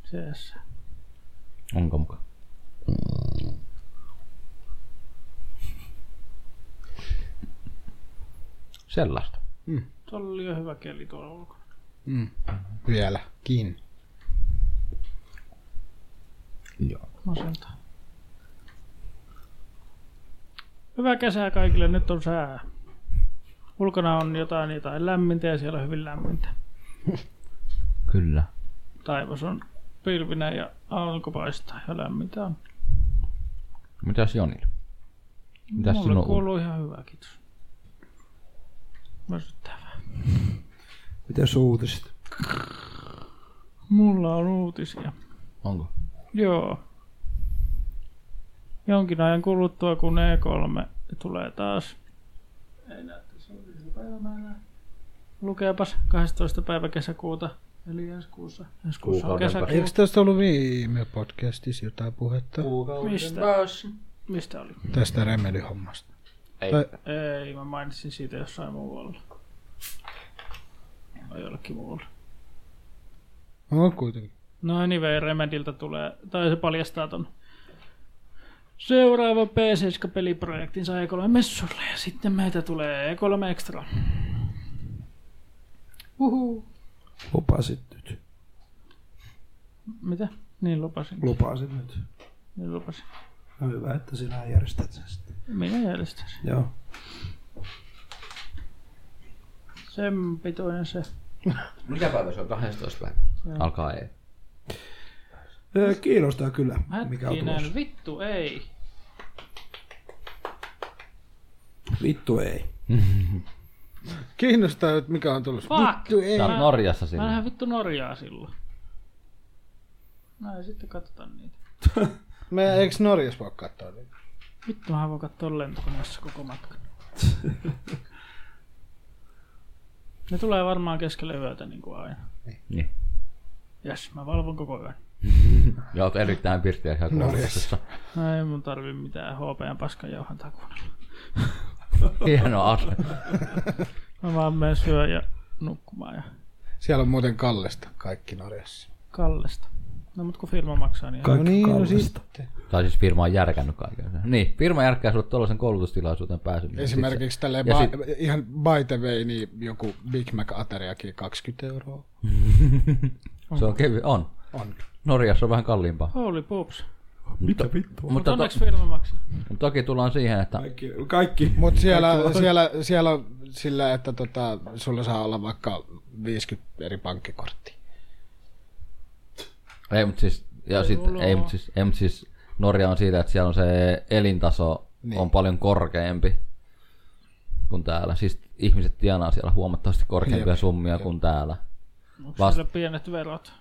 Speaker 5: CS.
Speaker 4: Onko muka? Mm. Sellaista.
Speaker 5: Tuolla oli jo hyvä keli tuolla ulkona.
Speaker 2: Mm. Vieläkin.
Speaker 4: Joo.
Speaker 5: Masentaa. Hyvää kesää kaikille. Nyt on sää. Ulkona on jotain, jotain lämmintä ja siellä on hyvin lämmintä.
Speaker 4: Kyllä.
Speaker 5: Taivas on pilvinen ja aurinko paistaa ja lämmintä on.
Speaker 4: Mitäs Jonille? Mitäs
Speaker 5: Mulle
Speaker 4: sinun
Speaker 5: kuuluu ihan hyvä, kiitos. Märsyttää vähän.
Speaker 3: Miten sun uutiset?
Speaker 5: Mulla on uutisia.
Speaker 4: Onko?
Speaker 5: Joo. Jonkin ajan kuluttua, kun E3 tulee taas. Ei näyttäisi olevan päivämäärää. Lukeepas 12. päivä kesäkuuta, eli ensi kuussa. Ensi kuussa on
Speaker 4: Kuukauden
Speaker 5: kesäkuu.
Speaker 2: Eikö tästä ollut viime podcastissa jotain puhetta?
Speaker 5: Mistä? Mistä oli?
Speaker 2: Tästä remedihommasta.
Speaker 5: Ei, mä mainitsin siitä jossain muualla. Vai jollekin muualla.
Speaker 2: On kuitenkin.
Speaker 5: No anyway, Remediltä tulee, tai se paljastaa ton seuraava P7-peliprojektinsa E3-messulle ja sitten meitä tulee E E3 Extra. Uhu.
Speaker 3: Lupasit nyt.
Speaker 5: Mitä? Niin lupasin.
Speaker 3: Lupasit nyt.
Speaker 5: Niin lupasin.
Speaker 3: No hyvä, että sinä järjestät sen sitten.
Speaker 5: Minä järjestän sen.
Speaker 3: Joo.
Speaker 5: Sen pitoinen se.
Speaker 4: Mikä päivä se on? 12 päivä. Alkaa E. ei.
Speaker 3: Ö, Kiinnostaa kyllä, mikä on
Speaker 5: Hetkinen,
Speaker 3: tulossa.
Speaker 5: vittu ei.
Speaker 3: Vittu ei.
Speaker 2: Kiinnostaa, että mikä on tullut.
Speaker 5: Fuck!
Speaker 2: Vittu ei.
Speaker 4: Sä oot
Speaker 5: Mä-
Speaker 4: Norjassa
Speaker 5: Mä
Speaker 4: sinne.
Speaker 5: lähden vittu Norjaa silloin. No ja sitten katsotaan niitä.
Speaker 2: Me eikö Norjassa voi katsoa niitä?
Speaker 5: Vittu, mä voin katsoa lentokoneessa koko
Speaker 4: <laughs>
Speaker 5: matkan. ne tulee varmaan keskellä yötä niin kuin aina.
Speaker 4: Niin.
Speaker 5: Jes, mä valvon koko yön.
Speaker 4: Ja oot erittäin pirtiä siellä kuuluisessa.
Speaker 5: No ei mun tarvi mitään HPn paskan jauhan takuna.
Speaker 4: Hieno ase.
Speaker 5: Mä vaan menen syö ja nukkumaan ja
Speaker 2: Siellä on muuten kallesta kaikki Norjassa.
Speaker 5: kallesta. No mut kun firma maksaa, niin
Speaker 3: Kaikki
Speaker 2: No niin, no
Speaker 3: kallista.
Speaker 2: sitten.
Speaker 4: Tai siis firma on järkännyt kaiken sen. Niin, firma järkkää sulle tuollaisen koulutustilaisuuteen pääsemisen.
Speaker 2: Esimerkiksi tälleen
Speaker 4: Ja
Speaker 2: ba-
Speaker 4: sit-
Speaker 2: ihan by the way, niin joku Big Mac-ateriakin 20 euroa
Speaker 4: Sit Se on kevy, on.
Speaker 2: on.
Speaker 4: Norjassa on vähän kalliimpaa.
Speaker 5: holy poops.
Speaker 3: Mitä vittua?
Speaker 5: Mutta
Speaker 4: Mutta to,
Speaker 5: onneksi firma maksaa.
Speaker 4: toki tullaan siihen, että
Speaker 3: Kaikki, kaikki.
Speaker 2: Mutta siellä, siellä, siellä on sillä, että tota, sulla saa olla vaikka 50 eri pankkikorttia.
Speaker 4: Ei, mutta siis, ja sit,
Speaker 5: mulla
Speaker 4: ei,
Speaker 5: oo.
Speaker 4: mut siis, ei, mut siis Norja on siitä, että siellä on se elintaso niin. on paljon korkeampi kuin täällä. Siis ihmiset tienaa siellä huomattavasti korkeampia
Speaker 2: Jep,
Speaker 4: summia kuin täällä.
Speaker 5: Onko
Speaker 4: Vast-
Speaker 5: sillä pienet verot?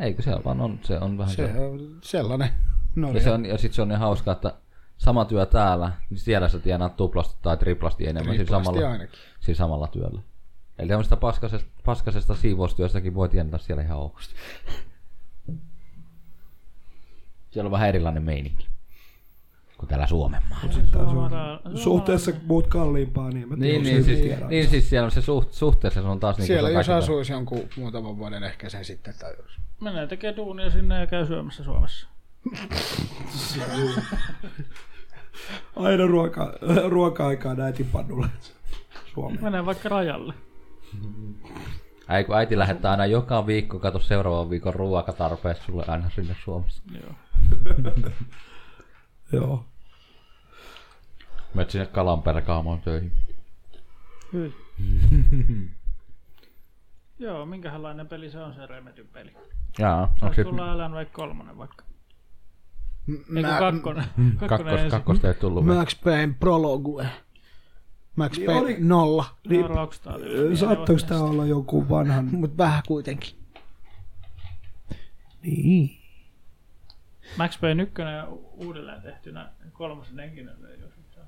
Speaker 4: Eikö se vaan on, se on vähän
Speaker 2: Se on sellainen. No
Speaker 4: Ja, se on, ja sit se on niin hauska, että sama työ täällä, niin siellä sä tienaat tuplasti tai triplasti enemmän siis
Speaker 2: Triplasti
Speaker 4: samalla,
Speaker 2: ainakin.
Speaker 4: siis samalla työllä. Eli tämmöistä paskasesta, paskasesta siivoustyöstäkin voi tienata siellä ihan haukusti. Siellä on vähän erilainen meininki kuin täällä Suomen maa.
Speaker 5: Suoraan-
Speaker 3: Suhteessa muut kalliimpaa, niin mä
Speaker 4: Niin,
Speaker 3: tiedän,
Speaker 4: niin,
Speaker 3: sen
Speaker 4: siis,
Speaker 3: tiedän.
Speaker 4: niin siis siellä on se suht, suhteessa, se on taas niin
Speaker 2: Siellä jos asuisi jonkun muutaman vuoden ehkä sen sitten tajus.
Speaker 5: Menee tekee duunia sinne ja käy syömässä Suomessa.
Speaker 3: Aina ruoka, <laughs> ruoka-aikaa näitin pannulle Suomeen.
Speaker 5: Menee vaikka rajalle.
Speaker 4: Ei kun äiti lähettää aina joka viikko, kato seuraavan viikon ruokatarpeet sulle aina sinne Suomessa.
Speaker 5: Joo.
Speaker 3: Joo.
Speaker 4: Menet sinne kalanperkaamoon töihin.
Speaker 5: Hyi. <laughs> Joo, minkälainen peli se on se Remedyn peli?
Speaker 4: Jaa, onko
Speaker 5: Saisi
Speaker 4: se
Speaker 5: tulla Alan Wake 3 vaikka. Ei kun kakkonen. Kakkonen
Speaker 4: <laughs> kakkos,
Speaker 5: ensin.
Speaker 4: kakkosta ei tullut vielä?
Speaker 2: Max Payne Prologue. Max
Speaker 3: Niin
Speaker 2: Payne
Speaker 3: oli-
Speaker 2: nolla.
Speaker 5: No, Rockstar.
Speaker 3: Ö, Saattaako tämä olla joku vanhan...
Speaker 2: Mutta vähän kuitenkin.
Speaker 3: Niin.
Speaker 5: Max Payne 1 uudelleen tehtynä, kolmosen henkinen ei ole mitään.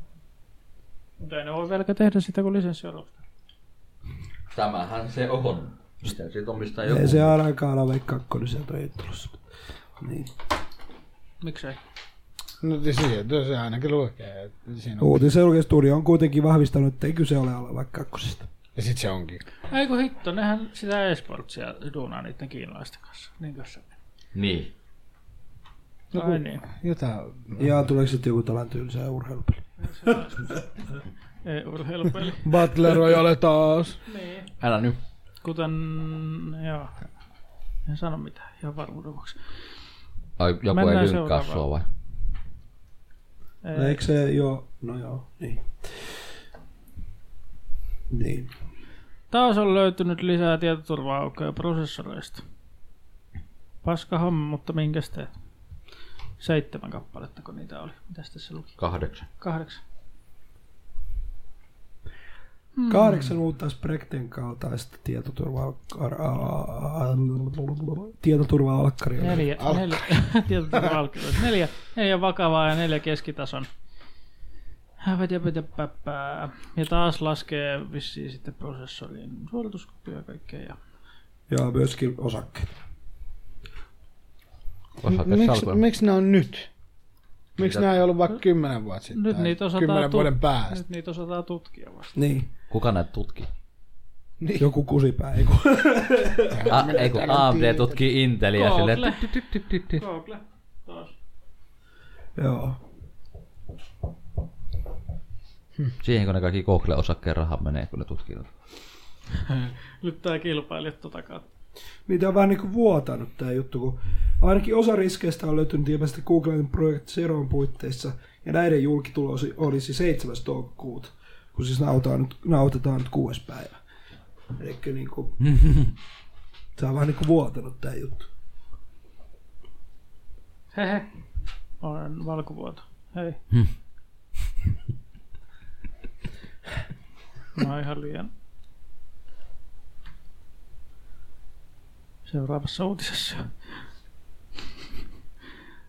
Speaker 5: Mutta ei ne voi vieläkään tehdä sitä, kun lisenssi on Rockstar.
Speaker 4: Tämähän se on. Miten siitä on mistään
Speaker 3: Ei se ainakaan ole vaikka kakkonen sieltä ei tulossa. Niin.
Speaker 5: Miksei?
Speaker 2: No niin siitä se ainakin lukee. että Siinä on.
Speaker 3: Uutiseurkeistudio on kuitenkin vahvistanut, että ei kyse ole alla vaikka kakkosesta.
Speaker 2: Ja sit se onkin.
Speaker 5: Ei kun hitto, nehän sitä esportsia duunaa niiden kiinalaisten kanssa. Niin kanssa.
Speaker 4: Niin.
Speaker 5: No, Ai niin.
Speaker 2: Jotain.
Speaker 3: Ja tuleeko sitten joku tällainen tylsä urheilupeli?
Speaker 5: Ei urheilupeli.
Speaker 2: Battle Royale taas.
Speaker 5: niin.
Speaker 4: Älä nyt.
Speaker 5: Kuten, joo. En sano mitään, ihan varmuuden vuoksi.
Speaker 4: Ai, joku
Speaker 5: Mennään
Speaker 4: ei lynkkaa
Speaker 5: seuraavaan.
Speaker 4: sua vai?
Speaker 5: Ei,
Speaker 3: Eikö se joo? No joo, niin. Niin.
Speaker 5: Taas on löytynyt lisää tietoturva-aukkoja prosessoreista. Paska homma, mutta minkäs teet? Seitsemän kappaletta, kun niitä oli. Mitäs tässä luki?
Speaker 4: Kahdeksan.
Speaker 5: Kahdeksan.
Speaker 3: Kahdeksan uutta Sprekten kaltaista tietoturva tietoturva-alkkaria.
Speaker 5: Neljä, neljä, <laughs> tietoturva-alkkoja. neljä, neljä vakavaa ja neljä keskitason. Hävetä, petä, päppää. Ja taas laskee vissiin sitten prosessorin suorituskykyä ja kaikkea. Ja
Speaker 3: Ja myöskin osakkeet.
Speaker 2: Miksi miks ne on nyt? Miksi nämä ei ollut vaikka kymmenen vuotta sitten?
Speaker 5: nyt
Speaker 2: tai
Speaker 5: niitä osataan,
Speaker 2: Kymmenen vuoden
Speaker 5: tut-
Speaker 2: päästä.
Speaker 5: nyt niitä osataan tutkia vasta.
Speaker 3: Niin.
Speaker 4: Kuka näitä tutkii?
Speaker 3: niin. Joku kusipää, ei kun.
Speaker 4: A, ei kun AMD tutkii Inteliä
Speaker 5: Google.
Speaker 4: silleen. tyt, tyt, tyt, tyt, tyt.
Speaker 5: Google. Taas.
Speaker 3: <laughs> Joo.
Speaker 4: Siihen kun ne kaikki Google-osakkeen rahat menee, kun ne tutkii. noita.
Speaker 5: Nyt tää kilpailijat tota kautta.
Speaker 3: Niitä on vähän niin kuin vuotanut tämä juttu, kun ainakin osa riskeistä on löytynyt ilmeisesti Googlen Project Zeroon puitteissa, ja näiden julkitulo olisi- olisi 7. toukokuuta, kun siis nautetaan nyt, nautetaan nyt kuudes päivä. Eli niin kuin, tämä on vähän niin kuin vuotanut tämä juttu.
Speaker 5: Hehe. Olen valkovuoto. Hei. <laughs> Mä oon ihan liian... Seuraavassa uutisessa.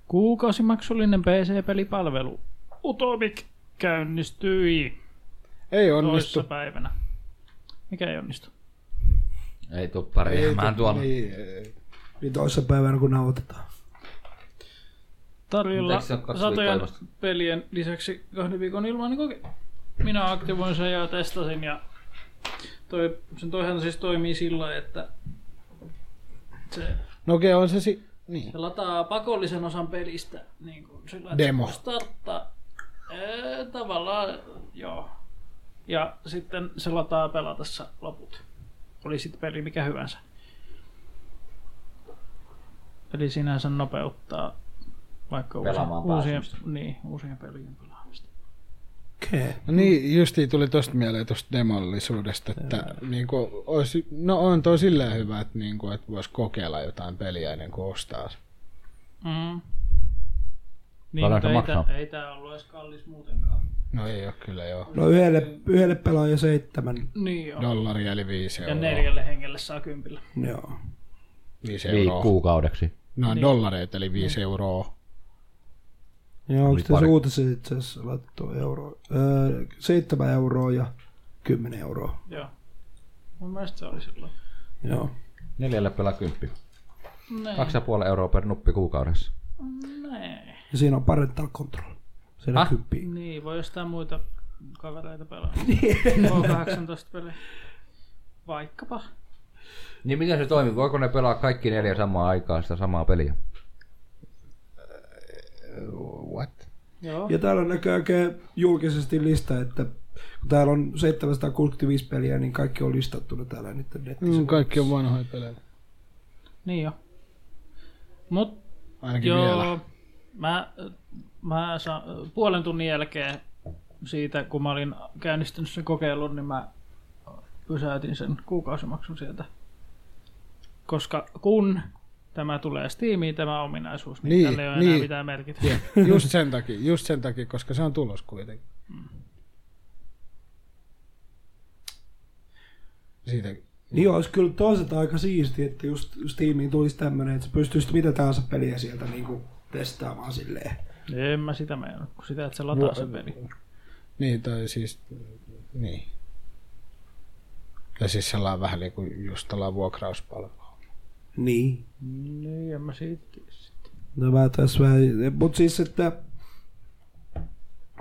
Speaker 5: Kuukausimaksullinen PC-pelipalvelu Utomic käynnistyi
Speaker 2: Ei onnistu.
Speaker 5: toissa päivänä. Mikä ei onnistu?
Speaker 7: Ei tuu pärjäämään tuolla.
Speaker 2: Niin, ei.
Speaker 3: Niin toisessa päivänä kun nauhoitetaan.
Speaker 5: Tarjolla
Speaker 7: Eikö se ole kaksi
Speaker 5: satojen
Speaker 7: viikkoa ilmasta?
Speaker 5: pelien lisäksi kahden viikon ilmainen koke. Minä aktivoin sen ja testasin ja toi, sen toihan siis toimii sillä lailla, että se
Speaker 2: No okei, on se si... Niin.
Speaker 5: Se lataa pakollisen osan pelistä niin kuin sillä, että
Speaker 2: Demo.
Speaker 5: se Starttaa. Ee, tavallaan, joo. Ja sitten se lataa pelatessa loput. Oli sitten peli mikä hyvänsä. Eli sinänsä nopeuttaa vaikka uusien,
Speaker 7: Pelaamaan
Speaker 5: uusien,
Speaker 7: pääsemistä.
Speaker 5: niin, uusien pelien pelaamista.
Speaker 3: Okei.
Speaker 2: No niin, justiin tuli tuosta mieleen tuosta demollisuudesta, että niin kuin, olisi, no on toi silleen hyvä, että, niin kuin, että voisi kokeilla jotain peliä ennen kuin ostaa. se.
Speaker 5: Mm. Niin,
Speaker 7: Paljonko se
Speaker 5: mutta ei,
Speaker 7: maksaa?
Speaker 5: tää, ei tää ollut edes kallis muutenkaan.
Speaker 2: No ei ole kyllä joo.
Speaker 3: No yhdelle, yhdelle pelaaja seitsemän.
Speaker 5: Niin joo.
Speaker 2: Dollaria eli viisi
Speaker 5: ja
Speaker 2: euroa.
Speaker 5: neljälle hengelle saa kympillä.
Speaker 3: Joo.
Speaker 2: Viisi
Speaker 7: Ei
Speaker 2: euroa.
Speaker 7: kuukaudeksi.
Speaker 2: No niin. dollareita eli viisi euroa.
Speaker 3: Joo, onko tässä
Speaker 7: pari.
Speaker 3: uutisissa itse asiassa laitettu euro, öö, 7 euroa ja 10 euroa.
Speaker 5: Joo. Mun mielestä se oli silloin.
Speaker 3: Joo.
Speaker 7: Neljälle pelaa kymppi.
Speaker 5: Näin.
Speaker 7: Kaksi ja puoli euroa per nuppi kuukaudessa.
Speaker 5: Näin.
Speaker 3: Ja siinä on parental control. Siinä ah?
Speaker 7: Ah.
Speaker 3: kymppi.
Speaker 5: Niin, voi jostain muita kavereita
Speaker 2: <laughs>
Speaker 5: pelaa.
Speaker 2: Niin.
Speaker 5: K18 pelejä. Vaikkapa.
Speaker 7: Niin miten se toimii? Voiko ne pelaa kaikki neljä samaan aikaan sitä samaa peliä?
Speaker 2: What?
Speaker 5: Joo.
Speaker 3: Ja täällä on näköjään oikein julkisesti lista, että kun täällä on 765 peliä, niin kaikki on listattuna täällä nyt netissä.
Speaker 2: Mm, kaikki on vanhoja pelejä.
Speaker 5: Niin jo. Mut
Speaker 2: Ainakin Joo. vielä.
Speaker 5: joo, mä, mä sa, puolen tunnin jälkeen siitä, kun mä olin käynnistänyt sen kokeilun, niin mä pysäytin sen kuukausimaksun sieltä. Koska kun tämä tulee Steamiin tämä ominaisuus, niin,
Speaker 2: Niin,
Speaker 5: niin tälle ei ole
Speaker 2: niin.
Speaker 5: enää mitään merkitystä.
Speaker 2: Jep, Just sen takia, just sen takia, koska se on tulos kuitenkin. Siitä,
Speaker 3: Niin olisi kyllä toisaalta aika siisti, että just Steamiin tulisi tämmöinen, että sä pystyisit mitä tahansa peliä sieltä niinku testaamaan silleen.
Speaker 5: En mä sitä meinaa, kun sitä, että se lataa sen peli.
Speaker 2: niin tai siis, niin. Ja siis sellainen vähän niin kuin just tällainen vuokrauspalvelu.
Speaker 3: Niin.
Speaker 5: Niin, en mä siitä tiedä sitten.
Speaker 3: No mä tässä vähän, mut siis että,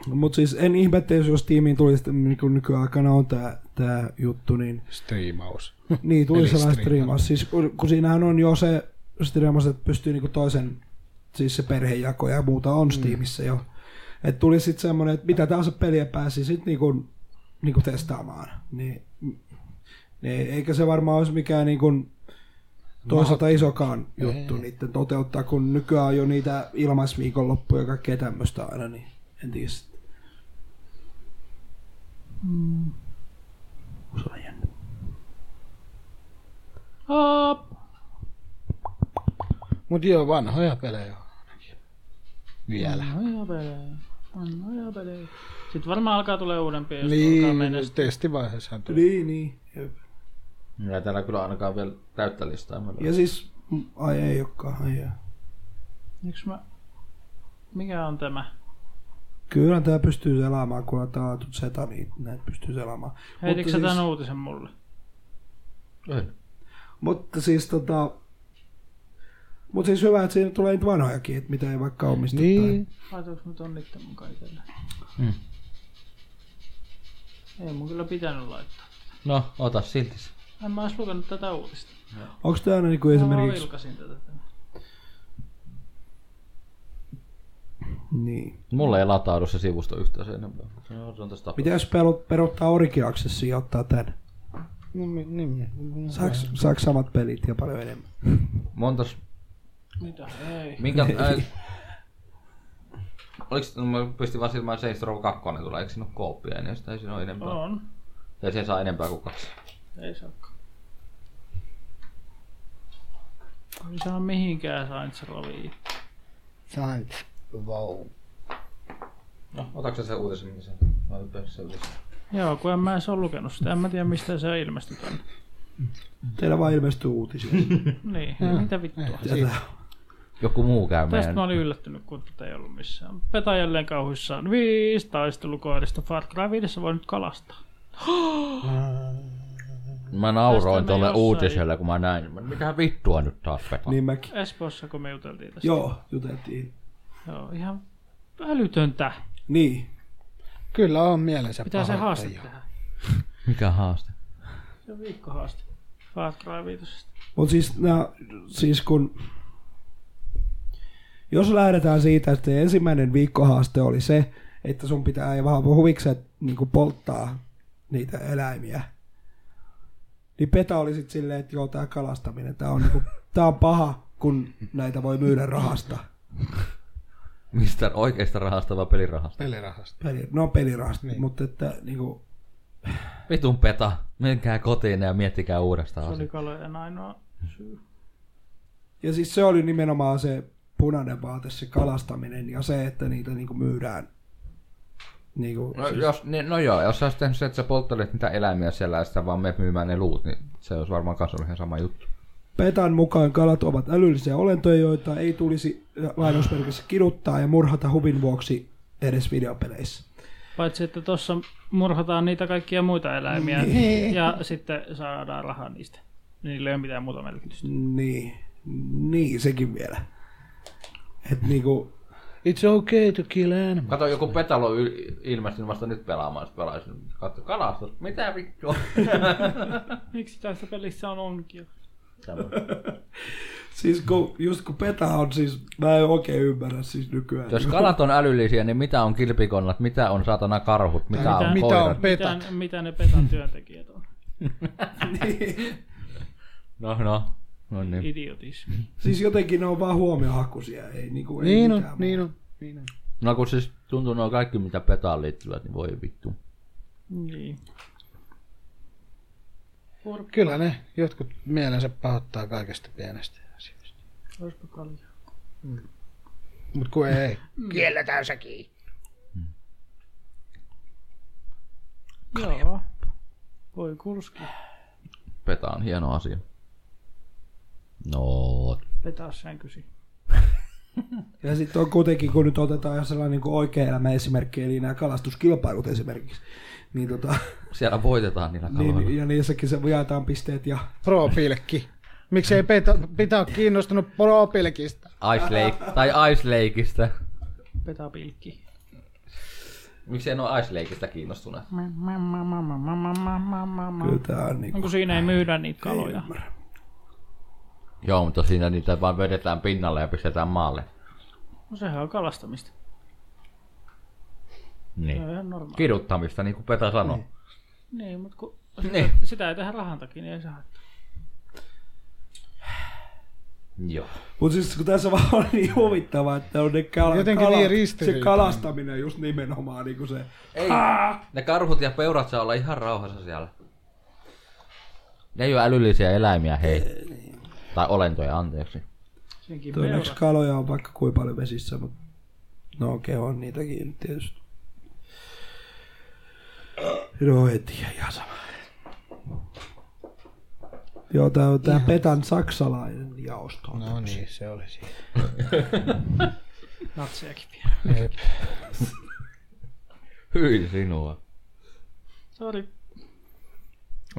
Speaker 3: mut siis en ihmettäisi, jos tiimiin tulisi, niin kuin nykyaikana on tää, tää juttu, niin,
Speaker 2: Striimaus. <laughs>
Speaker 3: niin tuli
Speaker 2: Eli
Speaker 3: sellainen
Speaker 2: striimaus.
Speaker 3: striimaus. Siis kun, kun siinähän on jo se striimaus, että pystyy niinku toisen, siis se perhejako ja muuta on Steamissa jo. Että tuli sitten semmoinen, että mitä tahansa peliä pääsi sitten niinku, niinku testaamaan. Niin, niin, eikä se varmaan olisi mikään niinku, toisaalta isokaan juttu niiden toteuttaa, kun nykyään on jo niitä ilmaisviikonloppuja ja kaikkea tämmöistä aina, niin en tiedä sitten. Mm. Se on jännä.
Speaker 5: Hop.
Speaker 2: Mut joo, vanhoja pelejä on ainakin. Vielä.
Speaker 5: Vanhoja pelejä. Vanhoja pelejä. Sitten varmaan alkaa tulee uudempia, jos alkaa
Speaker 2: Niin,
Speaker 5: mennä.
Speaker 2: testivaiheessa tuli.
Speaker 3: Niin, niin. Jep.
Speaker 7: Ja täällä kyllä ainakaan vielä täyttä listaa.
Speaker 3: Ja siis, mm, ai ei olekaan, ai jaa.
Speaker 5: Miks mä... Mikä on tämä?
Speaker 3: Kyllä tää pystyy selaamaan, kun on taatut seta, niin näitä pystyy selaamaan.
Speaker 5: Heititkö sä
Speaker 3: siis,
Speaker 5: tämän uutisen mulle?
Speaker 3: mutta siis tota... Mutta siis hyvä, että siinä tulee niitä vanhojakin, että mitä ei vaikka omista.
Speaker 2: Niin.
Speaker 5: Laitoinko mä ton niitten mun kaikille?
Speaker 3: Mm.
Speaker 5: Ei mun kyllä pitänyt laittaa.
Speaker 7: No, ota silti se.
Speaker 5: En mä ois lukenut tätä uutista.
Speaker 3: Onko tää aina niinku
Speaker 5: Mä vaan
Speaker 3: esimerkiksi...
Speaker 5: vilkasin tätä.
Speaker 3: Niin.
Speaker 7: Mulla ei lataudu se sivusto yhtään sen enempää. No, se on tästä
Speaker 3: Mitä jos pelut, peruttaa Origiaksessa ja ottaa tän?
Speaker 2: No, mi- niin, niin.
Speaker 3: Saaks, saaks samat pelit ja paljon enemmän?
Speaker 7: Montas...
Speaker 5: Mitä? Ei.
Speaker 4: <laughs>
Speaker 7: Minkä... Ää,
Speaker 4: äh,
Speaker 7: oliks... No, mä pistin vaan silmään Saints Row 2 tulee. Eikö siinä ole kooppia enää? Sitä ei siinä ole enempää.
Speaker 5: On.
Speaker 7: Ja se saa enempää kuin kaksi.
Speaker 5: Ei saakaan. Ei saa mihinkään Saints Rowiin.
Speaker 2: Saints. Wow.
Speaker 7: No, otatko sä sen uutisen, minkä sä laitat sen uutisen?
Speaker 5: Joo, kun en mä edes ole lukenut sitä. En mä tiedä, mistä se ilmestyi tänne.
Speaker 3: Teillä vaan ilmestyy uutisia.
Speaker 5: Niin, mm. mitä vittua.
Speaker 3: Tätä.
Speaker 4: Joku muu käy
Speaker 5: Tästä
Speaker 4: meidän...
Speaker 5: mä olin yllättynyt, kun tätä ei ollut missään. Peta jälleen kauhuissaan. Viisi taistelukohdista Far Cry 5 voi nyt kalastaa.
Speaker 4: Mä
Speaker 5: Tästä
Speaker 4: nauroin
Speaker 5: me
Speaker 4: tuolle
Speaker 5: jossain-
Speaker 4: uutiselle, kun mä näin. Mä- Mitä vittua nyt taas petaa?
Speaker 3: Niin mäkin.
Speaker 5: Espoossa, kun me juteltiin tästä.
Speaker 3: Joo, juteltiin.
Speaker 5: Joo ihan älytöntä.
Speaker 3: Niin.
Speaker 2: Kyllä on mielensä
Speaker 5: Pitää se
Speaker 2: pahoittaja.
Speaker 5: haaste tehdä.
Speaker 4: Mikä haaste?
Speaker 5: Se on viikkohaaste. Far Cry 5.
Speaker 3: Mutta siis, nää, siis kun... Jos lähdetään siitä, että ensimmäinen viikkohaaste oli se, että sun pitää ei vaan huvikset niin polttaa niitä eläimiä. Niin Peta oli sitten silleen, että joo, tämä kalastaminen, tämä on, niinku, tää on paha, kun näitä voi myydä rahasta.
Speaker 4: Mistä oikeasta rahasta vai pelirahasta?
Speaker 2: Pelirahasta.
Speaker 3: Peli, no pelirahasta, niin. mutta että niinku,
Speaker 4: Vitun peta. Menkää kotiin ja miettikää uudestaan
Speaker 5: Se oli
Speaker 4: asiaa.
Speaker 5: kalojen ainoa syy.
Speaker 3: Ja siis se oli nimenomaan se punainen vaate, se kalastaminen ja se, että niitä niinku myydään. Niinku,
Speaker 5: Siis-
Speaker 4: No, jos, niin, no joo, jos sä olisit tehnyt se, että sä polttelet niitä eläimiä siellä ja sitä vaan menet myymään ne luut, niin se olisi varmaan kanssa ollut ihan sama juttu.
Speaker 3: Petan mukaan kalat ovat älyllisiä olentoja, joita ei tulisi lainausmerkissä kiduttaa ja murhata huvin vuoksi edes videopeleissä.
Speaker 5: Paitsi, että tuossa murhataan niitä kaikkia muita eläimiä <laughs> ja sitten saadaan rahaa niistä. Niillä ei ole mitään muuta merkitystä.
Speaker 3: Niin, niin sekin vielä. Et niinku,
Speaker 2: It's okay to kill animals.
Speaker 4: Kato, joku petalo yl- ilmestynyt vasta nyt pelaamaan, jos pelaisin. Katso, kalastus, mitä
Speaker 3: <laughs>
Speaker 4: vittua?
Speaker 5: Miksi tässä pelissä on onkia?
Speaker 3: siis kun, just kun Peta on siis, mä en oikein ymmärrä siis nykyään.
Speaker 4: jos kalat on älyllisiä, niin mitä on kilpikonnat, mitä on saatana karhut, mitä,
Speaker 2: Mitä-
Speaker 4: on
Speaker 2: mitä
Speaker 4: koirat?
Speaker 2: on
Speaker 5: Mitä,
Speaker 2: petat?
Speaker 5: mitä ne petan työntekijät on?
Speaker 4: No, no. No niin.
Speaker 5: Idiotismi.
Speaker 3: Siis jotenkin ne on vaan huomiohakuisia, ei niinku, ei
Speaker 2: Niin on,
Speaker 3: mitään
Speaker 2: niin on. Niin on.
Speaker 4: No kun siis tuntuu nuo kaikki, mitä petaan liittyvät, niin voi vittu.
Speaker 5: Niin.
Speaker 2: No, Kyllä ne jotkut mielensä pahoittaa kaikesta pienestä asiasta.
Speaker 5: Olisiko kaljaa?
Speaker 2: Mut kun ei.
Speaker 5: Joo. Voi kulski.
Speaker 4: Peta on hieno asia. No,
Speaker 5: Petaa sänkysi.
Speaker 3: Ja sitten on kuitenkin, kun nyt otetaan ihan sellainen niin oikea elämä esimerkki, eli nämä kalastuskilpailut esimerkiksi, niin tota,
Speaker 4: siellä voitetaan niillä kaloilla.
Speaker 3: niin, ja niissäkin se jaetaan pisteet ja
Speaker 2: Pro-pilkki. Miksei Peta, Pita ole kiinnostunut pro-pilkistä?
Speaker 4: Ice Lake, tai Ice Lakeista.
Speaker 5: Petaa pilkki.
Speaker 4: Miksi en ole Ice Lakeista kiinnostuneet?
Speaker 3: kyllä tämä on niin
Speaker 5: Onko
Speaker 3: kuin,
Speaker 5: siinä ei myydä niitä kaloja?
Speaker 4: Joo, mutta siinä niitä vaan vedetään pinnalle ja pistetään maalle.
Speaker 5: No sehän on kalastamista. Se on
Speaker 4: Niin.
Speaker 5: ihan normaali.
Speaker 4: Kiduttamista, niin kuin Peta sanoi.
Speaker 5: Niin, mutta kun
Speaker 4: Niin.
Speaker 5: sitä, sitä ei tehdä rahan takia, niin ei saa.
Speaker 4: Joo.
Speaker 3: Mutta siis kun tässä <laughs> vaan on niin huvittavaa, että on ne kala,
Speaker 2: Jotenkin
Speaker 3: kala,
Speaker 2: niin
Speaker 3: se
Speaker 2: ristiriitainen.
Speaker 3: kalastaminen just nimenomaan niin kuin se,
Speaker 4: Ei, ne karhut ja peurat saa olla ihan rauhassa siellä. Ne ei ole älyllisiä eläimiä, hei.
Speaker 3: niin.
Speaker 4: Tai olentoja, anteeksi.
Speaker 5: Senkin
Speaker 3: todennäköisesti
Speaker 5: peura.
Speaker 3: kaloja on vaikka kuinka paljon vesissä, mutta no okei, on niitäkin tietysti. No en tiedä, ihan sama. Joo, tämä on tämä Petan saksalainen jaosto. on
Speaker 2: No niin, se oli siinä.
Speaker 5: Natsejakin vielä.
Speaker 4: Hyi sinua.
Speaker 5: Sori.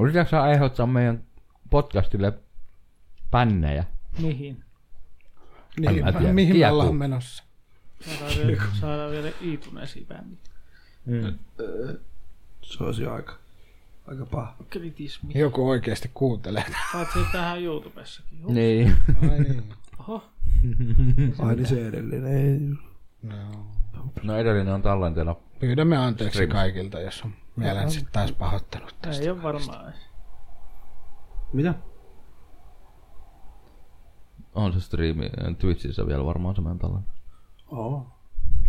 Speaker 4: Yritätkö sä aiheuttaa meidän podcastille pännejä?
Speaker 5: Mihin?
Speaker 2: Niin,
Speaker 4: mä tiedä.
Speaker 2: mihin me
Speaker 4: Kiekku.
Speaker 2: ollaan menossa?
Speaker 5: Saadaan vielä, saadaan vielä Iitun esipään.
Speaker 3: Se olisi jo aika, aika paha.
Speaker 5: Kritismi.
Speaker 2: Joku oikeasti kuuntelee.
Speaker 5: Paitsi tähän YouTubessakin. Huh.
Speaker 4: Niin.
Speaker 2: <laughs> Ai niin.
Speaker 5: Oho.
Speaker 3: Ai niin se edellinen. Ei.
Speaker 2: No.
Speaker 4: <laughs> No edellinen on tallenteella.
Speaker 2: Pyydämme anteeksi kaikilta, jos on mielensä taas pahoittanut tästä.
Speaker 5: Ei ole varmaan edes.
Speaker 3: Mitä?
Speaker 4: On se striimi äh, Twitchissä vielä varmaan se meidän tallenne.
Speaker 3: Oo.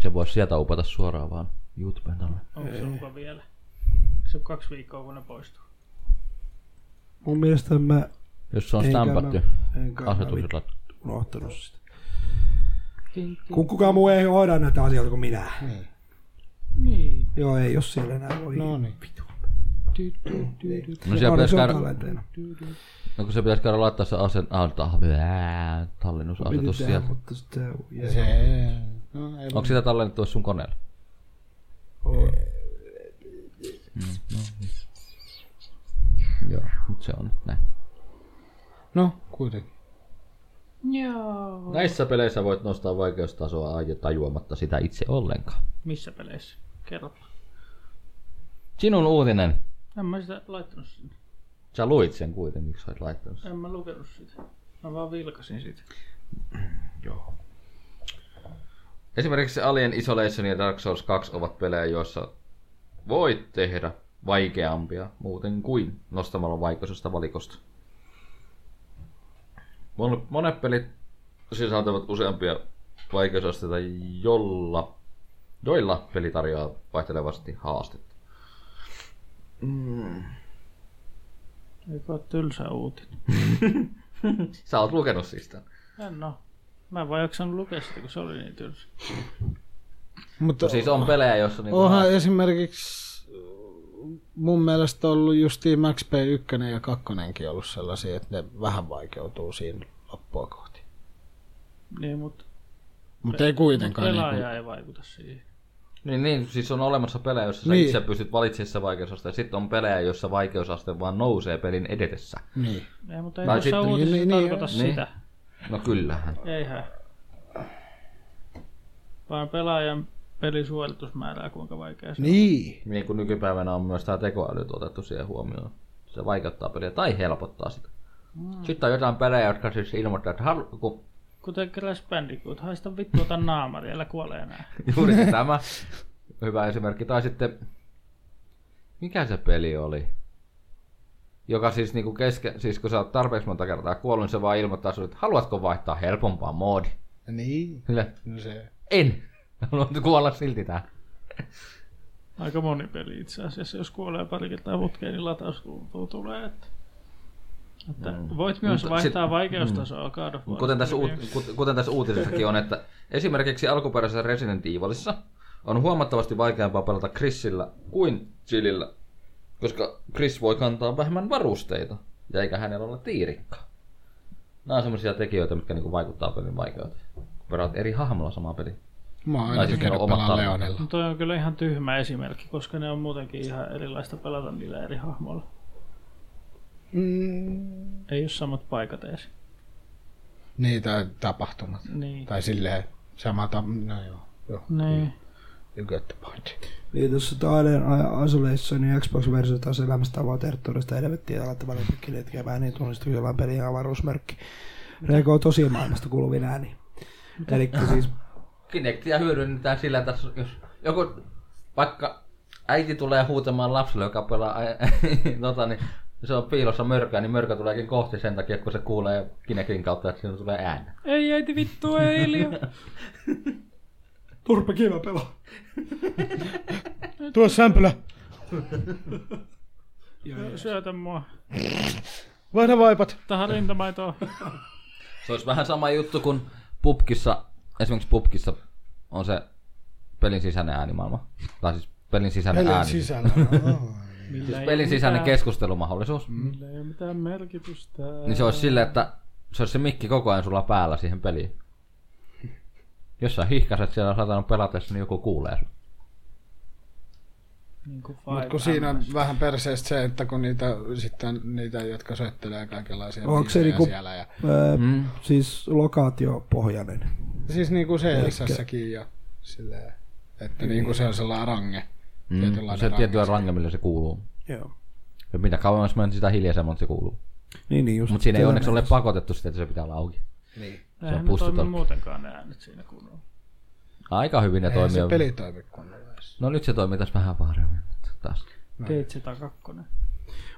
Speaker 4: Se voisi sieltä upata suoraan vaan YouTubeen talle.
Speaker 5: Onko se muka vielä? Se on kaksi viikkoa, kun ne poistuu.
Speaker 3: Mun mielestä mä
Speaker 4: Jos se on
Speaker 3: Eikä
Speaker 4: stampattu
Speaker 3: mä- eikä mä
Speaker 4: asetusilla.
Speaker 3: unohtanut sitä. Kun kukaan muu ei hoida näitä asioita kuin minä.
Speaker 5: Niin. <clears throat>
Speaker 3: Joo, ei jos siellä enää voi.
Speaker 2: No niin.
Speaker 4: No siellä pitäisi käydä,
Speaker 3: Horisontaaleteina.
Speaker 4: no kun se pitäisi käydä laittaa se asen, alta, ää, tallennusasetus
Speaker 3: Yritetään,
Speaker 4: sieltä.
Speaker 3: mutta sitä ei
Speaker 2: Se, no, ei,
Speaker 4: Onko sitä tallennettu sun koneella?
Speaker 3: ole.
Speaker 4: Joo, nyt se on näin.
Speaker 2: no kuitenkin.
Speaker 5: Joo.
Speaker 4: Näissä peleissä voit nostaa vaikeustasoa aie- tajuamatta sitä itse ollenkaan.
Speaker 5: Missä peleissä? Kerro.
Speaker 4: Sinun uutinen.
Speaker 5: En mä sitä laittanut sinne.
Speaker 4: Sä luit sen kuitenkin, kun sä olet laittanut sen.
Speaker 5: En mä lukenut sitä. Mä vaan vilkasin sitä.
Speaker 4: Esimerkiksi Alien Isolation ja Dark Souls 2 ovat pelejä, joissa voit tehdä vaikeampia muuten kuin nostamalla vaikeusasta valikosta. Mon- Monet pelit sisältävät useampia vaikeusasteita, jolla, joilla peli tarjoaa vaihtelevasti haastetta.
Speaker 5: Eikö oo tylsä uutinen?
Speaker 4: Sä oot lukenut siis tämän.
Speaker 5: En oo. Mä en vaan jaksanut lukea sitä, kun se oli niin tylsä.
Speaker 2: Mutta
Speaker 4: No siis on pelejä, joissa niinku
Speaker 2: onhan esimerkiksi mun mielestä ollut justiin Max P1 ja 2 ollut sellaisia, että ne vähän vaikeutuu siinä loppua kohti.
Speaker 5: Niin, mutta
Speaker 2: Mutta ei
Speaker 5: mut
Speaker 2: kuitenkaan.
Speaker 5: pelaaja
Speaker 2: Niin kuin,
Speaker 5: ei vaikuta siihen.
Speaker 4: Niin, niin, siis on olemassa pelejä, joissa niin.
Speaker 2: Niin.
Speaker 4: sä itse pystyt valitsemaan se vaikeusaste, ja sitten on pelejä, joissa vaikeusaste vaan nousee pelin edetessä.
Speaker 2: niin.
Speaker 5: Ei, mutta ei
Speaker 4: Tai
Speaker 5: tuossa
Speaker 4: sitten-
Speaker 5: uutisessa
Speaker 2: niin, niin,
Speaker 5: tarkoita
Speaker 4: niin.
Speaker 5: sitä.
Speaker 4: No kyllähän.
Speaker 5: Eihän. Vaan pelaajan pelisuoritusmäärää, kuinka vaikea se on.
Speaker 2: niin.
Speaker 4: Niin kuin nykypäivänä on myös tämä tekoäly otettu siihen huomioon. Se vaikeuttaa peliä tai helpottaa sitä. Mm. Sitten on jotain pelejä, jotka siis ilmoittaa, että halu- kun <laughs>
Speaker 5: Kuten Crash Bandicoot, haista vittu ota naamari, älä kuole enää.
Speaker 4: juuri tämä. Hyvä esimerkki. Tai sitten, mikä se peli oli? Joka siis, niinku keske, siis kun sä oot tarpeeksi monta kertaa kuollut, niin se vaan ilmoittaa sulle, että haluatko vaihtaa helpompaa moodi.
Speaker 2: Niin.
Speaker 4: Sille,
Speaker 2: No se.
Speaker 4: En. <laughs> Haluan kuolla silti tähän.
Speaker 5: Aika moni peli itse asiassa, jos kuolee pari kertaa putkeen, niin lataus tuntuu tulee, että... Että voit myös
Speaker 4: Mutta
Speaker 5: vaihtaa
Speaker 4: Mm. sit-
Speaker 5: vaikeustasoa God of War. Niin,
Speaker 4: Kuten tässä, uut- kut- kuten tässä uutisessakin on, että esimerkiksi alkuperäisessä Resident Evilissa on huomattavasti vaikeampaa pelata Chrisillä kuin Chillillä, koska Chris voi kantaa vähemmän varusteita, ja eikä hänellä ole tiirikkaa. Nämä on sellaisia tekijöitä, mitkä niinku vaikuttaa pelin vaikeuteen. Kun pelaat eri hahmolla samaa peliä.
Speaker 2: Mä oon
Speaker 4: Tai
Speaker 2: aina
Speaker 4: siis ne on
Speaker 2: tykännyt
Speaker 4: omat
Speaker 2: pelaa
Speaker 4: tarinat.
Speaker 2: Leonella.
Speaker 5: No toi on kyllä ihan tyhmä esimerkki, koska ne on muutenkin ihan erilaista pelata niillä eri hahmoilla. Mm. Ei ole samat paikat edes.
Speaker 2: Niin, tai tapahtumat.
Speaker 5: Niin.
Speaker 2: Tai silleen sama tam... No joo. Joo.
Speaker 5: Niin.
Speaker 4: Mm.
Speaker 2: You get the point.
Speaker 3: Niin tuossa Alien Isolation ja Xbox-versio taas elämästä avaa terttuudesta helvettiä tällä tavalla pikki letkeä vähän niin tunnistuu jollain pelin avaruusmerkki. Reagoi tosi maailmasta kuuluvin ääni. Eli siis
Speaker 4: Kinektiä hyödynnetään sillä, että jos joku vaikka äiti tulee huutamaan lapselle, joka pelaa, ä- <laughs> tota, niin se on piilossa mörkää, niin mörkä tuleekin kohti sen takia, kun se kuulee Kinectin kautta, että siinä tulee ääni.
Speaker 5: Ei äiti vittu, ei liian.
Speaker 3: turpa kivä pelaa.
Speaker 2: Tuo sämpylä!
Speaker 5: Syötä mua.
Speaker 2: Vaihda vaipat!
Speaker 5: Tähän rintamaitoon.
Speaker 4: Siis Se olisi vähän sama juttu kuin pubkissa, esimerkiksi pubkissa on se pelin sisäinen äänimaailma. Tai siis pelin sisäinen pelin
Speaker 2: Pelin
Speaker 4: ääni. Sisä-
Speaker 2: sisällä. joo.
Speaker 5: Millä ei
Speaker 4: pelin
Speaker 5: ole
Speaker 4: sisäinen
Speaker 5: mitään-
Speaker 4: keskustelumahdollisuus. Mm.
Speaker 5: Millä ei ole mitään merkitystä.
Speaker 4: Niin se olisi silleen, että se olisi se mikki koko ajan sulla päällä siihen peliin. Jos sä hihkaset siellä satanut pelatessa, niin joku kuulee sut.
Speaker 5: Niin kuin
Speaker 2: Mutta kun siinä on vähän perseestä se, että kun niitä, sitten niitä jotka soittelee kaikenlaisia
Speaker 3: Onko se
Speaker 2: biisejä
Speaker 3: niinku-
Speaker 2: siellä. Ja,
Speaker 3: Öö, mm. Siis lokaatiopohjainen.
Speaker 2: siis niin kuin CSS-säkin ja silleen, että niin kuin se on sellainen range.
Speaker 4: Mm,
Speaker 2: Tietynlainen
Speaker 4: se tietyllä
Speaker 2: range.
Speaker 4: range, millä se kuuluu.
Speaker 3: Joo.
Speaker 4: Ja mitä kauemmas menen, sitä hiljaisemmalta se kuuluu.
Speaker 3: Niin, niin just.
Speaker 4: Mutta siinä ei
Speaker 3: Tätä
Speaker 4: onneksi ole
Speaker 3: mennessä.
Speaker 4: pakotettu sitä, että se pitää olla auki.
Speaker 5: se on
Speaker 4: pussutolppa.
Speaker 5: pustutalkki. muutenkaan ne äänet siinä kunnolla.
Speaker 4: Aika hyvin ne
Speaker 2: Eihän se
Speaker 4: toimii.
Speaker 2: peli toimi kunnolla.
Speaker 4: No nyt se toimii tässä vähän paremmin. Taas.
Speaker 5: DZ2.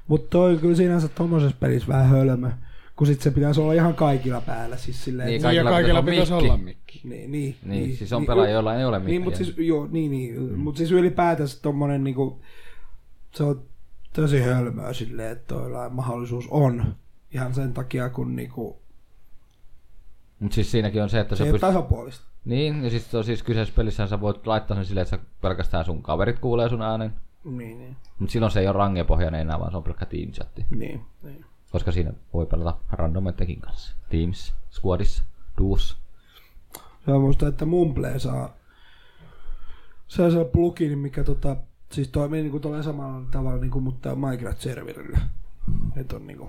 Speaker 3: Mut toi on kyllä sinänsä tommosessa pelissä vähän hölmö, kun sit se pitäisi olla ihan kaikilla päällä. Siis silleen,
Speaker 4: Niin,
Speaker 3: niin,
Speaker 2: Niin ja kaikilla
Speaker 4: pitäisi
Speaker 2: pitäisi
Speaker 4: olla
Speaker 2: olla mikki.
Speaker 3: niin, niin,
Speaker 4: Niin, siis on pelaajia, joilla ei ole
Speaker 3: Niin,
Speaker 4: mitään.
Speaker 3: mut siis, joo, niin, niin. Mm. Mut siis ylipäätänsä tommonen niinku, se on tosi hölmöä silleen, että toilla mahdollisuus on. Ihan sen takia, kun niinku,
Speaker 4: Mut siis siinäkin on se, että
Speaker 3: se
Speaker 4: se
Speaker 3: ei ole
Speaker 4: pyst...
Speaker 3: tasapuolista.
Speaker 4: Niin, ja siis, to, siis kyseisessä pelissä sä voit laittaa sen silleen, että sä pelkästään sun kaverit kuulee sun äänen.
Speaker 3: Niin, niin.
Speaker 4: Mutta silloin se ei ole rangepohjainen enää, vaan se on pelkkä team chatti.
Speaker 3: niin, niin.
Speaker 4: Koska siinä voi pelata randomettekin kanssa. Teams, Squadissa, Duos.
Speaker 3: Se on muista, että Mumble saa saa sellainen plugin, mikä tota, siis toimii niinku tolleen samalla tavalla, niinku, mutta Minecraft-serverillä. Et on niinku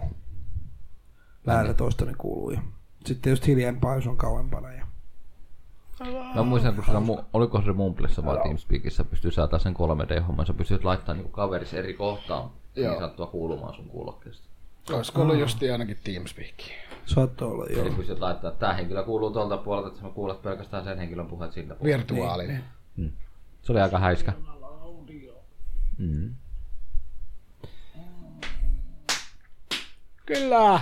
Speaker 3: lähellä toista ne kuuluu. Ja. Sitten just hiljempaa, jos on kauempana. Ja.
Speaker 4: Mä muistan, kun sillä, mu- oliko se Mumblessa vai Teamspeakissa, pystyy säätämään sen 3D-homman, sä pystyt laittamaan niinku kaverissa eri kohtaan
Speaker 2: Joo.
Speaker 4: niin sanottua kuulumaan sun kuulokkeesta.
Speaker 2: Olisiko ollut Niin, justiin ainakin Teamspeakia?
Speaker 3: Saattoi olla,
Speaker 4: Eli
Speaker 3: joo.
Speaker 4: pystyt laittamaan, että tämä henkilö kuuluu tuolta puolelta, että sä kuulet pelkästään sen henkilön puheet siltä puolelta.
Speaker 2: Virtuaalinen.
Speaker 4: Se oli aika häiskä.
Speaker 2: Kyllä!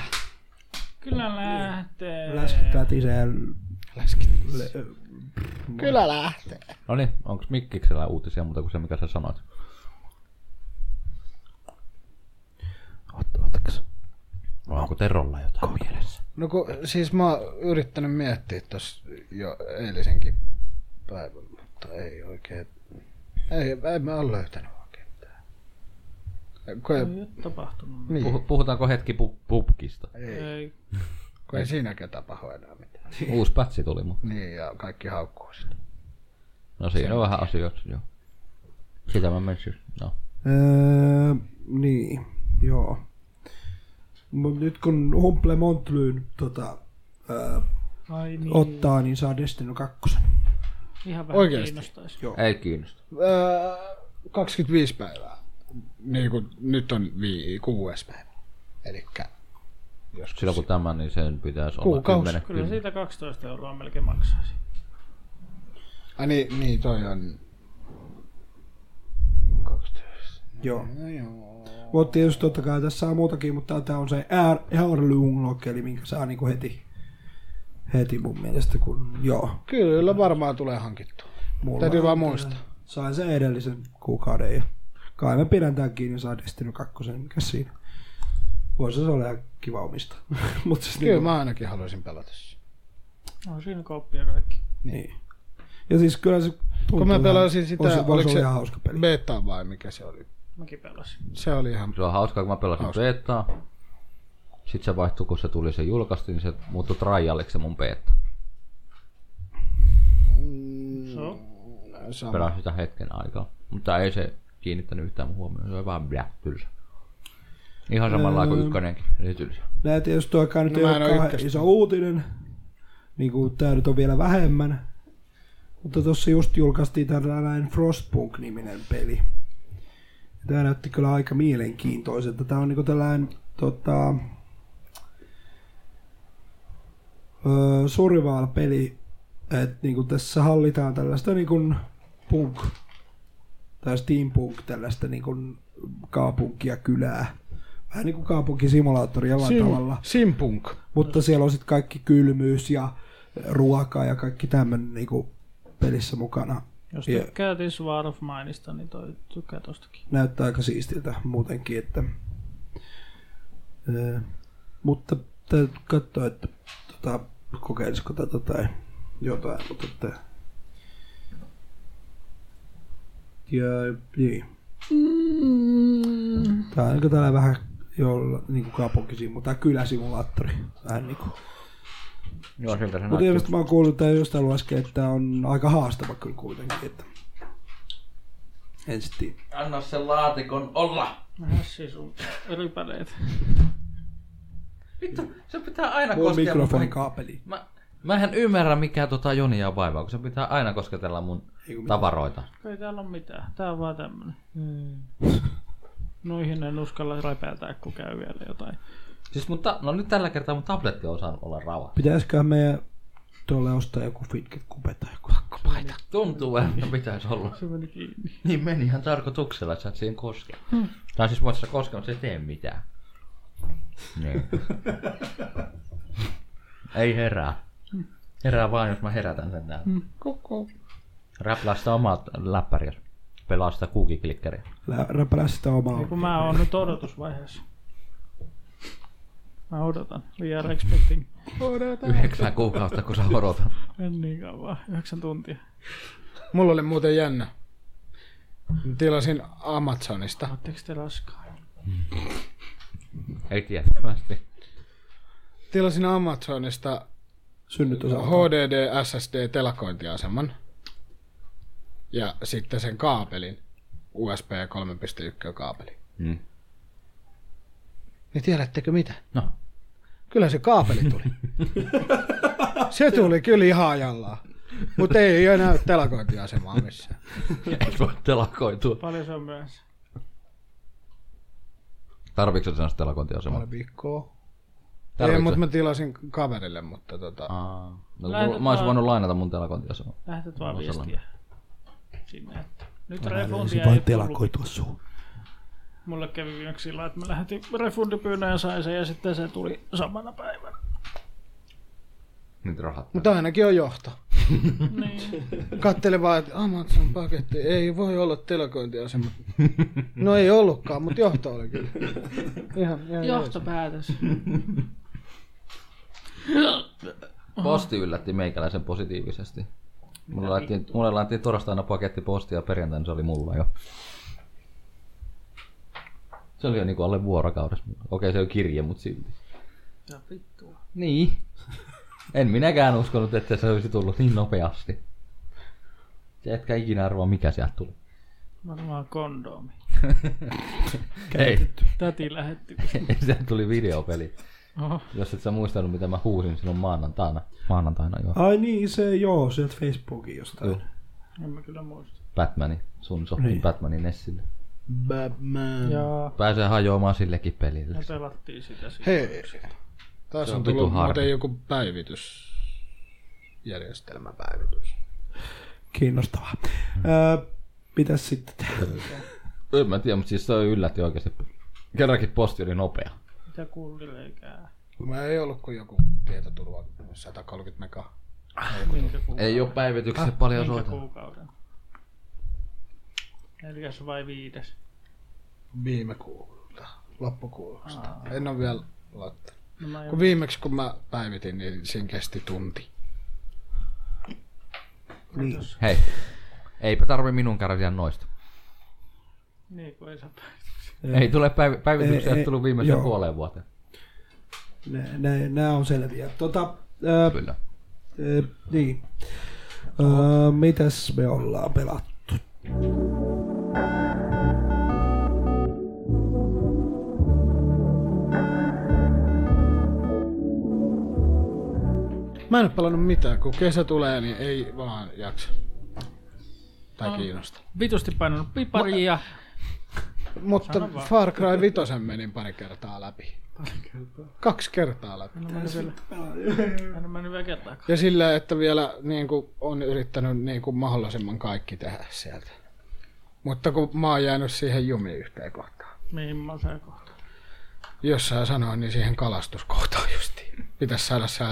Speaker 5: Kyllä lähtee.
Speaker 3: Läskittää isään.
Speaker 2: Läskit.
Speaker 3: Le-
Speaker 2: Kyllä lähtee.
Speaker 4: No niin, onko Mikkiksellä uutisia muuta kuin se, mikä sä sanoit?
Speaker 3: Ot- otakas.
Speaker 4: Vai onko Terolla jotain mielessä?
Speaker 2: No kun, siis mä oon yrittänyt miettiä tossa jo eilisenkin päivän, mutta ei oikein. Ei, ei mä oon löytänyt oikein mitään. Kun ei,
Speaker 5: Ei ole tapahtunut.
Speaker 4: Puhu,
Speaker 2: niin,
Speaker 4: puhutaanko hetki pu- pubkista?
Speaker 2: ei,
Speaker 5: Ei.
Speaker 2: kun ei siinäkään tapahdu enää mitään.
Speaker 4: Uusi pätsi tuli, mutta
Speaker 2: Niin, ja kaikki haukkuu sitä.
Speaker 4: no siinä on vähän asioita, joo. Sitä mä menin, no.
Speaker 3: Öö, niin, joo. Mut nyt kun Humble Montlyyn tota, öö,
Speaker 5: Ai niin.
Speaker 3: ottaa, niin saa Destiny 2.
Speaker 5: Ihan vähän
Speaker 2: Oikeesti?
Speaker 5: kiinnostaisi.
Speaker 4: Ei kiinnosta.
Speaker 2: Öö, 25 päivää. Niin kuin nyt on vii, kuudes päivä. Elikkä
Speaker 4: Silloin kun tämä, niin sen pitäisi olla
Speaker 2: Kuukausi.
Speaker 4: 10.
Speaker 5: Kyllä siitä 12 euroa melkein maksaisi.
Speaker 2: Ai niin, niin toi on... 12.
Speaker 3: Joo.
Speaker 2: No joo.
Speaker 3: Mutta tietysti totta kai tässä on muutakin, mutta tämä on se Air, Airloon eli minkä saa niinku heti, heti mun mielestä, kun joo.
Speaker 2: Kyllä varmaan Niin. tulee hankittua.
Speaker 3: Mulla
Speaker 2: Täytyy
Speaker 3: on
Speaker 2: vaan
Speaker 3: kyllä.
Speaker 2: muistaa.
Speaker 3: Sain sen edellisen kuukauden ja kai mä pidän tämän kiinni ja saan Destiny 2, mikä siinä. Voisi se olla ihan kiva omistaa. <laughs> Mut siis
Speaker 2: Kyllä
Speaker 3: niinku-
Speaker 2: mä ainakin haluaisin pelata sen.
Speaker 5: No siinä kauppia kaikki.
Speaker 3: Niin. Ja siis kyllä se tuntuu
Speaker 2: Kun mä
Speaker 3: ihan-
Speaker 2: pelasin
Speaker 3: on
Speaker 2: sitä,
Speaker 3: se, oliko
Speaker 2: oliko
Speaker 3: se
Speaker 2: se
Speaker 3: ihan hauska peli.
Speaker 2: beta vai mikä se oli?
Speaker 5: Mäkin pelasin.
Speaker 2: Se oli ihan...
Speaker 4: Se on hauskaa, kun mä pelasin
Speaker 2: Hauskaa.
Speaker 4: betaa. Sitten se vaihtui, kun se tuli, se julkaistiin, niin se muuttui trialiksi se mun beta.
Speaker 5: So.
Speaker 2: Sama.
Speaker 4: Pelasin sitä hetken aikaa. Mutta ei se kiinnittänyt yhtään mun huomioon, se oli vähän blä, tylsä. Ihan samalla
Speaker 2: Öö.
Speaker 4: kuin ykkönenkin, eli tylsä.
Speaker 3: Nää tietysti tuokaan nyt
Speaker 2: No
Speaker 3: ei
Speaker 2: mä
Speaker 3: ole
Speaker 2: en oo
Speaker 3: kauhean
Speaker 2: ykköstä.
Speaker 3: iso uutinen. Niin kuin tää nyt on vielä vähemmän. Mutta tuossa just julkaistiin tällainen Frostpunk-niminen peli. Tämä näytti kyllä aika mielenkiintoiselta. Tämä on niinku tällainen tota, öö, survival-peli. Et niinku tässä hallitaan tällaista niinku punk tai steampunk tällaista niinku kaupunkia kylää. Vähän niin kuin kaupunkisimulaattori jollain
Speaker 2: Sim,
Speaker 3: tavalla.
Speaker 2: simpunk.
Speaker 3: Mutta siellä on sitten kaikki kylmyys ja ruoka ja kaikki tämmöinen niinku pelissä mukana.
Speaker 5: Jos
Speaker 3: Ja-
Speaker 5: tykkää This War of Mineista, niin toi tykkää tostakin.
Speaker 3: Näyttää aika siistiltä muutenkin, että... Öö, mutta täytyy katsoa, että tota, kokeilisiko tätä tai jotain, mutta että... Ja niin. Tää on niinku tällä vähän jolla niinku kaupunkisimu, mutta kyläsimulaattori. Vähän niinku.
Speaker 4: Joo, siltä se
Speaker 3: Mutta
Speaker 4: näytti.
Speaker 3: ilmeisesti mä oon kuullut tää jostain ollut äsken, että tää on aika haastava kyllä kuitenkin. Että... En sit tiedä.
Speaker 6: Anna sen laatikon olla.
Speaker 5: Nähdä siis sun rypäleet.
Speaker 4: Vittu, se pitää aina
Speaker 3: Mulla on
Speaker 4: koskea.
Speaker 3: mikrofonin kaapeli.
Speaker 4: Mä, mä en ymmärrä, mikä tota Jonia vaivaa, kun se pitää aina kosketella mun tavaroita.
Speaker 5: Ei täällä ole mitään. Tää on vaan tämmönen. Noihin en uskalla räpäätää, kun käy vielä jotain.
Speaker 4: Siis mun ta- no nyt tällä kertaa mun tabletti on osannut olla rava.
Speaker 3: Pitäisiköhän meidän tuolle ostaa joku fitket kupe tai joku hakkapaita.
Speaker 4: Niin, Tuntuu, että pitäisi olla.
Speaker 5: Se meni kiinni.
Speaker 4: Niin meni ihan tarkoituksella, että sä et siihen koske. Hmm. Tai siis voit sä koske, mutta se ei tee mitään. Niin. ei herää. Herää vaan, jos mä herätän sen täällä. Hmm. Räplää sitä omaa läppäriä. Pelaa sitä kuukiklikkeriä.
Speaker 3: Lä- Räpälä sitä omaa.
Speaker 5: Kun Niin mä oon nyt odotusvaiheessa. Mä odotan. We are expecting.
Speaker 4: Yhdeksän kuukautta, kun sä odotat.
Speaker 5: En niin kauan. Yhdeksän tuntia.
Speaker 2: Mulla oli muuten jännä. Tilasin Amazonista.
Speaker 5: Oletteko te raskaan?
Speaker 4: Ei tiettävästi.
Speaker 2: Tilasin Amazonista
Speaker 3: Synnytysalta.
Speaker 2: HDD SSD telakointiaseman ja sitten sen kaapelin, USB 3.1 kaapeli.
Speaker 4: Mm.
Speaker 2: Niin tiedättekö mitä?
Speaker 4: No.
Speaker 2: Kyllä se kaapeli <laughs> tuli. se tuli kyllä ihan ajallaan. Mutta ei, ei näy telakointiasemaa missään.
Speaker 4: Ei voi telakoitua.
Speaker 5: Paljon se on myös.
Speaker 4: Tarviiko sinä telakointiasema?
Speaker 2: Puoli viikkoa. Ei,
Speaker 4: Tarvitset.
Speaker 2: mutta mä tilasin kaverille, mutta tota,
Speaker 4: Aa, no,
Speaker 5: Lähetä
Speaker 4: mä olisin
Speaker 5: vaan-
Speaker 4: voinut lainata mun telakointiasemaa.
Speaker 5: Lähetät vaan
Speaker 4: No,
Speaker 5: viestiä
Speaker 4: sellainen.
Speaker 5: sinne, että nyt
Speaker 3: Se
Speaker 5: refundia ei
Speaker 3: vaan
Speaker 5: tullut.
Speaker 3: telakoitua suun.
Speaker 5: Mulle kävi viimeksi sillä, että mä lähetin refundipyynnön ja sain sen ja sitten se tuli samana päivänä.
Speaker 4: Nyt rahat.
Speaker 2: mutta ainakin on johto.
Speaker 5: Niin.
Speaker 2: Kattele vaan, että Amazon paketti, ei voi olla telakointiasema. No ei ollutkaan, mutta johto oli kyllä. Ihan, ihan
Speaker 5: Johtopäätös.
Speaker 4: Posti yllätti meikäläisen positiivisesti. Mulle laitettiin, mulle laitettiin torstaina paketti postia ja perjantaina se oli mulla jo. Se oli jo niinku alle vuorokaudessa. Okei, se on kirje, mutta silti.
Speaker 5: Ja vittua.
Speaker 4: Niin. En minäkään uskonut, että se olisi tullut niin nopeasti. Se etkä ikinä arvaa, mikä sieltä tuli.
Speaker 5: Varmaan kondomi.
Speaker 4: Ei,
Speaker 5: Täti lähetti.
Speaker 4: <laughs> sieltä tuli videopeli.
Speaker 5: Oho.
Speaker 4: Jos et sä muistanut, mitä mä huusin silloin maanantaina. Maanantaina joo.
Speaker 3: Ai niin, se joo, sieltä Facebookin jostain.
Speaker 5: En mä kyllä muista.
Speaker 4: Batmani. Sun sohti
Speaker 3: Niin.
Speaker 4: Batmanin Nessille.
Speaker 2: Batman.
Speaker 5: Jaa.
Speaker 4: Pääsee hajoamaan sillekin pelille.
Speaker 5: Me pelattiin sitä siitä.
Speaker 2: Hei, taas
Speaker 4: Se
Speaker 2: on
Speaker 4: on vitu
Speaker 2: tullut
Speaker 4: harmi.
Speaker 2: muuten joku päivitys. Järjestelmäpäivitys.
Speaker 3: Kiinnostavaa. Öö, mitäs sitten tehdä?
Speaker 4: En mä tiedä, mutta siis se on yllätti oikeasti. Kerrankin posti oli nopea.
Speaker 5: Mitä kullileikää?
Speaker 2: Mä ei ollut kuin joku tietoturva 130 megaa.
Speaker 5: Minkä kuukauden?
Speaker 4: Ei ole päivityksessä paljon
Speaker 5: Minkä
Speaker 4: soita.
Speaker 5: kuukauden? Neljäs vai viides?
Speaker 2: Viime kuulta, loppukuulosta. En ole vielä laittanut.
Speaker 5: No mä en...
Speaker 2: Kun viimeksi kun mä päivitin, niin siinä kesti tunti.
Speaker 3: Niin.
Speaker 4: Hei, eipä tarvi minun kärsiä noista.
Speaker 5: Niin kun ei saa päivä.
Speaker 4: Ei tule päiv- päivityksiä,
Speaker 3: Ei,
Speaker 4: ei,
Speaker 3: ei,
Speaker 4: tullut viimeisen
Speaker 3: joo.
Speaker 4: puoleen vuoteen.
Speaker 3: Nämä on selviä. Tota, öö,
Speaker 4: Kyllä.
Speaker 3: Ö, niin. Öö, mitäs me ollaan pelattu?
Speaker 2: Mä en ole pelannut mitään, kun kesä tulee, niin ei vaan jaksa. Tai
Speaker 5: Ah.
Speaker 2: kiinnosta.
Speaker 5: Vitusti painanut piparia.
Speaker 2: Mutta
Speaker 5: Sano vaan.
Speaker 2: Far Cry 5 menin pari kertaa läpi. Kaksi kertaa läpi.
Speaker 5: En ole mennyt vielä. En ole mennyt vielä kertaakaan.
Speaker 2: Ja sillä, että vielä niin kuin, on yrittänyt niin kuin, mahdollisimman kaikki tehdä sieltä. Mutta kun mä oon jäänyt siihen jumiin yhteen kohtaan.
Speaker 5: Mihin mä saan kohta?
Speaker 2: Jossain sanoin, niin siihen kalastuskohtaan justiin. Pitäisi saada se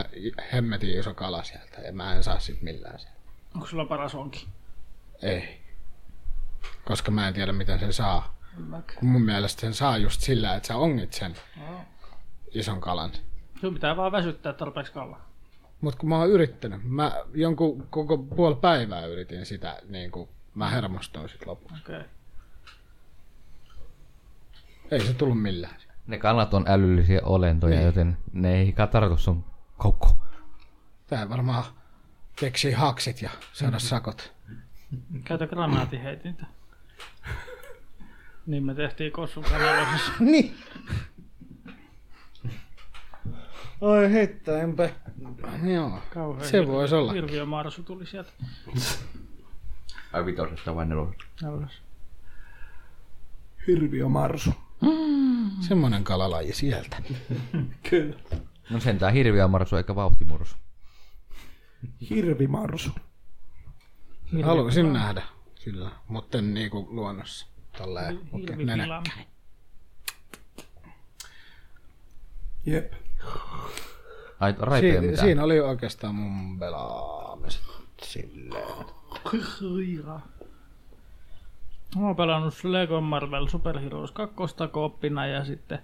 Speaker 2: hemmetin iso kala sieltä ja mä en saa sit millään sieltä.
Speaker 5: Onko sulla paras onki?
Speaker 2: Ei. Koska mä en tiedä, miten sen saa.
Speaker 5: En mäkään.
Speaker 2: Kun mun mielestä sen saa just sillä, että sä ongit sen
Speaker 5: Joo.
Speaker 2: ison kalan.
Speaker 5: Sun pitää vaan väsyttää tarpeeksi kauan.
Speaker 2: Mutta kun mä oon yrittänyt, mä jonkun koko puoli päivää yritin sitä, niin kuin mä hermostuin sit lopuksi.
Speaker 5: Okei. Okay.
Speaker 2: Ei se tullut millään.
Speaker 4: Ne kalat on älyllisiä olentoja,
Speaker 2: Niin.
Speaker 4: joten ne ei katartu sun koko.
Speaker 2: Tää varmaan keksii haksit ja saada sakot.
Speaker 5: Käytä granaatin heitintä. niin me tehtiin Kossun kanavassa.
Speaker 2: Niin. Oi hitto, enpä. Joo,
Speaker 5: Kauhean
Speaker 2: se voisi olla.
Speaker 5: Hirviö Marsu tuli sieltä.
Speaker 4: Ai vitosesta vai nelosesta?
Speaker 5: Nauras.
Speaker 3: Hirviö Marsu.
Speaker 2: Semmonen kalalaji sieltä.
Speaker 3: Kyllä.
Speaker 4: No sentään hirviä marsu eikä vauhtimursu.
Speaker 3: Hirvi Marsu.
Speaker 2: Haluaisin nähdä, kyllä, mutta en niinku luonnossa. Tolleen, okay, nenä.
Speaker 5: Hirvipila.
Speaker 3: Jep.
Speaker 4: Ai raipia
Speaker 2: Siin,
Speaker 4: mitä?
Speaker 2: siinä oli oikeastaan mun pelaamiset silleen.
Speaker 5: Hiira. Mä oon pelannut Lego Marvel Super Heroes 2 kooppina ja sitten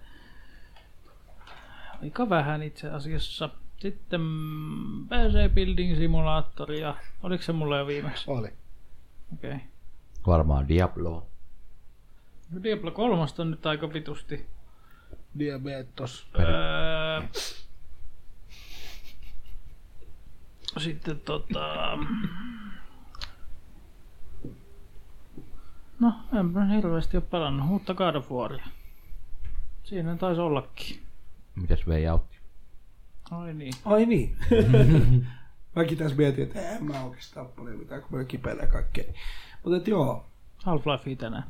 Speaker 5: aika vähän itse asiassa. Sitten mm, PC Building Simulaattoria. Oliko se mulla jo viimeksi?
Speaker 2: Oli.
Speaker 5: Okei. Okay.
Speaker 7: Varmaan Diablo.
Speaker 5: Diablo 3 on nyt aika vitusti.
Speaker 2: Diabetos.
Speaker 5: Öö, sitten tota... No, en mä hirveästi ole pelannut uutta God of Waria. Siinä taisi ollakin.
Speaker 7: Mitäs vei autti?
Speaker 5: Ai niin.
Speaker 3: Ai niin. <laughs> Mäkin tässä mietin, että en mä oikeastaan paljon mitään, kun mä kipeillä kaikkea. Mutta et joo,
Speaker 5: Half-Life tänään.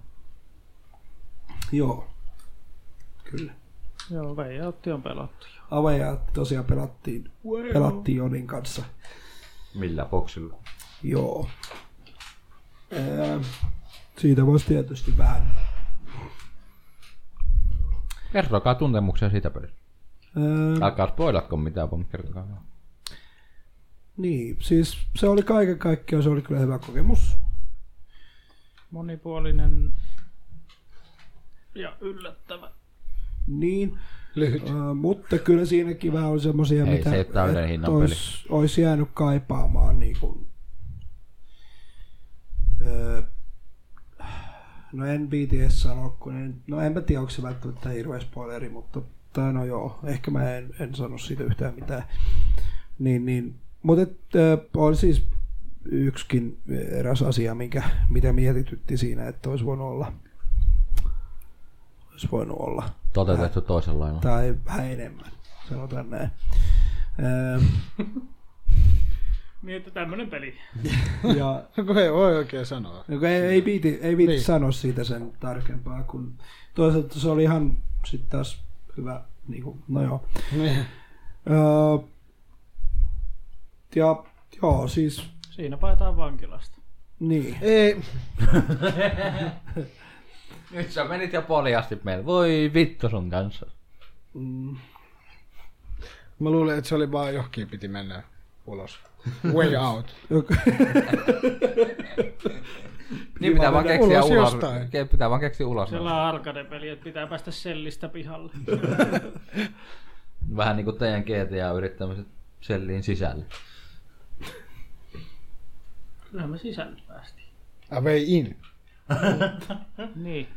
Speaker 3: joo. Kyllä.
Speaker 5: Joo, Veijaltti on pelattu. jo.
Speaker 3: Aveja tosiaan pelattiin, pelattiin Jonin kanssa.
Speaker 7: Millä boksilla?
Speaker 3: Joo. Ää, siitä voisi tietysti vähän.
Speaker 7: Kertokaa tuntemuksia siitä pelistä.
Speaker 3: Ää,
Speaker 7: Älkää spoilatko mitään, vaan kertokaa vaan.
Speaker 3: Niin, siis se oli kaiken kaikkiaan, se oli kyllä hyvä kokemus.
Speaker 5: Monipuolinen ja yllättävä.
Speaker 3: Niin,
Speaker 2: Lyhyt.
Speaker 3: äh, mutta kyllä siinäkin vähän oli semmoisia,
Speaker 7: Ei,
Speaker 3: mitä
Speaker 7: se ei ole täydellinen hinnan
Speaker 3: olisi, olisi jäänyt kaipaamaan niin kuin, öö, no en BTS sano, kun en, no en mä tiedä, onko se välttämättä hirveä spoileri, mutta tai no joo, ehkä mä en, en sano siitä yhtään mitään. Niin, niin. Mutta äh, on siis yksikin eräs asia, minkä, mitä mietitytti siinä, että olisi voinut olla. Olisi voinut olla
Speaker 7: Toteutettu toisella lailla.
Speaker 3: tai vähän enemmän, sanotaan näin. Öö,
Speaker 5: Niin, että tämmönen peli.
Speaker 2: <laughs>
Speaker 3: ja,
Speaker 2: <laughs> Kun ei voi oikein sanoa.
Speaker 3: no kun ei, ei viiti, ei viiti
Speaker 2: Niin.
Speaker 3: niin. sanoa siitä sen tarkempaa, kun toisaalta se oli ihan sitten taas hyvä, niin kuin, no joo.
Speaker 2: Niin.
Speaker 3: Öö, ja joo, siis
Speaker 5: Siinä paetaan vankilasta.
Speaker 3: niin.
Speaker 2: Ei,
Speaker 7: Nyt sä menit jo paljasti meille. Voi vittu sun kanssa.
Speaker 3: Mm,
Speaker 2: mä luulin, että se oli vaan johonkin piti mennä ulos. Way out.
Speaker 3: joka-
Speaker 7: Niin pitää vaan keksiä
Speaker 2: ulos
Speaker 7: ulos.
Speaker 2: jostain.
Speaker 7: ke- Pitää vaan keksiä ulos.
Speaker 5: Siellä on arcade-peli, että pitää päästä sellistä pihalle.
Speaker 7: Vähän niinku teidän GTA-yrittämiset selliin sisälle.
Speaker 5: Kyllä me sisälle päästiin.
Speaker 2: Away in.
Speaker 5: Niin,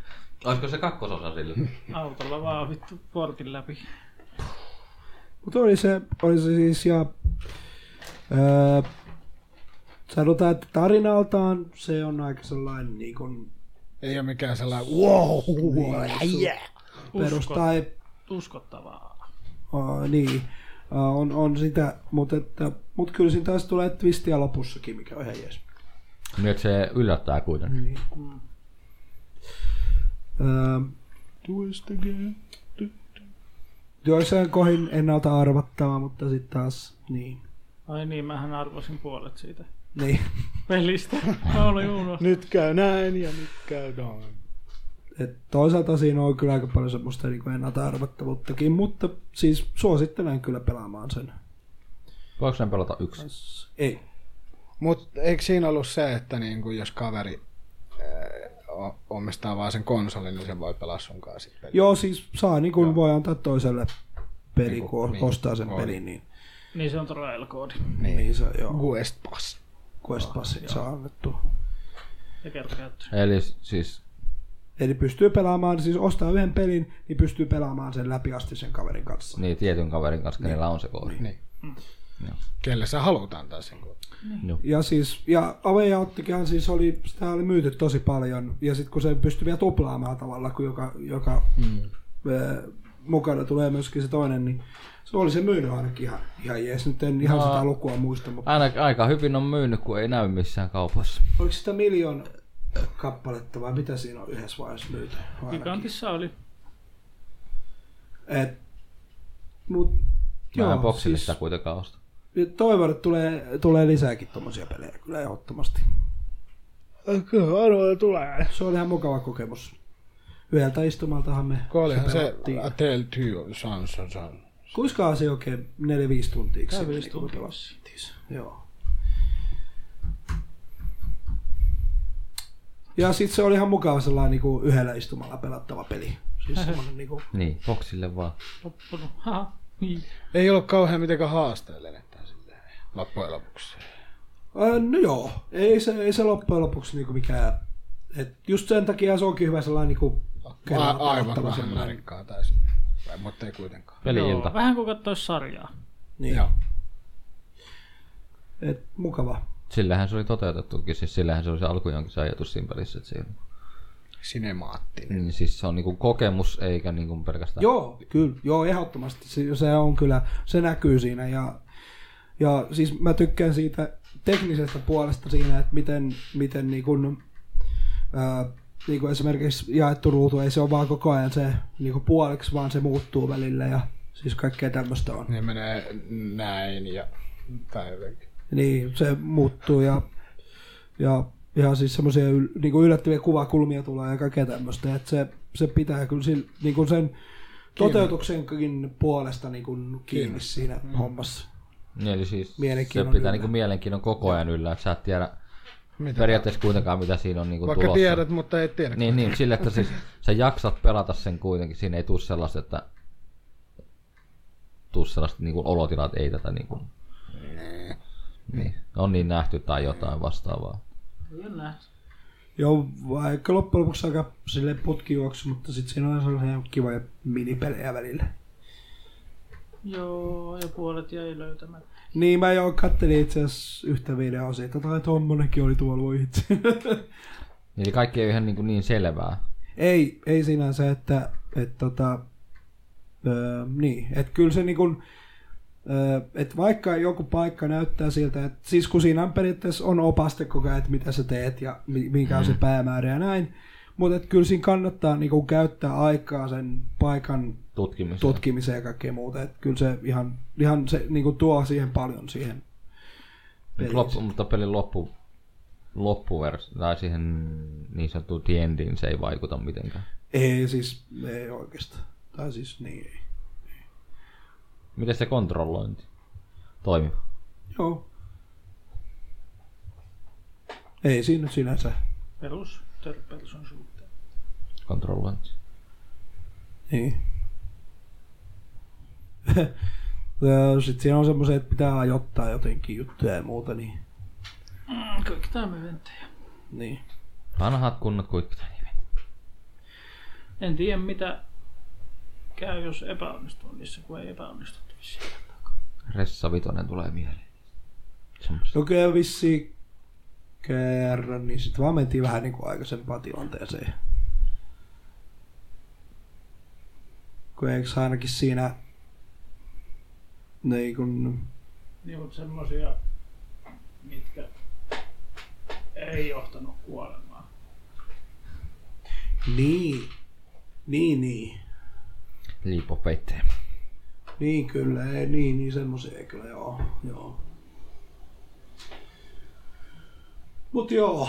Speaker 7: Olisiko se kakkososa sille?
Speaker 5: autolla vaan vittu portin läpi.
Speaker 3: Mutta oli se, oli se siis ja öö, sanotaan, että tarinaltaan se on aika sellainen niin kuin,
Speaker 2: Ei ole mikään sellainen wow.
Speaker 3: perus, tai
Speaker 5: Uskottavaa.
Speaker 3: Uh, niin, uh, on, on sitä, mutta, että, mutta kyllä siinä taas tulee twistiä lopussakin, mikä on ihan jees.
Speaker 7: <laughs> Nyt se yllättää kuitenkin.
Speaker 3: Niin. Uh, twist again. Joissain kohin ennalta arvattavaa, mutta sitten taas niin.
Speaker 5: Ai niin, mähän arvasin puolet siitä
Speaker 3: niin.
Speaker 5: pelistä. Mä olin unohtanut.
Speaker 2: Nyt käy näin ja nyt käy noin.
Speaker 3: Et toisaalta siinä on kyllä aika paljon semmoista niin ennalta arvattavuuttakin, mutta siis suosittelen kyllä pelaamaan sen. Mm.
Speaker 7: Voiko sen pelata yksi?
Speaker 3: Ei.
Speaker 2: Mutta eikö siinä ollut se, että niinku, jos kaveri ää, o- omistaa vaan sen konsolin, niin sen voi pelaa sun kanssa sit peliä.
Speaker 3: Joo, siis saa niin kuin voi antaa toiselle peli,
Speaker 2: Niin kuin-
Speaker 3: kun
Speaker 2: niin,
Speaker 3: ostaa sen
Speaker 2: voi.
Speaker 3: pelin, niin,
Speaker 5: Niin se on trial-koodi.
Speaker 3: niin. niin se, joo.
Speaker 2: Quest Pass.
Speaker 3: Quest
Speaker 7: Ah,
Speaker 3: Passit saa annettu.
Speaker 5: Ja kertakäyttö.
Speaker 7: Eli siis
Speaker 3: Eli pystyy pelaamaan, siis ostaa yhden pelin, niin pystyy pelaamaan sen läpi asti sen kaverin kanssa.
Speaker 7: niin, tietyn kaverin kanssa, kenellä on se koodi.
Speaker 2: Niin. Kelle sä halutaan taas sen koodi?
Speaker 3: Ja siis, ja Away Outtikinhan siis oli, sitä oli myyty tosi paljon, ja sitten kun se pystyy vielä tuplaamaan tavalla, kun joka, joka mm. mukana tulee myöskin se toinen, niin se oli se myynyt ainakin ihan, ihan jees. Nyt en ihan no. sitä lukua muista, mutta
Speaker 7: Aina aika hyvin on myynyt, kun ei näy missään kaupassa.
Speaker 3: oliko sitä miljoon kappaletta vai mitä siinä on yhdessä vaiheessa myyty? Ainakin.
Speaker 5: Gigantissa oli.
Speaker 3: Et, mut,
Speaker 7: Mä en
Speaker 3: joo,
Speaker 7: boksille
Speaker 3: siis-
Speaker 7: sitä kuitenkaan osta.
Speaker 3: Ja toivon, että tulee, tulee lisääkin tommosia pelejä kyllä ehdottomasti.
Speaker 2: Äh, Kyllä varmaan tulee.
Speaker 3: Se oli ihan mukava kokemus. Yhdeltä istumaltahan me
Speaker 2: Kun olihan se
Speaker 3: pelattiin.
Speaker 2: A Tale Two Sons on Sons.
Speaker 3: Kuiskaa se oikein 4-5 tuntia.
Speaker 5: Käy
Speaker 3: meni,
Speaker 5: viisi
Speaker 3: kun me
Speaker 5: tuntia.
Speaker 3: pelattiin se. Joo. Ja sit se oli ihan mukava sellainen niinku yhdellä istumalla pelattava peli. Siis
Speaker 2: <laughs>
Speaker 3: semmonen niinku...
Speaker 7: Niin, boksille vaan.
Speaker 5: Loppunut. Haha. Niin.
Speaker 2: Ei ollut kauhean mitenkään haasteellinen tää silleen loppujen lopuksi.
Speaker 3: Äh, no joo, ei se, ei se loppujen lopuksi niinku mikään Et just sen takia se onkin hyvä sellainen niinku kerran
Speaker 2: A- aivan
Speaker 3: pelattava
Speaker 2: vähän
Speaker 3: sellainen.
Speaker 2: narikkaa taisi. Tai, mutta ei kuitenkaan.
Speaker 4: Peli-ilta.
Speaker 5: Joo, vähän kuin katsoisi sarjaa.
Speaker 3: Niin.
Speaker 2: Joo.
Speaker 3: Et mukava.
Speaker 4: Sillähän se oli toteutettukin, siis sillähän se oli se alkujankin se ajatus siinä pelissä, että se ei ollut.
Speaker 2: Sinemaattinen.
Speaker 4: Niin siis se on niinku kokemus eikä niinku pelkästään...
Speaker 3: Joo, kyllä, joo, ehdottomasti. Se, se on kyllä, se näkyy siinä ja, ja siis mä tykkään siitä teknisestä puolesta siinä, että miten, miten niin kun, ää, niin kun esimerkiksi jaettu ruutu, ei se ole vaan koko ajan se niin kun puoliksi, vaan se muuttuu välillä ja siis kaikkea tämmöistä on.
Speaker 2: Ne menee näin ja tai jotenkin.
Speaker 3: Niin, se muuttuu ja, ja ihan siis semmoisia yl, niinku yllättäviä kuvakulmia tulee ja kaikkea tämmöistä. Että se, se pitää kyllä sil, niinku sen toteutuksenkin puolesta niinku kiinni siinä hommassa.
Speaker 4: Niin, Eli siis se
Speaker 3: Mielenkiinnon
Speaker 4: pitää
Speaker 3: yllä.
Speaker 4: niinku mielenkiinnon koko ajan yllä, että sä et tiedä
Speaker 2: Mitä?
Speaker 4: periaatteessa kuitenkaan mitä siinä on niinku
Speaker 2: Vaikka
Speaker 4: tulossa.
Speaker 2: tiedät, mutta ei tiedä.
Speaker 4: Niin, niin, sille, että siis sä jaksat pelata sen kuitenkin, siinä ei tuu sellaista, että tuu sellaista niin kuin olotilat, ei tätä niin kuin...
Speaker 2: Mm.
Speaker 4: Niin. On niin nähty tai jotain vastaavaa.
Speaker 5: Jännä.
Speaker 3: Joo, vaikka loppujen lopuksi aika silleen putkijuoksu, mutta sitten siinä on sellaisia kivoja minipelejä välillä.
Speaker 5: Joo, ja puolet jäi löytämättä.
Speaker 3: Niin, mä jo kattelin itse asiassa yhtä videoa siitä, tai tommonenkin oli tuolla itse. <laughs>
Speaker 4: Eli kaikki ei ole ihan niin, kuin niin selvää.
Speaker 3: Ei, ei sinänsä, että et, tota, öö, niin, että kyllä se niin kun, öö, et vaikka joku paikka näyttää siltä, että siis kun siinä on periaatteessa on opaste koko ajan, että mitä sä teet ja mi- mikä on se päämäärä ja näin, mutta et kyllä siinä kannattaa niin kun käyttää aikaa sen paikan
Speaker 4: Tutkimus.
Speaker 3: tutkimiseen ja kaikkea muuta, että kyllä se ihan, ihan se niin kun tuo siihen paljon siihen peliin.
Speaker 4: Loppu, mutta pelin loppu, loppuversio, tai siihen niin sanottuun the endiin, se ei vaikuta mitenkään.
Speaker 3: Ei siis, ei oikeastaan. Tai siis niin ei.
Speaker 4: Miten se kontrollointi toimii?
Speaker 3: Joo. Ei siinä nyt sinänsä.
Speaker 5: Perus, törppäys on suhteen.
Speaker 4: Kontrollointi.
Speaker 3: Niin. <laughs> Sitten siinä on semmoisia, että pitää ajoittaa jotenkin juttuja ja muuta, niin...
Speaker 5: Mm, kaikki tämä eventtejä.
Speaker 3: niin.
Speaker 4: Vanhat kunnat kuittaa
Speaker 5: En tiedä mitä käy, jos epäonnistuu niissä, kun ei epäonnistuttu vissiin.
Speaker 4: Ressa Vitonen tulee mieleen. Semmosta.
Speaker 3: No kyllä vissiin kerran, niin sitten vaan mentiin vähän niin kuin aikaisempaan tilanteeseen. Kun eikö ainakin siinä... Niin kun...
Speaker 5: Niin, mutta semmosia, mitkä ei johtanut kuolemaan.
Speaker 3: Niin. Niin, niin.
Speaker 4: Liipo peittee.
Speaker 3: Niin kyllä, ei, niin, niin semmoisia kyllä, joo. joo. Mut joo,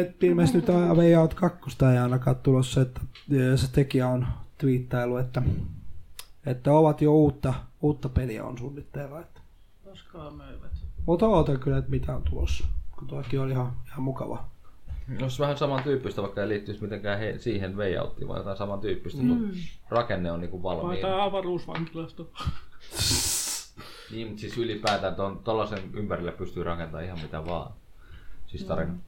Speaker 3: et ilmeisesti nyt Way Out 2 ei ainakaan tulossa, että ö, se tekijä on twiittailu, että, että ovat jo uutta, uutta peliä on suunnitteilla. Että.
Speaker 5: Paskaa möivät.
Speaker 3: Mutta ootan kyllä, että mitä on tulossa, kun tuokin oli ihan, ihan mukava.
Speaker 4: Jos No vähän samantyyppistä, vaikka ei liittyisi mitenkään he, siihen vejauttiin, vaan jotain samantyyppistä, mm. mutta rakenne on niinku
Speaker 5: Vai
Speaker 4: valmiina.
Speaker 5: tää avaruusvankilasto.
Speaker 4: Niin, mutta siis ylipäätään tuon tollasen ympärille pystyy rakentamaan ihan mitä vaan. Siis tarina. Mm.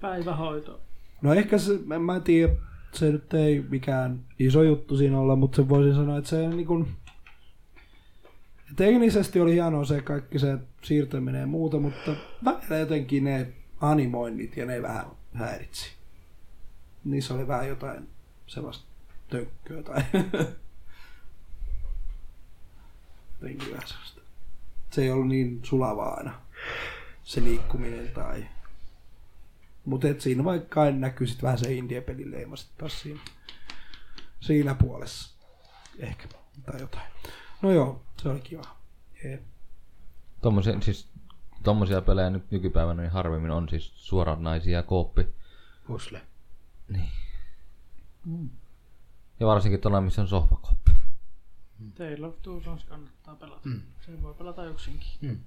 Speaker 5: Päivähoito.
Speaker 3: No ehkä se, en mä tiedä, se nyt ei mikään iso juttu siinä olla, mutta se voisin sanoa, että se niin kuin, teknisesti oli hienoa se kaikki se siirtäminen ja muuta, mutta välillä jotenkin ne animoinnit ja ne vähän häiritsi. Niissä oli vähän jotain sellaista tökköä tai <laughs> jotenkin vähän sellaista. Se ei ollut niin sulavaa aina, se liikkuminen tai mutta et siinä vaikka aina näkyy sit vähän se indie-pelin leima sit taas siinä, siinä puolessa. Ehkä. Tai jotain. No joo, se oli kiva. Jee.
Speaker 4: Tommosia, siis, tommosia pelejä nyt nykypäivänä niin harvemmin on siis suoranaisia kooppi.
Speaker 2: Pusle.
Speaker 4: Ja varsinkin tuolla, missä on sohvakooppi.
Speaker 5: Tale of Two Sons kannattaa pelata. Mm. Sen voi pelata yksinkin.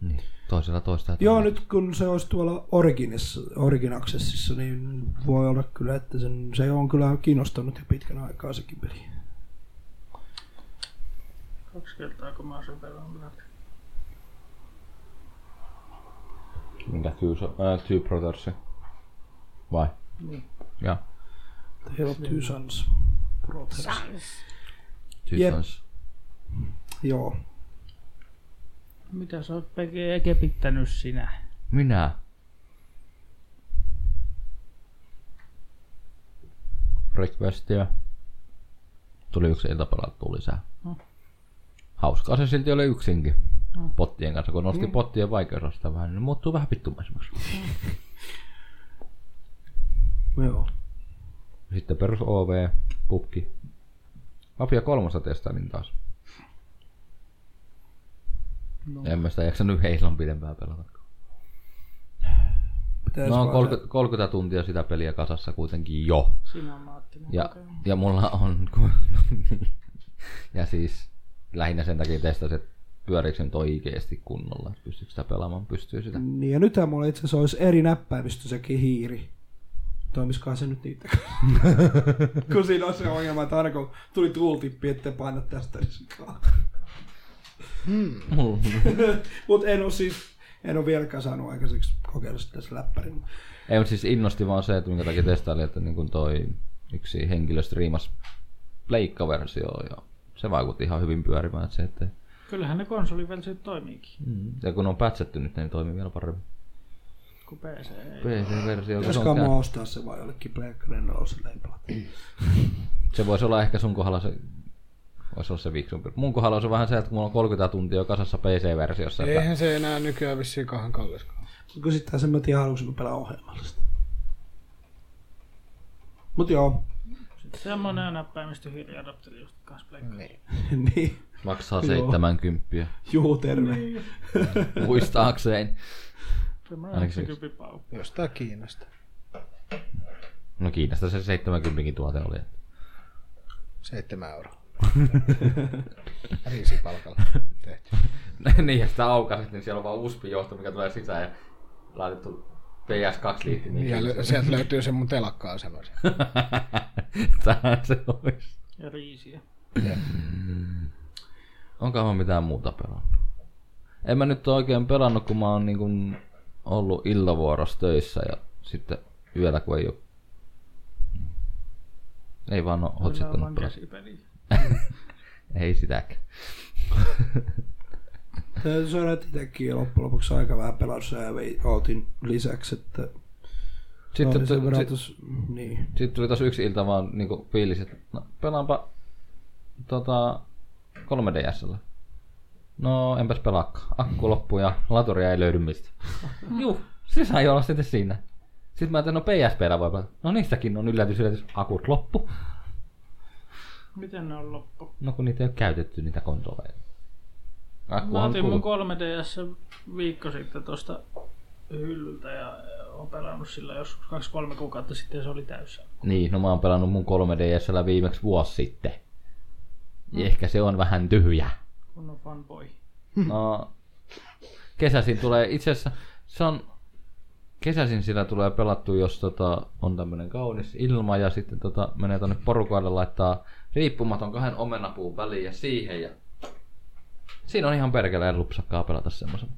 Speaker 4: Niin, toisella toista.
Speaker 3: Joo, nyt kun se olisi tuolla Originissa, Origin Accessissa, niin voi olla kyllä, että sen, se on kyllä kiinnostanut jo pitkän aikaa sekin peli.
Speaker 5: Kaksi kertaa, kun mä oon sen pelannut läpi.
Speaker 4: Minkä Two, so- äh, two Brothers? Vai? Ja.
Speaker 3: He ovat Tysans brothers. Jep.
Speaker 4: Tysans.
Speaker 3: Joo.
Speaker 5: Mitä sä oot peke- kepittänyt sinä?
Speaker 4: Minä. Requestia. Tuli yksi iltapala tuli lisää.
Speaker 3: Hmm.
Speaker 4: Hauskaa se silti oli yksinkin. Pottien kanssa, kun
Speaker 3: Niin.
Speaker 4: nosti pottien vaikeusasta vähän, niin ne muuttuu vähän vittumaisemmaksi.
Speaker 3: Joo.
Speaker 4: Sitten perus OV, pukki. Mafia kolmosta testailin taas. No. En mä sitä jaksanut heilon pidempään pelata.
Speaker 3: Pitäis
Speaker 4: No on
Speaker 3: vaan
Speaker 4: 30, 30 tuntia sitä peliä kasassa kuitenkin jo.
Speaker 5: Sinä on Maattinen.
Speaker 4: Ja, ja mulla on... <laughs> ja siis lähinnä sen takia testasin, että pyöriikö se nyt oikeasti kunnolla. että Pystyykö sitä pelaamaan? Pystyy sitä.
Speaker 3: se- Niin ja nythän mulla itse asiassa olisi eri näppäimistö sekin hiiri. Toimiskaa se nyt niitä. kun siinä on se ongelma, että aina kun tuli tuultippi, ettei paina tästä niin se kaa.
Speaker 4: Mulla-
Speaker 3: Mut en oo siis, en oo vieläkään saanut aikaiseksi kokeilla sitä se läppäri.
Speaker 4: Ei, mutta siis innosti vaan se, että minkä takia testailin, että niin kuin toi yksi henkilö striimas pleikkaversio ja se vaikutti ihan hyvin pyörimään. Että se, että,
Speaker 5: Kyllähän ne konsoliversiot toimiikin,
Speaker 4: ja kun on pätsetty nyt, niin toimii vielä paremmin.
Speaker 5: kun PC ei.
Speaker 4: PC-versio, kun se,
Speaker 3: Pitäisikö
Speaker 4: on,
Speaker 3: mä
Speaker 4: kä-
Speaker 3: ostaa se vaan jollekin Blackberry neloselle ei pelata.
Speaker 4: se voisi olla ehkä sun kohdalla se Voisi olla se fiksumpi. Mun kohdalla se on vähän se, että kun mulla on 30 tuntia jo kasassa PC-versiossa. Että
Speaker 2: Eihän se enää nykyään vissiin kahden kallis.
Speaker 3: Mut kun sitten sen mä tiedän, haluaisinko pelaa ohjelmallista. Mut joo, <laughs>
Speaker 5: Semmonen näppäimistö hiiriadapteri just kans
Speaker 4: Mm.
Speaker 5: pleikkaa.
Speaker 3: niin.
Speaker 4: maksaa 70.
Speaker 3: Juu, terve.
Speaker 4: Muistaakseen.
Speaker 5: Semmonen
Speaker 4: Ainakin se-
Speaker 5: 90 pau.
Speaker 2: Jostain Kiinasta.
Speaker 4: No Kiinasta se 70 tuote oli. että
Speaker 2: Seitsemän euroa. <laughs> Riisipalkalla tehty.
Speaker 4: <laughs> niin, ja sitä aukasit, niin siellä on vaan USB-johto, mikä tulee sisään ja laitettu PS2-liittymä.
Speaker 2: <laughs> Ja lö- sieltä löytyy se mun telakka-asema. sieltä.
Speaker 4: <laughs> Tähän se olisi.
Speaker 5: Ja riisiä.
Speaker 4: Onko mä mitään muuta pelannut? En mä nyt oo oikein pelannut, kun mä oon niin kun ollut illavuorossa töissä ja sitten yöllä kun ei oo... Ei vaan oo
Speaker 5: Kyllä on vaan
Speaker 4: hotsittanut pelata.
Speaker 5: käsipeli.
Speaker 4: Ei sitäkään.
Speaker 3: Täytyy sanoa, että itsekin loppujen lopuksi aika vähän pelassa ja vei Outin lisäksi, että no,
Speaker 4: Sitten,
Speaker 3: niin sen
Speaker 4: tu-
Speaker 3: verran
Speaker 4: sit-
Speaker 3: tos, niin.
Speaker 4: sitten tuli taas yksi ilta vaan niinku fiilis, että no, pelaanpa tota, 3DSllä. No, enpäs pelaakaan. Akku loppu ja laturia ei löydy
Speaker 5: <laughs>
Speaker 4: mistä. Juu, se sai olla sitten siinä. Sitten mä ajattelin, no PSPllä voi pelata. No niistäkin on yllätys, yllätys, akut loppu.
Speaker 5: Miten ne on loppu?
Speaker 4: No kun niitä ei ole käytetty, niitä konsoleja. Akku
Speaker 5: Mä
Speaker 4: on
Speaker 5: otin mun
Speaker 4: kulu.
Speaker 5: 3DS viikko sitten tosta hyllyltä ja oon pelannut sillä joskus kaksi kolme kuukautta sitten ja se oli täysin.
Speaker 4: Niin, no mä oon pelannut mun 3DSllä viimeksi vuosi sitten.
Speaker 5: Mm.
Speaker 4: Ja ehkä se on vähän tyhjä.
Speaker 5: Kun on fanboy.
Speaker 4: No, kesäisin tulee, itse asiassa se on, kesäisin sillä tulee pelattu, jos tota, on tämmöinen kaunis ilma ja sitten tota, menee tonne porukoille laittaa riippumaton kahden omenapuun väliin ja siihen ja siinä on ihan perkeleen rupsakkaa pelata semmoisen.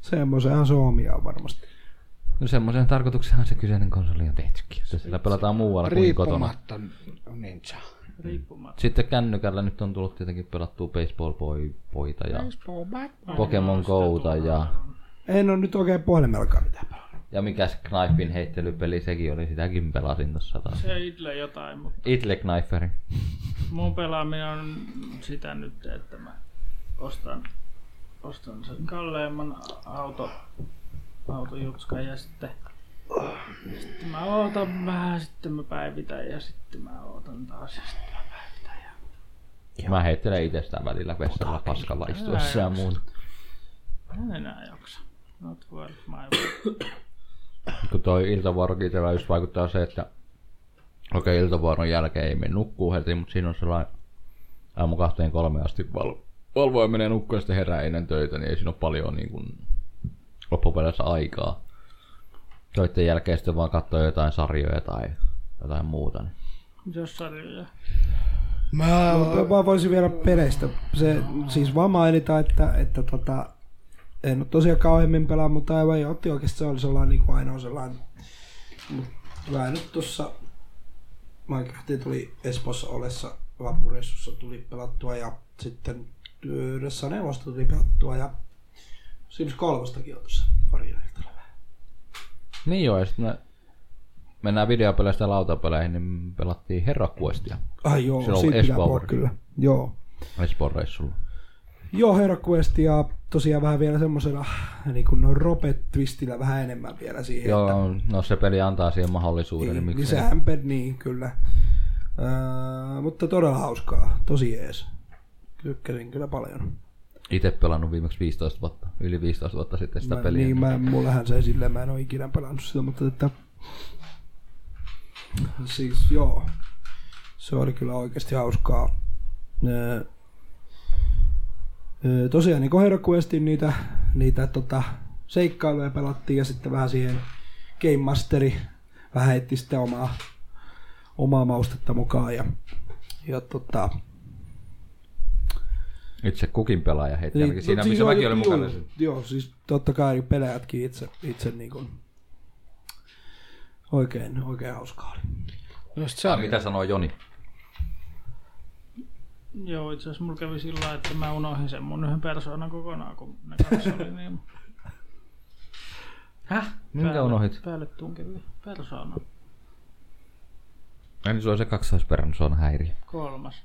Speaker 3: Semmoisenhan se on omia varmasti.
Speaker 4: No semmoisen tarkoituksenhan se kyseinen konsoli on tehtykin, että sillä pelataan muualla kuin kotona.
Speaker 2: Riippumaton ninja.
Speaker 5: Riippumatta.
Speaker 4: Sitten kännykällä nyt on tullut tietenkin pelattua baseball boy, poita ja Mm. Pokemon
Speaker 5: Ainoa sitä
Speaker 4: Gouta
Speaker 5: tuolla
Speaker 4: ja
Speaker 5: on.
Speaker 3: En ole nyt oikein puhelimellakaan mitään pelannut.
Speaker 4: Ja mikäs Knipein heittelypeli sekin oli, sitäkin pelasin tossa taas.
Speaker 5: Se itle jotain, mutta
Speaker 4: Itle Kniferi.
Speaker 5: mun pelaaminen on sitä nyt, että mä ostan, ostan sen kalleimman auto, autojutskan ja sitten, sitten mä ootan vähän, sitten mä päivitän ja sitten mä ootan taas ja sitten mä päivitän. Ja...
Speaker 4: Mä heittelen itsestään välillä vessalla paskalla istuessa ja muun.
Speaker 5: Mä en enää jaksa. Not worth my while.
Speaker 4: Kun toi iltavuorokin itsellä just vaikuttaa se, että okei okay, iltavuoron jälkeen ei mene nukkuu heti, mutta siinä on sellainen aamu kahteen kolme asti val- valvoja menee nukkuu ja sitten herää ennen töitä, niin ei siinä ole paljon niin kuin, loppupeleissä aikaa. Töiden jälkeen sitten vaan katsoo jotain sarjoja tai jotain muuta. Niin.
Speaker 5: Jos sarjoja.
Speaker 2: Mä
Speaker 3: Mä- Mä voisin vielä peleistä. Se siis vaan mainita, että, että tota, niinku en ole tosiaan kauemmin pelaa, mutta aivan jo otti oikeasti se oli sellainen niin kuin ainoa sellainen Mä nyt tuossa Minecraftia tuli Espoossa olessa vappureissussa tuli pelattua ja sitten yhdessä neuvosta tuli pelattua ja Sims 3 on tuossa pari iltalla vähän.
Speaker 7: Niin joo, ja sitten me mennään videopeleistä lautapeleihin, niin me pelattiin Herra Questia.
Speaker 3: Ai joo,
Speaker 7: Se on
Speaker 3: siitä pitää
Speaker 7: Espoo.
Speaker 3: puhua kyllä. Joo.
Speaker 7: Espoon reissulla.
Speaker 3: Joo, Hero Quest ja tosiaan vähän vielä semmosena niin kuin no Robert Twistillä vähän enemmän vielä siihen. että,
Speaker 7: Joo, no se peli antaa siihen mahdollisuuden, niin
Speaker 3: niin,
Speaker 7: miksi
Speaker 3: niin se Amped, niin kyllä. Öö, mutta todella hauskaa, tosi ees. Tykkäsin kyllä paljon.
Speaker 7: itse pelannut viimeksi 15 vuotta, yli 15 vuotta sitten sitä
Speaker 3: mä,
Speaker 7: peliä.
Speaker 3: Niin, mä, mullahan se sillä, mä en ole ikinä pelannut sitä, mutta että... Siis joo, se oli kyllä oikeasti hauskaa. Öö, öö, tosiaan niin Hero Questin niitä, niitä tota, seikkailuja pelattiin ja sitten vähän siihen Game Masteri vähän heitti sitten omaa, omaa maustetta mukaan ja, ja tota,
Speaker 7: Itse kukin pelaaja heitti ainakin siinä,
Speaker 3: no, siis
Speaker 7: missä mäkin
Speaker 3: joo,
Speaker 7: olin mukana.
Speaker 3: Joo, joo, siis totta kai pelaajatkin itse, itse niin kuin oikein, oikein hauskaa oli.
Speaker 2: No sit sä
Speaker 7: Mitä sanoo Joni?
Speaker 5: Joo, itse asiassa mulla kävi sillä lailla, että mä unohdin sen mun yhden persoonan kokonaan, kun ne kaksi oli niin
Speaker 7: Häh? Minkä unohit?
Speaker 5: päälle tunkevia persoona.
Speaker 7: Ei, niin sulla on se kaksoisperän, se on
Speaker 3: <laughs>
Speaker 7: häiriö.
Speaker 5: Kolmas.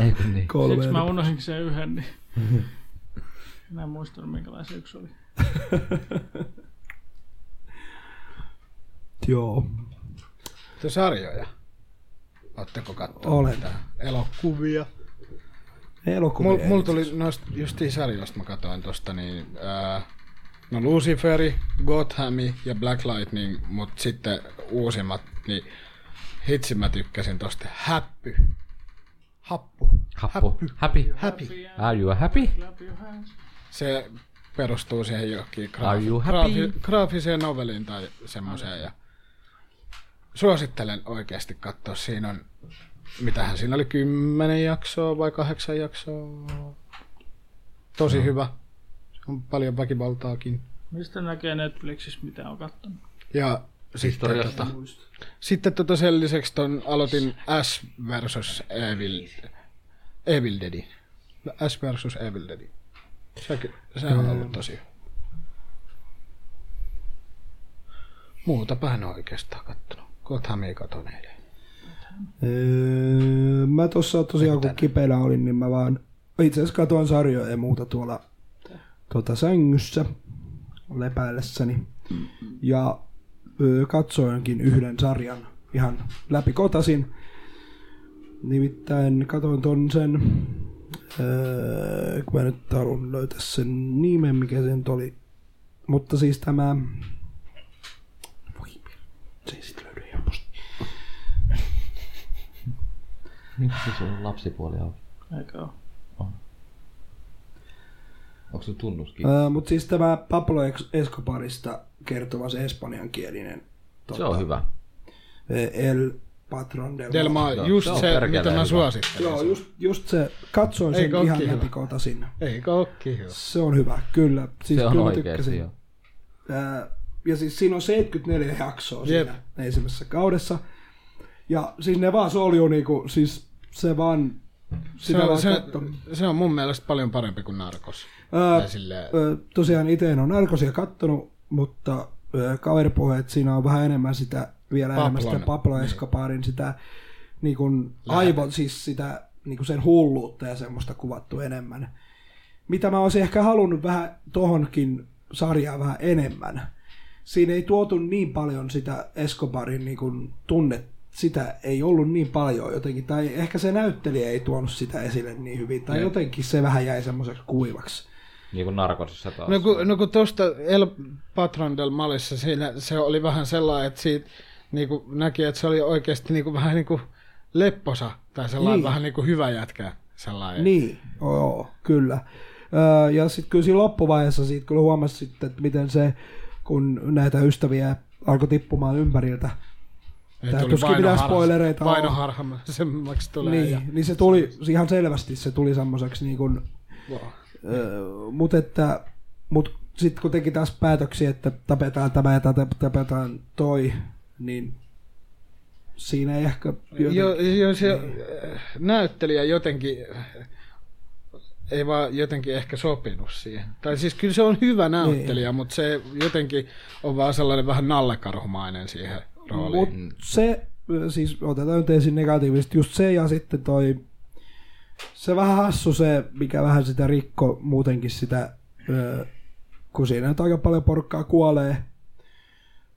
Speaker 7: Ei kun niin.
Speaker 5: Siksi mä unohdin sen yhden, niin mä en muistanut minkälainen se yksi oli.
Speaker 3: Joo,
Speaker 2: Te sarjoja. Ootteko kattonut
Speaker 3: Olen.
Speaker 2: mitään elokuvia?
Speaker 3: elokuvia.
Speaker 2: Mul,
Speaker 3: ei.
Speaker 2: mulla tuli noista justiin sarjoista, mä katsoin tosta, niin ää, no Luciferi, Gothami ja Black Lightning, mut sitten uusimmat, niin hitsi mä tykkäsin tosta Häppy. Happu.
Speaker 7: Happu. Happy.
Speaker 2: Häpi.
Speaker 7: Are you happy?
Speaker 5: Clap your hands.
Speaker 2: Se perustuu siihen johonkin
Speaker 7: Are you
Speaker 2: graafi-
Speaker 7: happy?
Speaker 2: graafi- graafiseen noveliin tai semmoiseen. Ja suosittelen oikeasti katsoa. Siinä on, mitähän siinä oli, kymmenen jaksoa vai kahdeksan jaksoa. Tosi no. hyvä. Se on paljon väkivaltaakin.
Speaker 5: Mistä näkee Netflixissä, mitä on kattonut?
Speaker 2: Ja sitten, tota, sitten tota sen lisäksi ton aloitin S versus Evil, Evil Deadin. No, S versus Evil Deadin. Sekin, se on ollut tosi hyvä. Muutapa en oo oikeastaan kattonut. Gothamia katon eilen.
Speaker 3: Öö, mä tuossa tosiaan kun kipeänä olin, niin mä vaan itse asiassa katoin sarjoja ja muuta tuolla tuota sängyssä lepäillessäni. Ja öö, katsoinkin yhden sarjan ihan läpi kotasin. Nimittäin katoin ton sen, öö, kun mä nyt haluan löytää sen nimen, mikä se nyt oli. Mutta siis tämä... Voi, se ei sit löydy helposti.
Speaker 7: Miksi sulla on lapsipuoli auki?
Speaker 5: Eikö ole?
Speaker 7: Onko se tunnuskin?
Speaker 3: Mutta siis tämä Pablo Ex- Escobarista kertova se espanjankielinen
Speaker 7: Se
Speaker 3: tota.
Speaker 7: on hyvä.
Speaker 3: eh, El Patron del,
Speaker 2: Del Mar,
Speaker 7: Joo,
Speaker 2: just
Speaker 7: No, se on
Speaker 2: se,
Speaker 7: perkele
Speaker 2: mitä mä
Speaker 7: hyvä.
Speaker 2: suosittelen.
Speaker 3: Joo, just, just se. Katsoin sen
Speaker 2: Eikö
Speaker 3: Eikö ihan
Speaker 2: ookin
Speaker 3: läpi
Speaker 2: hyvä?
Speaker 3: kotasin.
Speaker 2: Eikö ookin hyvä?
Speaker 3: Se on hyvä, kyllä. Siis
Speaker 7: Se on
Speaker 3: kyllä mä
Speaker 7: oikeesti
Speaker 3: tykkäsin.
Speaker 7: joo.
Speaker 3: Ää, ja siis siinä on 74 jaksoa
Speaker 2: Jep.
Speaker 3: siinä ensimmäisessä kaudessa. Ja siis ne vaan solju niinku, siis se vaan...
Speaker 2: Se
Speaker 3: Sitä
Speaker 2: on,
Speaker 3: vaan
Speaker 2: se,
Speaker 3: katto.
Speaker 2: se on mun mielestä paljon parempi kuin Narcos.
Speaker 3: Ää,
Speaker 2: Tai silleen,
Speaker 3: Ö, tosiaan itse en ole narkosia kattonut, mutta ö, kaveripuheet siinä on vähän enemmän sitä, vielä Paplon. enemmän sitä
Speaker 2: Pablon.
Speaker 3: Pablo Escobarin sitä niin kuin, aivon, siis sitä niin kuin sen hulluutta ja semmoista kuvattu enemmän. Mitä mä olisin ehkä halunnut vähän tohonkin sarjaa vähän enemmän. Siinä ei tuotu niin paljon sitä Escobarin niin kuin, tunnet, sitä ei ollut niin paljon jotenkin, tai ehkä se näyttelijä ei tuonut sitä esille niin hyvin, tai jotenkin se vähän jäi semmoiseksi kuivaksi.
Speaker 7: Niin kuin narkosissa taas.
Speaker 2: No kun, no kun tuosta El Patron del Malissa siinä se oli vähän sellainen, että siitä niin kuin näki, että se oli oikeasti niin kuin, vähän niin kuin lepposa tai sellainen
Speaker 3: Niin.
Speaker 2: niin. vähän niin kuin hyvä jätkä. Sellainen.
Speaker 3: Niin, joo, kyllä. Öö, ja sitten kyllä siinä loppuvaiheessa siitä kyllä huomasi sitten, että miten se, kun näitä ystäviä alkoi tippumaan ympäriltä,
Speaker 2: Ei
Speaker 3: Tää
Speaker 2: tuli
Speaker 3: tuskin mitään
Speaker 2: vainoharha-
Speaker 3: spoilereita on.
Speaker 2: Vainoharhaisemmaksi tulee.
Speaker 3: niin,
Speaker 2: Ja,
Speaker 3: niin se tuli ihan selvästi, se tuli semmoiseksi niin kuin, öö, mutta että, mut sitten kun teki taas päätöksiä, että tapetaan tämä ja tätä- tapetaan toi, niin siinä ei ehkä...
Speaker 2: Jo, jo, se
Speaker 3: Niin.
Speaker 2: näyttelijä jotenkin äh, ei vaan jotenkin ehkä sopinut siihen. Tai siis kyllä se on hyvä näyttelijä, niin. mutta se jotenkin on vaan sellainen vähän nallekarhumainen siihen rooliin.
Speaker 3: Mut se, siis otetaan nyt ensin negatiivisesti, just se ja sitten toi, se vähän hassu se, mikä vähän sitä rikko muutenkin sitä, ö, kun siinä nyt aika paljon porukkaa kuolee,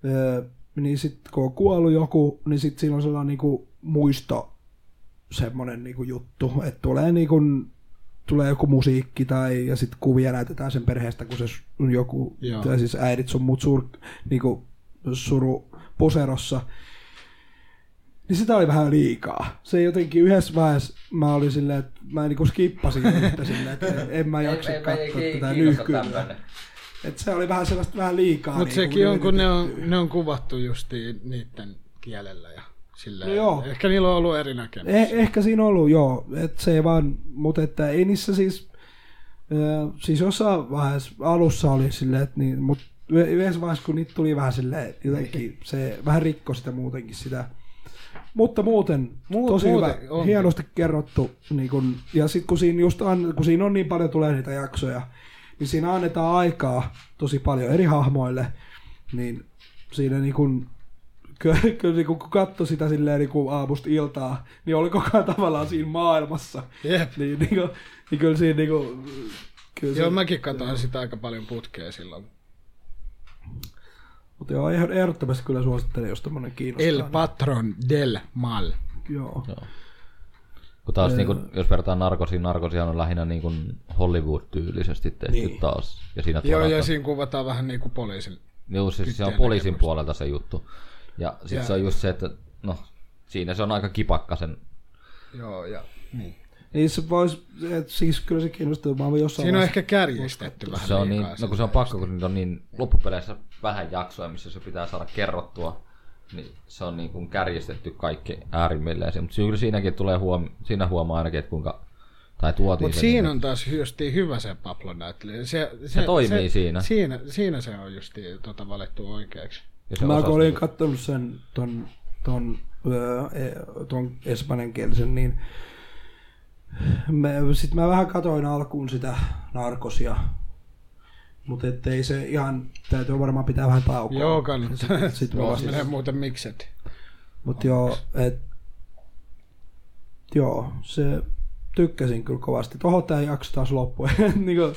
Speaker 3: ö, niin sitten kun on kuollut joku, niin sitten siinä on sellainen niinku muisto, semmoinen niinku juttu, että tulee niinku tulee joku musiikki tai ja sitten kuvia näytetään sen perheestä, kun se on joku,
Speaker 2: Joo.
Speaker 3: tai siis äidit sun muut sur, niinku, suru poserossa. Niin sitä oli vähän liikaa. Se jotenkin yhdessä vaiheessa mä olin silleen, että mä niinku skippasin <laughs> yhtä silleen, että en- en mä jaksa katsoa tätä nyhkyä. Et se oli vähän sellaista vähän liikaa.
Speaker 2: Mutta
Speaker 3: niinku
Speaker 2: sekin on, kun ne on,
Speaker 3: yritetty.
Speaker 2: ne on kuvattu justiin niiden kielellä ja sillä
Speaker 3: No joo.
Speaker 2: Ehkä niillä on ollut eri näkemys.
Speaker 3: Eh, ehkä siinä on ollut, joo. Et se ei vaan, mutta että ei niissä siis, ö, siis jossain vaiheessa alussa oli silleen, että niin, mutta yhdessä vaiheessa kun niitä tuli vähän silleen,
Speaker 2: Niin.
Speaker 3: jotenkin se vähän rikko sitä muutenkin sitä. Mutta muuten,
Speaker 2: Muu-
Speaker 3: Muut, tosi
Speaker 2: muuten
Speaker 3: hyvä,
Speaker 2: on.
Speaker 3: hienosti kerrottu. Niin kun, ja sitten kun, siinä just an, kun siinä on niin paljon tulee niitä jaksoja, niin siinä annetaan aikaa tosi paljon eri hahmoille, niin siinä niin kun, kyllä, kyllä niin kun, kun katsoi sitä silleen niin kun aamusta iltaa, niin oli koko ajan tavallaan siinä maailmassa.
Speaker 2: Jep.
Speaker 3: Niin, niin, kun, niin kyllä siinä niin kun, kyllä
Speaker 2: Joo,
Speaker 3: se-
Speaker 2: mäkin katsoin sitä aika paljon putkea silloin.
Speaker 3: Mutta joo, ehdot- ehdottomasti kyllä suosittelen, jos tämmöinen kiinnostaa.
Speaker 2: El Patron del Mal.
Speaker 3: Joo.
Speaker 4: Kun taas, niin kun, jos verrataan narkosiin, narkosihan on lähinnä niin kun Hollywood-tyylisesti tehty niin. taas. Ja siinä
Speaker 2: Joo,
Speaker 4: tuodaan
Speaker 2: ja siinä kuvataan vähän niin kuin poliisin.
Speaker 4: Joo, siis se on
Speaker 2: tyttöjen
Speaker 4: poliisin
Speaker 2: näkemystä.
Speaker 4: puolelta se juttu. Ja
Speaker 2: Jaa.
Speaker 4: sitten se on just se, että no, siinä se on aika kipakka sen.
Speaker 2: Joo, ja niin.
Speaker 3: Niin se vois, et, siis kyllä se kiinnostaa, mä oon jossain
Speaker 2: Siinä on
Speaker 3: vaiheessa-
Speaker 2: ehkä kärjistetty vähän
Speaker 4: Se on niin,
Speaker 2: liikaa
Speaker 4: no kun
Speaker 2: sitä.
Speaker 4: se on pakko, kun niitä on niin loppupeleissä vähän jaksoja, missä se pitää saada kerrottua, niin se on niin kuin kärjestetty kaikki äärimmilleen. Mutta kyllä siinäkin tulee huom- siinä huomaa ainakin, että kuinka, tai tuotiin
Speaker 2: Mutta
Speaker 4: se
Speaker 2: siinä
Speaker 4: niin,
Speaker 2: on taas justiin hyvä se Pablo näyttelijä. Se, se, se
Speaker 4: toimii siinä.
Speaker 2: siinä. Siinä se on justiin tota, valittu oikeaksi.
Speaker 4: ja se
Speaker 3: Mä
Speaker 4: osasi
Speaker 3: kun olin
Speaker 4: niinku-
Speaker 3: kattonut sen ton, ton, öö, e- ton espanjankielisen, niin mä, sit mä vähän katoin alkuun sitä narkosia. Mutta ettei se ihan, täytyy varmaan pitää vähän taukoa.
Speaker 2: Joo, kannattaa.
Speaker 3: Sit, sit mä
Speaker 2: Joo,
Speaker 3: vasta
Speaker 2: menee muuten mikset.
Speaker 3: Mutta joo, et, joo, se tykkäsin kyllä kovasti. Toho tämä jakso taas loppui. <laughs> niin kuin,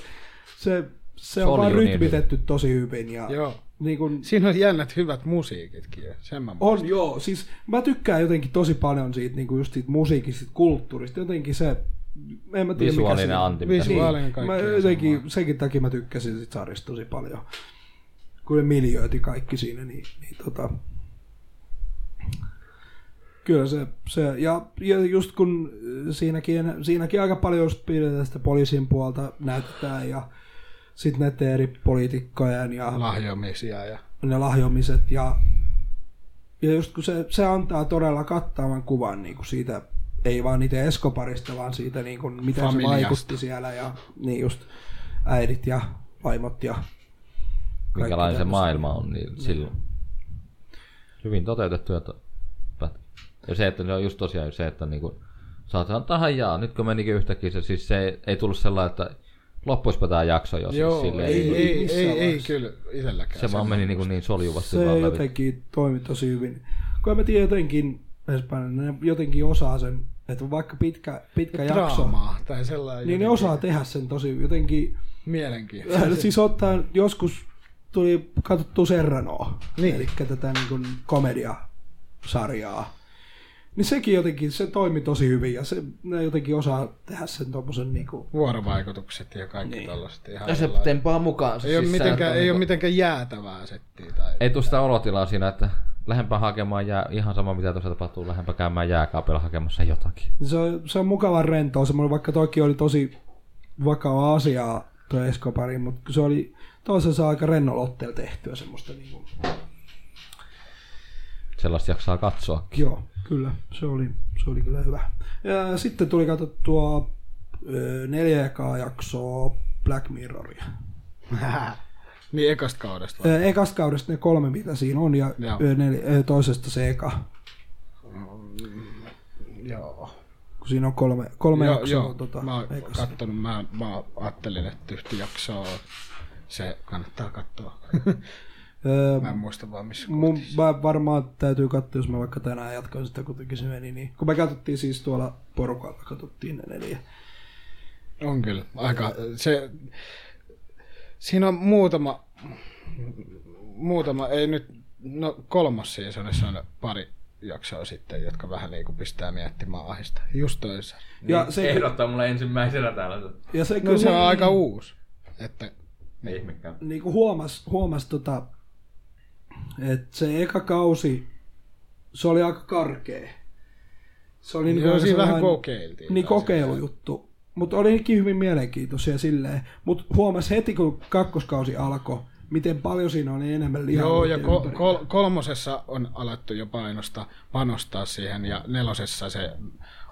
Speaker 3: se, se on
Speaker 4: oli
Speaker 3: vaan
Speaker 4: jo niin
Speaker 3: rytmitetty tosi hyvin. Ja,
Speaker 2: Joo.
Speaker 3: niin kuin,
Speaker 2: Siinä on jännät hyvät musiikitkin. ja Sen mä muistan.
Speaker 3: on joo, siis mä tykkään jotenkin tosi paljon siitä, niin kuin just siitä musiikista, siitä kulttuurista. Jotenkin se, en mä tiedä mikä
Speaker 4: Visuaalinen
Speaker 3: se,
Speaker 4: anti, mitä
Speaker 2: se on.
Speaker 3: niin, mä jotenkin, senkin takia mä tykkäsin siitä sarjasta tosi paljon. Kun ne miljööti kaikki siinä, niin, niin tota, Kyllä se, se ja, ja just kun siinäkin, siinäkin aika paljon just pidetään sitä poliisin puolta näytetään ja sitten näiden eri poliitikkojen ja
Speaker 2: lahjomisia. Ja...
Speaker 4: Siis
Speaker 3: ne lahjomiset ja, ja just kun se, se antaa todella kattavan kuvan niin kuin siitä, ei vaan niitä Eskoparista, vaan siitä niin kuin, miten
Speaker 2: Familiasta.
Speaker 3: se vaikutti siellä ja niin just äidit ja vaimot ja kaikki
Speaker 4: minkälainen se
Speaker 3: tämmöset.
Speaker 4: maailma on niin silloin. Hyvin toteutettu ja to- pätkä. Ja se, että se on just tosiaan se, että niinku, saatetaan tähän jaa, nyt kun menikin yhtäkkiä se, siis se ei, ei tullut sellainen, että loppuispa tämä jakso jo.
Speaker 2: Joo,
Speaker 4: siis, silleen,
Speaker 2: ei,
Speaker 4: niinku,
Speaker 2: ei,
Speaker 3: missään
Speaker 2: ei, ei,
Speaker 3: vaiheessa.
Speaker 2: kyllä itselläkään.
Speaker 4: se vaan meni niinku niin soljuvasti
Speaker 3: Se
Speaker 4: vaan läpi.
Speaker 3: jotenkin toimi tosi hyvin. Kun en mä tiedä jotenkin, Espanjan, ne jotenkin osaa sen, että vaikka pitkä, pitkä jakso,
Speaker 2: Draamaa tai sellainen
Speaker 3: niin ne
Speaker 2: jotenkin
Speaker 3: osaa tehdä sen tosi jotenkin
Speaker 2: mielenkiintoista.
Speaker 3: Äh, siis ottaa, joskus tuli katsottu Serranoa,
Speaker 2: Niin.
Speaker 3: niin. eli tätä niin kuin komediasarjaa. Niin sekin jotenkin, se toimi tosi hyvin ja se, ne jotenkin osaa tehdä sen tommosen niinku...
Speaker 2: Vuorovaikutukset ja kaikki niin. tällaiset. Ihan
Speaker 4: Ja No se
Speaker 2: jollain-
Speaker 4: tempaa mukaan.
Speaker 2: ei, ole mitenkään, ei ole mitenkään jäätävää settiä. Tai...
Speaker 3: <laughs>
Speaker 4: ei tule sitä olotilaa siinä, että lähempää hakemaan jää, ihan sama mitä tuossa tapahtuu, lähempää käymään jääkaapilla hakemassa jotakin.
Speaker 3: Se on, se on mukavan rentoa, semmoinen, vaikka toki oli tosi vakava asia tuo Escobari, mutta se oli toisaalta aika rennolla otteella tehtyä semmoista niinku...
Speaker 4: Sellaista jaksaa katsoa.
Speaker 3: Joo, kyllä, se oli, se oli kyllä hyvä. Ja sitten tuli katsottua ö, neljä ekaa jaksoa Black Mirroria.
Speaker 2: Niin ekasta kaudesta.
Speaker 3: Ö, Ekasta kaudesta ne kolme, mitä siinä on, ja
Speaker 2: Joo.
Speaker 3: ö, nel- ö, toisesta se eka. Joo. Kun siinä on kolme, kolme
Speaker 2: joo,
Speaker 3: jaksoa.
Speaker 2: joo.
Speaker 3: Tota,
Speaker 2: mä oon
Speaker 3: eikös?
Speaker 2: kattonut, mä, mä ajattelin, että yhtä jaksoa se kannattaa katsoa. <laughs>
Speaker 3: Öö,
Speaker 2: mä en muista vaan missä
Speaker 3: Mun mä varmaan täytyy katsoa, jos mä vaikka tänään jatkan sitä, kuitenkin se meni. Niin. Kun me katsottiin siis tuolla porukalla, katsottiin ne neljä.
Speaker 2: On kyllä. Aika, se, siinä on muutama, muutama, ei nyt, no kolmas seasonissa on pari jaksoa sitten, jotka vähän niin kuin pistää miettimään ahista. Just toisa.
Speaker 3: Ja se,
Speaker 7: Ehdottaa mulle ensimmäisenä täällä.
Speaker 3: ja se,
Speaker 2: Niin, No
Speaker 3: kyllä
Speaker 2: se on
Speaker 3: huom-
Speaker 2: aika uusi. Että,
Speaker 7: Ei ihmekään.
Speaker 3: niin kuin huomas, huomas tota, että se eka kausi, se oli aika karkea. Se oli
Speaker 2: niin
Speaker 3: niinku
Speaker 2: joo,
Speaker 3: aika
Speaker 2: siinä vähän
Speaker 3: sellainen-
Speaker 2: kokeiltiin.
Speaker 3: Niin
Speaker 2: taas.
Speaker 3: kokeilujuttu. Mutta oli nekin hyvin mielenkiintoisia silleen. Mutta huomasi heti, kun kakkoskausi alkoi, miten paljon siinä oli enemmän lihaa.
Speaker 2: Joo, ja ko-
Speaker 3: ympärillä.
Speaker 2: kol- kolmosessa on alettu jo painosta, panostaa siihen, ja nelosessa se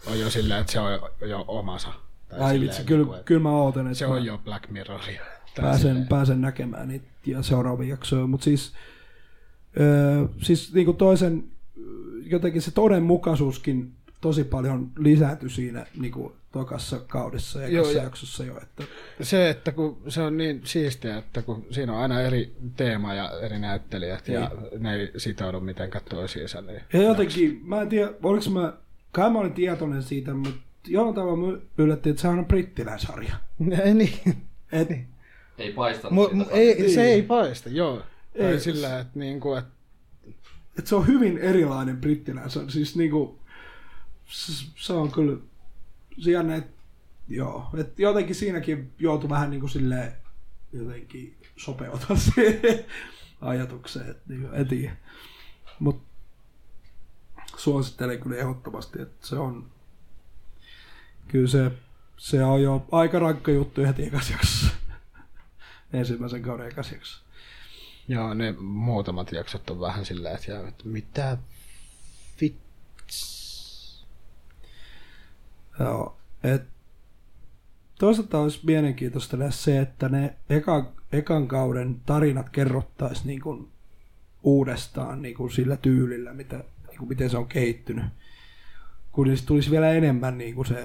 Speaker 2: on jo silleen, että se on jo- jo omansa. Tai
Speaker 3: Ai
Speaker 2: silleen
Speaker 3: vitsi,
Speaker 2: niin
Speaker 3: kyllä,
Speaker 2: kuin, että
Speaker 3: kyllä mä ootan, että
Speaker 2: Se
Speaker 3: mä
Speaker 2: on jo Black Mirroria. Tai
Speaker 3: pääsen,
Speaker 2: silleen.
Speaker 3: pääsen näkemään niitä ja seuraavia jaksoja. Mutta siis, öö, siis niinku toisen, jotenkin se todenmukaisuuskin tosi paljon lisääntyi siinä niinku tokassa kaudessa ja
Speaker 2: Joo,
Speaker 3: Joo,
Speaker 2: ja-
Speaker 3: jaksossa jo. Että,
Speaker 2: Se, että kun se on niin siistiä, että kun siinä on aina eri teema ja eri näyttelijät ja ne ei sitoudu mitenkään toisiinsa. <laughs> Niin
Speaker 3: ja jotenkin, mä en tiedä, oliko mä, kai mä olin tietoinen siitä, mutta jollain tavalla mä yllättiin, että sehän on brittiläisarja.
Speaker 2: niin.
Speaker 3: Et,
Speaker 6: Ei paista
Speaker 2: Mu-
Speaker 6: sitä.
Speaker 2: mu- ei, se ei paista, joo. Ei.
Speaker 3: Ei.
Speaker 2: Tai sillä, että, niin kuin, että
Speaker 3: et se on hyvin erilainen brittiläisarja. Siis niinku, s- se on kyllä, se jännä, et, joo, et jotenkin siinäkin joutui vähän niinku silleen jotenkin <laughs> sopeutua siihen ajatukseen, et niinku, en tiedä. Mut suosittelen kyllä ehdottomasti, että se on, kyllä se, se on jo aika rankka juttu heti ekas jaksossa. <laughs> Ensimmäisen kauden ekas jaksossa.
Speaker 2: joo, ne muutamat jaksot on vähän sillä, että, jää, että mitä
Speaker 3: Joo, et toisaalta olisi mielenkiintoista nähdä se, että ne eka, ekan kauden tarinat kerrottaisiin niin kuin uudestaan niin kuin sillä tyylillä, mitä, niin kuin miten se on kehittynyt. Kun niistä tulisi vielä enemmän niin kuin se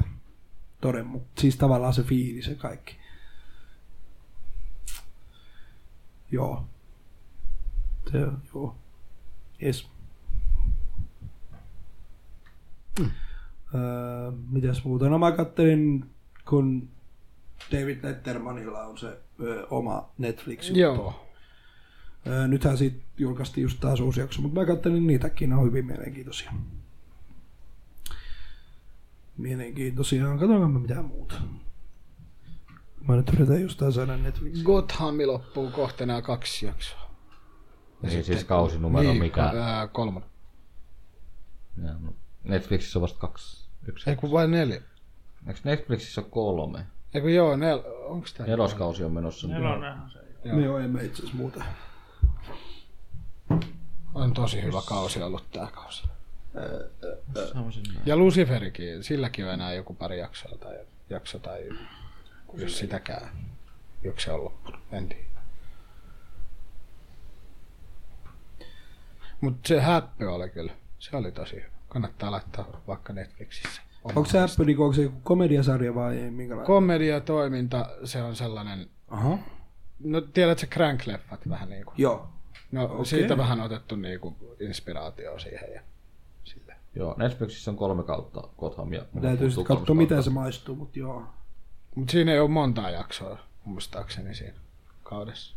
Speaker 3: toden, siis tavallaan se fiilis ja kaikki. Joo. Se, joo. Yes. Öö, mitäs muuta? No mä kattelin, kun David Lettermanilla on se öö, oma Netflix-juttu.
Speaker 2: Joo.
Speaker 3: Öö, nythän siitä julkaistiin just taas uusi jakso, mutta mä katselin niin niitäkin, ne on hyvin mielenkiintoisia. Mielenkiintoisia, katsotaan me mitään muuta. Mä nyt yritän jostain saada Netflixiin.
Speaker 2: Gothami loppuu kohta nämä kaksi jaksoa.
Speaker 7: Niin siis kausinumero
Speaker 2: niin,
Speaker 7: mikä.
Speaker 2: Ää, kolmonen.
Speaker 7: Joo, no Netflixissä on vasta kaksi. Yksi.
Speaker 2: Ei kun vain neljä.
Speaker 7: Eikö Netflixissä ole kolme?
Speaker 2: Ei kun joo, nel... onks tää?
Speaker 7: Neloskausi on menossa.
Speaker 5: Nelonenhan se.
Speaker 2: Joo.
Speaker 3: Me joo, emme itse asiassa muuta.
Speaker 2: On tosi hyvä kausi ollut tää kausi. Ja Luciferikin, silläkin on enää joku pari jaksoa tai jakso tai jos sitäkään. Jos se on loppunut, en tiedä. Mutta se häppy oli kyllä, se oli tosi hyvä. Kannattaa laittaa vaikka Netflixissä.
Speaker 3: Onko se Apple, niin onko se joku komediasarja vai ei? Minkälainen?
Speaker 2: Komediatoiminta, se on sellainen,
Speaker 3: Aha.
Speaker 2: no tiedätkö Crank-leffat vähän niin kuin.
Speaker 3: Joo.
Speaker 2: No
Speaker 3: Okei.
Speaker 2: okay. siitä vähän otettu niin kuin inspiraatio siihen ja sille.
Speaker 7: Joo, Netflixissä on kolme kautta Gotham ja mulla
Speaker 3: Täytyy
Speaker 7: puuttuu
Speaker 3: sitten katsoa,
Speaker 7: kolmas
Speaker 3: miten
Speaker 7: kautta.
Speaker 3: se maistuu, mutta joo.
Speaker 2: Mutta siinä ei ole montaa jaksoa, muistaakseni siinä kaudessa.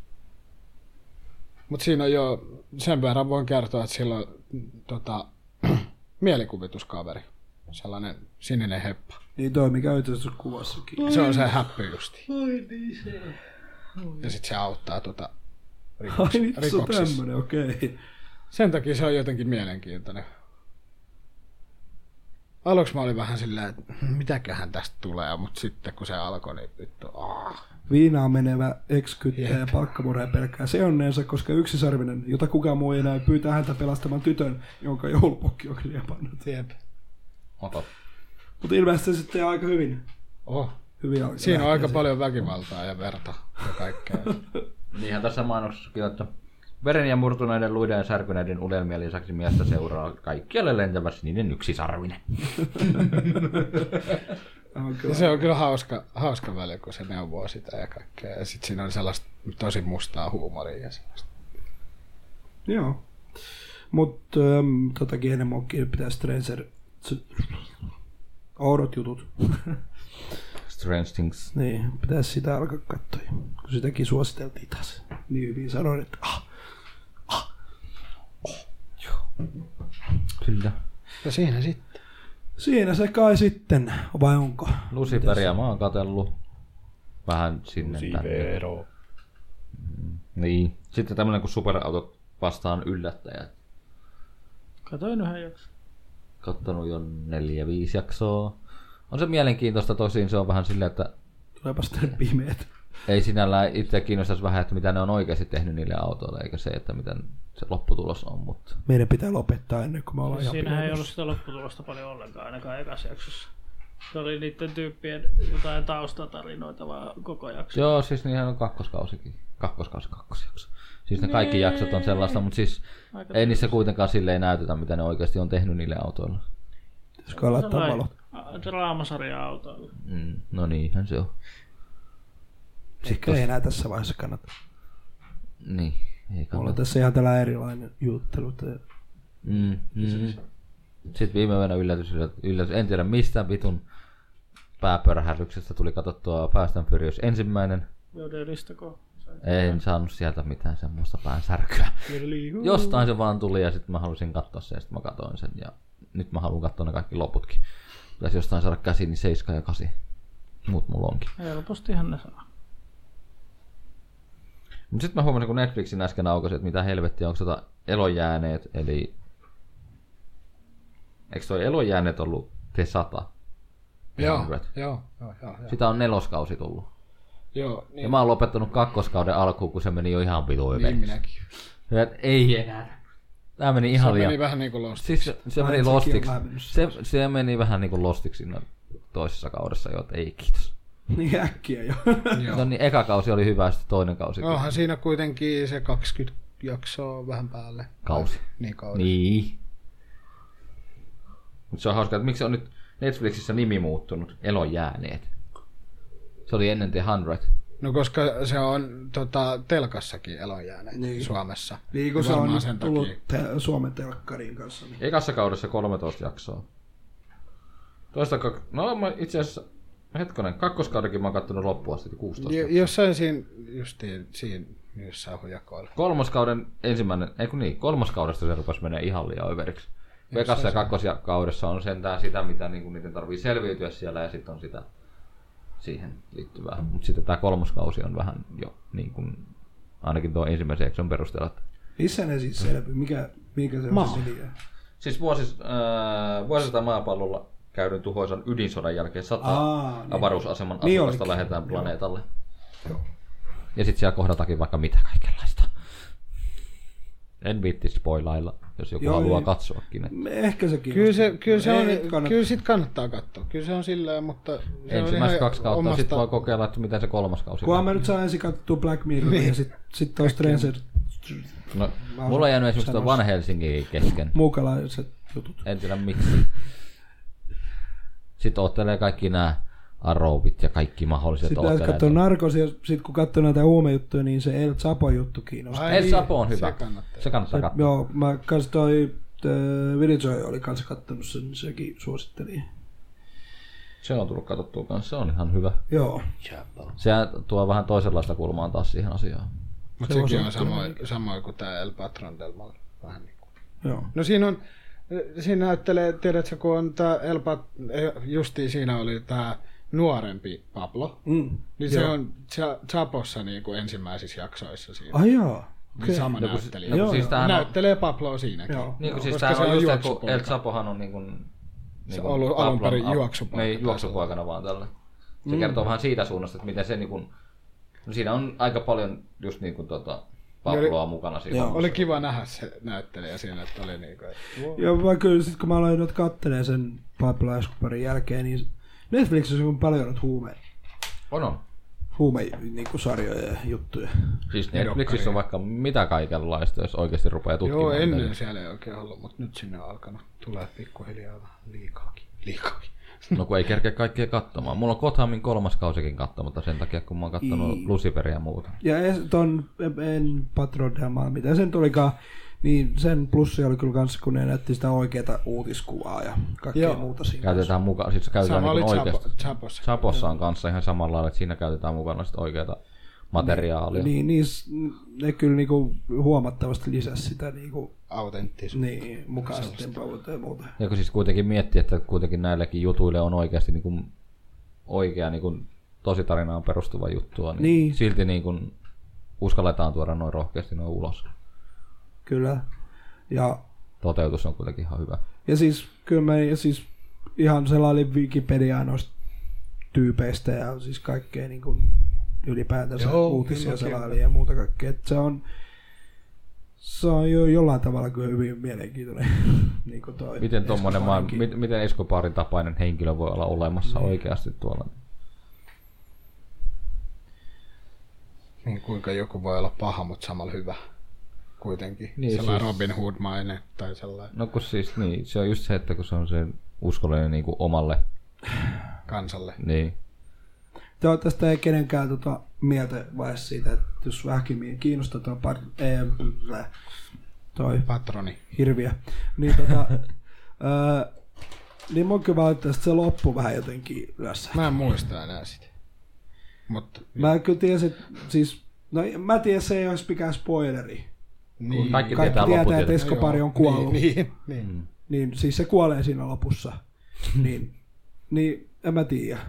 Speaker 2: Mutta siinä on jo, sen verran voin kertoa, että sillä on mm, tota, <clears throat> mielikuvituskaveri. Sellainen sininen heppa.
Speaker 3: Niin toi, mikä itse asiassa kuvassakin.
Speaker 2: Se on se häppy justi.
Speaker 5: niin.
Speaker 2: Ja sitten se auttaa tota
Speaker 3: Ai niin, se on
Speaker 2: rikoksissa.
Speaker 3: tämmönen, okei. Okay.
Speaker 2: Sen takia se on jotenkin mielenkiintoinen. Aluksi mä olin vähän silleen, että "Hmm, mitäköhän tästä tulee, mutta sitten kun se alkoi, niin vittu, aah.
Speaker 3: Viinaa menevä ex ja palkkamurheen pelkää seonneensa, koska yksisarvinen, jota kukaan muu ei näy, pyytää häntä pelastamaan tytön, jonka joulupukki on kyllä pannut.
Speaker 2: Jep.
Speaker 7: Ota.
Speaker 3: Mutta ilmeisesti se sitten aika hyvin.
Speaker 2: Oh.
Speaker 3: hyvin alkaa
Speaker 2: Siinä on aika
Speaker 3: lähteä
Speaker 2: paljon väkivaltaa ja verta ja kaikkea.
Speaker 7: Niinhän tässä mainoksessakin on, että
Speaker 4: Veren ja murtuneiden luiden ja särkyneiden unelmien lisäksi miestä seuraa kaikkialle lentävä sininen yksisarvinen.
Speaker 3: Aivan
Speaker 2: Ja
Speaker 3: kyllä.
Speaker 2: Niin Se on kyllä hauska, hauska väli, kun se neuvoo sitä ja kaikkea. Ja sitten siinä on sellaista tosi mustaa huumoria ja sellaista.
Speaker 3: Joo. ähm, Mutta totakin enemmän onkin pitää Stranger... Oudot jutut.
Speaker 4: Strange Things.
Speaker 3: Niin, pitäisi sitä alkaa katsoa. Kun sitäkin suositeltiin taas. Niin hyvin sanoin, että ah,
Speaker 4: Kyllä.
Speaker 2: Ja No siinä sitten.
Speaker 3: siinä se kai sitten, vai onko?
Speaker 4: Luciferia mä oon katellut. Vähän sinne tänne. Niin. Sitten tämmönen kuin superautot vastaan yllättäjät.
Speaker 5: Katoin yhden jakson.
Speaker 4: Kattonut jo neljä, viisi jaksoa. On se mielenkiintoista tosin, se on vähän silleen, että
Speaker 3: Tuleepas tänne pimeet.
Speaker 4: ei sinällään itse kiinnostaisi vähän, että mitä ne on oikeasti tehnyt niille autoille, eikä se, että miten se lopputulos on, mutta
Speaker 3: Meidän pitää lopettaa ennen kuin me ollaan ihan
Speaker 5: Siinähän ei
Speaker 3: pimeässä.
Speaker 5: ollut sitä lopputulosta paljon ollenkaan, ainakaan ekassa jaksossa. Se oli niiden tyyppien jotain taustatarinoita vaan koko jakso.
Speaker 4: Joo, siis niinhän on kakkoskausikin. Kakkoskausi, kakkosjakso. Siis ne kaikki jaksot on sellaista, mutta siis
Speaker 5: Aika
Speaker 4: ei niissä kuitenkaan silleen näytetä, mitä ne oikeasti on tehnyt niille autoilla.
Speaker 3: Pitäisikö laittaa
Speaker 5: Sellainen
Speaker 3: valot?
Speaker 5: a- Draamasarja autoilla.
Speaker 4: Mm, no niinhän se on.
Speaker 3: Ehkä ei enää tässä vaiheessa kannata.
Speaker 4: Niin, ei
Speaker 3: Mulla on
Speaker 4: kannata.
Speaker 3: tässä ihan tällä erilainen juttelu. tää-
Speaker 4: Mm, mm. Sitten viime vuonna yllätys, yllätys, yllätys, en tiedä mistä vitun pääpörähätyksestä tuli katsottua Fast and Furious ensimmäinen.
Speaker 5: Jodelistako?
Speaker 4: En saanut sieltä mitään semmoista päänsärkyä. Jostain se vaan tuli ja sitten mä halusin katsoa sen ja sitten mä katsoin sen ja nyt mä haluan katsoa ne kaikki loputkin. Pitäisi jostain saada käsiin niin 7 ja 8. Muut mulla onkin.
Speaker 5: Helpostihan ne saa.
Speaker 4: Mut sitten mä huomasin, kun Netflixin äsken aukasi, että mitä helvettiä, onko tota elojääneet, eli... Eikö toi elojääneet ollut te sata?
Speaker 2: Joo,
Speaker 4: Hyvät.
Speaker 2: joo, joo, joo, joo.
Speaker 4: Sitä on neloskausi tullut.
Speaker 2: joo
Speaker 4: Ja
Speaker 2: niin,
Speaker 4: mä oon lopettanut kakkoskauden alkuun, kun se meni jo ihan vitu
Speaker 2: niin
Speaker 4: niin
Speaker 2: minäkin.
Speaker 4: Ei enää. Tää meni ihan
Speaker 2: Se
Speaker 4: liian...
Speaker 2: meni vähän niin kuin lost.
Speaker 4: Siis se, se meni
Speaker 3: sekin on
Speaker 4: lostiksi.
Speaker 3: vähän mennyt
Speaker 4: Se, se meni vähän niinku lostiksi siinä toisessa kaudessa jo, että ei kiitos.
Speaker 3: Niin äkkiä
Speaker 2: <laughs>
Speaker 3: jo.
Speaker 4: Joo. No niin, eka kausi oli hyvä, sitten toinen kausi.
Speaker 2: Onhan siinä kuitenkin se 20 jaksoa vähän päälle.
Speaker 4: Kausi.
Speaker 2: Niin kausi.
Speaker 4: Niin. Mutta se on hauska, että miksi on nyt Netflixissä nimi muuttunut, Elon jääneet. Se oli ennen The 100.
Speaker 2: No koska se on tota, telkassakin elonjääneet
Speaker 3: Niin.
Speaker 2: niin. Suomessa.
Speaker 3: Niin kun se on
Speaker 2: Varmaan
Speaker 3: nyt
Speaker 2: sen
Speaker 3: tullut
Speaker 2: takia.
Speaker 3: te- Suomen telkkariin kanssa. Niin.
Speaker 4: Ekassa kaudessa 13 jaksoa. Toista kak... No mä itse asiassa... Hetkonen, kakkoskaudenkin mä oon kattonut loppuun asti,
Speaker 3: Niin,
Speaker 4: 16.
Speaker 2: Jo- Jossain siinä, justiin, siinä jossain hujakoilla.
Speaker 4: Kolmoskauden ensimmäinen, ei kun niin, kolmoskaudesta se rupesi menee ihan liian överiksi. Vekassa ja kakkoskaudessa on sentään sitä, mitä niinku niiden tarvii selviytyä siellä ja sitten on sitä siihen liittyvää. Mutta sitten tämä kolmoskausi on vähän jo niin kuin, ainakin tuo ensimmäisen jakson perusteella. että-
Speaker 3: Missä ne siis selvi? Mikä, mikä se on
Speaker 2: Maa.
Speaker 3: se nimi?
Speaker 4: Siis vuosis, äh, vuosista maapallolla käydyn tuhoisan ydinsodan jälkeen sata
Speaker 3: Aa, niin.
Speaker 4: avaruusaseman
Speaker 3: Niin
Speaker 4: asukasta
Speaker 3: olikin.
Speaker 4: lähdetään planeetalle.
Speaker 3: Joo.
Speaker 4: Ja sitten siellä kohdatakin vaikka mitä kaikenlaista. En viitti spoilailla, jos joku
Speaker 3: Joo,
Speaker 4: Joo, haluaa
Speaker 3: ei.
Speaker 4: katsoakin. että
Speaker 3: Me- Ehkä sekin.
Speaker 2: Kyllä,
Speaker 3: on
Speaker 2: se, kyllä, se on,
Speaker 3: Ei kannata.
Speaker 2: kyllä sit kannattaa katsoa. Kyllä se on sillä mutta... se on
Speaker 4: Ensimmäiset
Speaker 2: ihan
Speaker 4: kaksi kautta, omasta... sitten voi kokeilla, että miten se kolmas kausi
Speaker 3: Kunhan mä nyt saan ensin katsottua Black Mirror ja
Speaker 2: Niin.
Speaker 3: sitten sit on Stranger
Speaker 4: No, mulla on jäänyt esimerkiksi tuo Van Helsingin kesken.
Speaker 3: muukalaiset jutut.
Speaker 4: En tiedä miksi. Sitten ottelee kaikki nämä Arrowit ja kaikki mahdolliset
Speaker 3: Sitten
Speaker 4: ottelee.
Speaker 3: pitäisi katsoa narkos ja sitten kun katsoo näitä huumejuttuja, niin se El Chapo juttu kiinnostaa.
Speaker 4: El Sapo on hyvä.
Speaker 2: Se kannattaa.
Speaker 4: Se kannattaa katsoa.
Speaker 3: Joo, mä kans toi äh, Virijoy oli kans kattonut sen, niin sekin suositteli.
Speaker 4: Se on tullut katsottua kanssa, se on ihan hyvä.
Speaker 3: Joo,
Speaker 4: Se tuo vähän toisenlaista kulmaa taas siihen asiaan.
Speaker 2: Mutta sekin on samoin, samoin kuin tämä El Patron del Mal. Vähän niin kuin.
Speaker 3: joo.
Speaker 2: No siinä on, siinä näyttelee, tiedätkö, kun on tämä El Pat, eh, justiin siinä oli tämä nuorempi Pablo.
Speaker 3: Mm.
Speaker 2: Niin se on Cha- Chapossa niin kuin ensimmäisissä jaksoissa siinä.
Speaker 3: Ai joo.
Speaker 2: Niin sama näyttelijä.
Speaker 4: Joo, siis tämähän on,
Speaker 2: Näyttelee Pabloa siinäkin.
Speaker 3: Joo.
Speaker 4: niin kuin siis
Speaker 2: koska
Speaker 4: tämähän
Speaker 2: se
Speaker 4: on
Speaker 2: on
Speaker 4: just, että kun
Speaker 2: juoksupoika.
Speaker 4: El Sapohan on niin kuin,
Speaker 2: Se on ollut alun perin juoksupoika. Mm.
Speaker 4: Ei juoksupoikana vaan tällä. Se kertoo vähän siitä suunnasta, että miten se niin kuin, no siinä on aika paljon just niin kuin tota, Pabloa mukana siinä.
Speaker 3: Joo.
Speaker 2: Oli kiva nähdä se näyttelijä siinä, että oli niin kuin,
Speaker 3: Joo, mä kyllä sit kun mä aloin noita kattelee sen Pablo Escobarin jälkeen, niin Netflixissä on paljon noita huume,
Speaker 4: On on.
Speaker 3: huume niin kuin sarjoja ja juttuja.
Speaker 4: Siis Netflixissä on vaikka mitä kaikenlaista, jos oikeasti rupeaa tutkimaan.
Speaker 2: Joo, ennen
Speaker 4: niitä.
Speaker 2: siellä ei oikein ollut, mutta nyt sinne on alkanut. Tulee pikkuhiljaa liikaakin. Liikaakin.
Speaker 4: No kun ei kerkeä kaikkea katsomaan. Mulla on Gothamin kolmas kausikin katsomatta sen takia, kun mä oon katsonut
Speaker 3: I-
Speaker 4: Luciferia ja muuta.
Speaker 3: Ja es- ton en Patrodamaa, mitä sen tulikaan, niin sen plussi oli kyllä kanssa, kun ne näytti sitä oikeata uutiskuvaa ja kaikkea
Speaker 2: Joo.
Speaker 3: muuta siinä.
Speaker 4: Käytetään mukaan, siis käytetään
Speaker 2: Sama oli
Speaker 4: niin oikeasta.
Speaker 2: Chapo- Chapossa.
Speaker 4: Chapossa on kanssa ihan samalla lailla, että siinä käytetään mukana sitä oikeata materiaalia. Niin.
Speaker 3: Niin, niin s- ne kyllä niinku huomattavasti lisäsi sitä niinku,
Speaker 2: Autenttisuus.
Speaker 3: niin, mukaan sitten pavuutta ja muuta.
Speaker 4: Ja kun siis kuitenkin miettii, että kuitenkin näillekin jutuille on oikeasti niin kuin oikea niin kuin tositarinaan perustuva juttua, niin,
Speaker 3: Niin.
Speaker 4: niin. silti niin kuin uskalletaan tuoda noin rohkeasti noin ulos.
Speaker 3: Kyllä. Ja,
Speaker 4: Toteutus on kuitenkin ihan hyvä.
Speaker 3: ja siis kyllä mä ja siis ihan selailin Wikipediaa noista tyypeistä ja siis kaikkea niinku ylipäätänsä
Speaker 2: Joo,
Speaker 3: uutisia
Speaker 2: kyllä, kyllä.
Speaker 3: selailin ja muuta kaikkea. Et se on, se on jo jollain tavalla kyllä hyvin mielenkiintoinen. <laughs> niin kuin toi
Speaker 4: Miten, tommonen maailma,
Speaker 3: Eskobarinkin.
Speaker 4: mit- miten Eskobarin tapainen henkilö voi olla olemassa niin. oikeasti tuolla? Mm.
Speaker 2: Niin kuinka joku voi olla paha, mutta samalla hyvä. Kuitenkin. Niin,
Speaker 4: Niin,
Speaker 2: sellainen
Speaker 4: siis-
Speaker 2: Robin Hood-mainen tai sellainen
Speaker 4: No kun siis niin, se on just se, että kun se on se uskollinen niin kuin omalle,
Speaker 2: kansalle.
Speaker 4: niin
Speaker 3: Joo, tästä ei kenenkään tota, mieltä vaihda siitä, että jos vähänkin mie- kiinnostaa tuo, par, ee, blä, toi
Speaker 2: Patroni.
Speaker 3: hirviö, niin
Speaker 2: <laughs>
Speaker 3: tota, öö, niin mun kyllä valitettavasti se loppu vähän jotenkin yössä.
Speaker 2: Mä en muista enää sitä. Mutta
Speaker 3: Mä kyllä tiesin, että siis, no mä tiedän, se ei olisi mikään spoileri.
Speaker 2: niin,
Speaker 4: kaikki,
Speaker 3: Kaikki
Speaker 4: tietää
Speaker 3: tietää,
Speaker 4: loput.
Speaker 3: että Escobari on kuollut.
Speaker 2: Niin, niin, niin.
Speaker 4: Mm.
Speaker 3: Niin siis se kuolee
Speaker 2: <laughs>
Speaker 3: siinä lopussa. niin, niin en mä tiedä.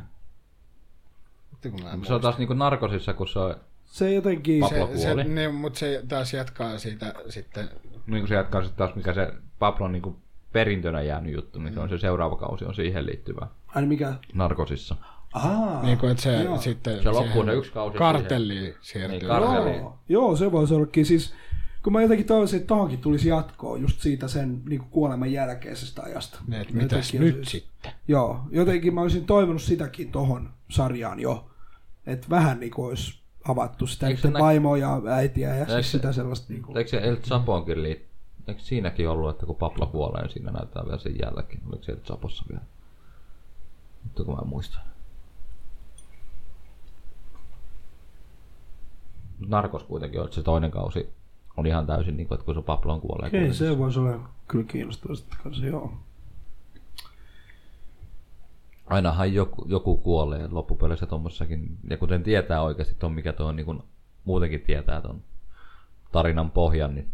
Speaker 2: Vittu, kun mä en
Speaker 4: Se on taas niin kuin narkosissa, kun se, on,
Speaker 3: Se jotenkin...
Speaker 4: Pablo
Speaker 2: muista. se,
Speaker 4: kuoli.
Speaker 2: niin, mutta se taas jatkaa siitä sitten.
Speaker 4: niin kuin se jatkaa sitten taas, mikä se Pablon niin kuin perintönä jäänyt juttu, niin se
Speaker 3: Mm.
Speaker 4: on se seuraava kausi on siihen liittyvä
Speaker 3: Ai mikä?
Speaker 4: narkosissa.
Speaker 3: Ahaa.
Speaker 4: Ah.
Speaker 2: Niin kuin, että se
Speaker 3: Joo.
Speaker 2: sitten
Speaker 4: Se loppuu
Speaker 2: siihen
Speaker 4: se yksi kausi
Speaker 2: Kartelliin siirtyy.
Speaker 4: Niin, kar- Arveli.
Speaker 3: Joo, joo, se voisi ollakin. Siis, kun mä jotenkin toivoisin, että tohonkin tulisi jatkoa just siitä sen niin kuin kuoleman jälkeisestä ajasta.
Speaker 2: Niin, että mitäs
Speaker 3: Jotenkin
Speaker 2: nyt sitten?
Speaker 3: Joo, jotenkin mä olisin toivonut sitäkin tohon sarjaan jo. Että vähän niin kuin olisi avattu sitä
Speaker 4: Eikö se
Speaker 3: niiden
Speaker 4: nä-
Speaker 3: vaimoa ja äitiä ja
Speaker 4: Eikö
Speaker 3: siis
Speaker 4: se-
Speaker 3: sitä sellaista. Niin kuin,
Speaker 4: Eikö se El Chapoonkin liittyy? Eikö siinäkin ollut, että kun Pablo kuolee, niin siinä näytetään vielä sen jälkeen? Oliko se El Chapossa vielä? Mutta kun mä en muista. Mut Narcos kuitenkin on, että se toinen kausi on ihan täysin, niin kuin, että kun se Pabloon kuolee.
Speaker 3: Okei,
Speaker 4: kuitenkin.
Speaker 3: se voisi olla kyllä kiinnostavasti kanssa, joo.
Speaker 4: ainahan joku, joku kuolee loppupeleissä tuommoissakin, ja kuten tietää oikeasti ton, mikä tuo on, niin kun muutenkin tietää ton tarinan pohjan, niin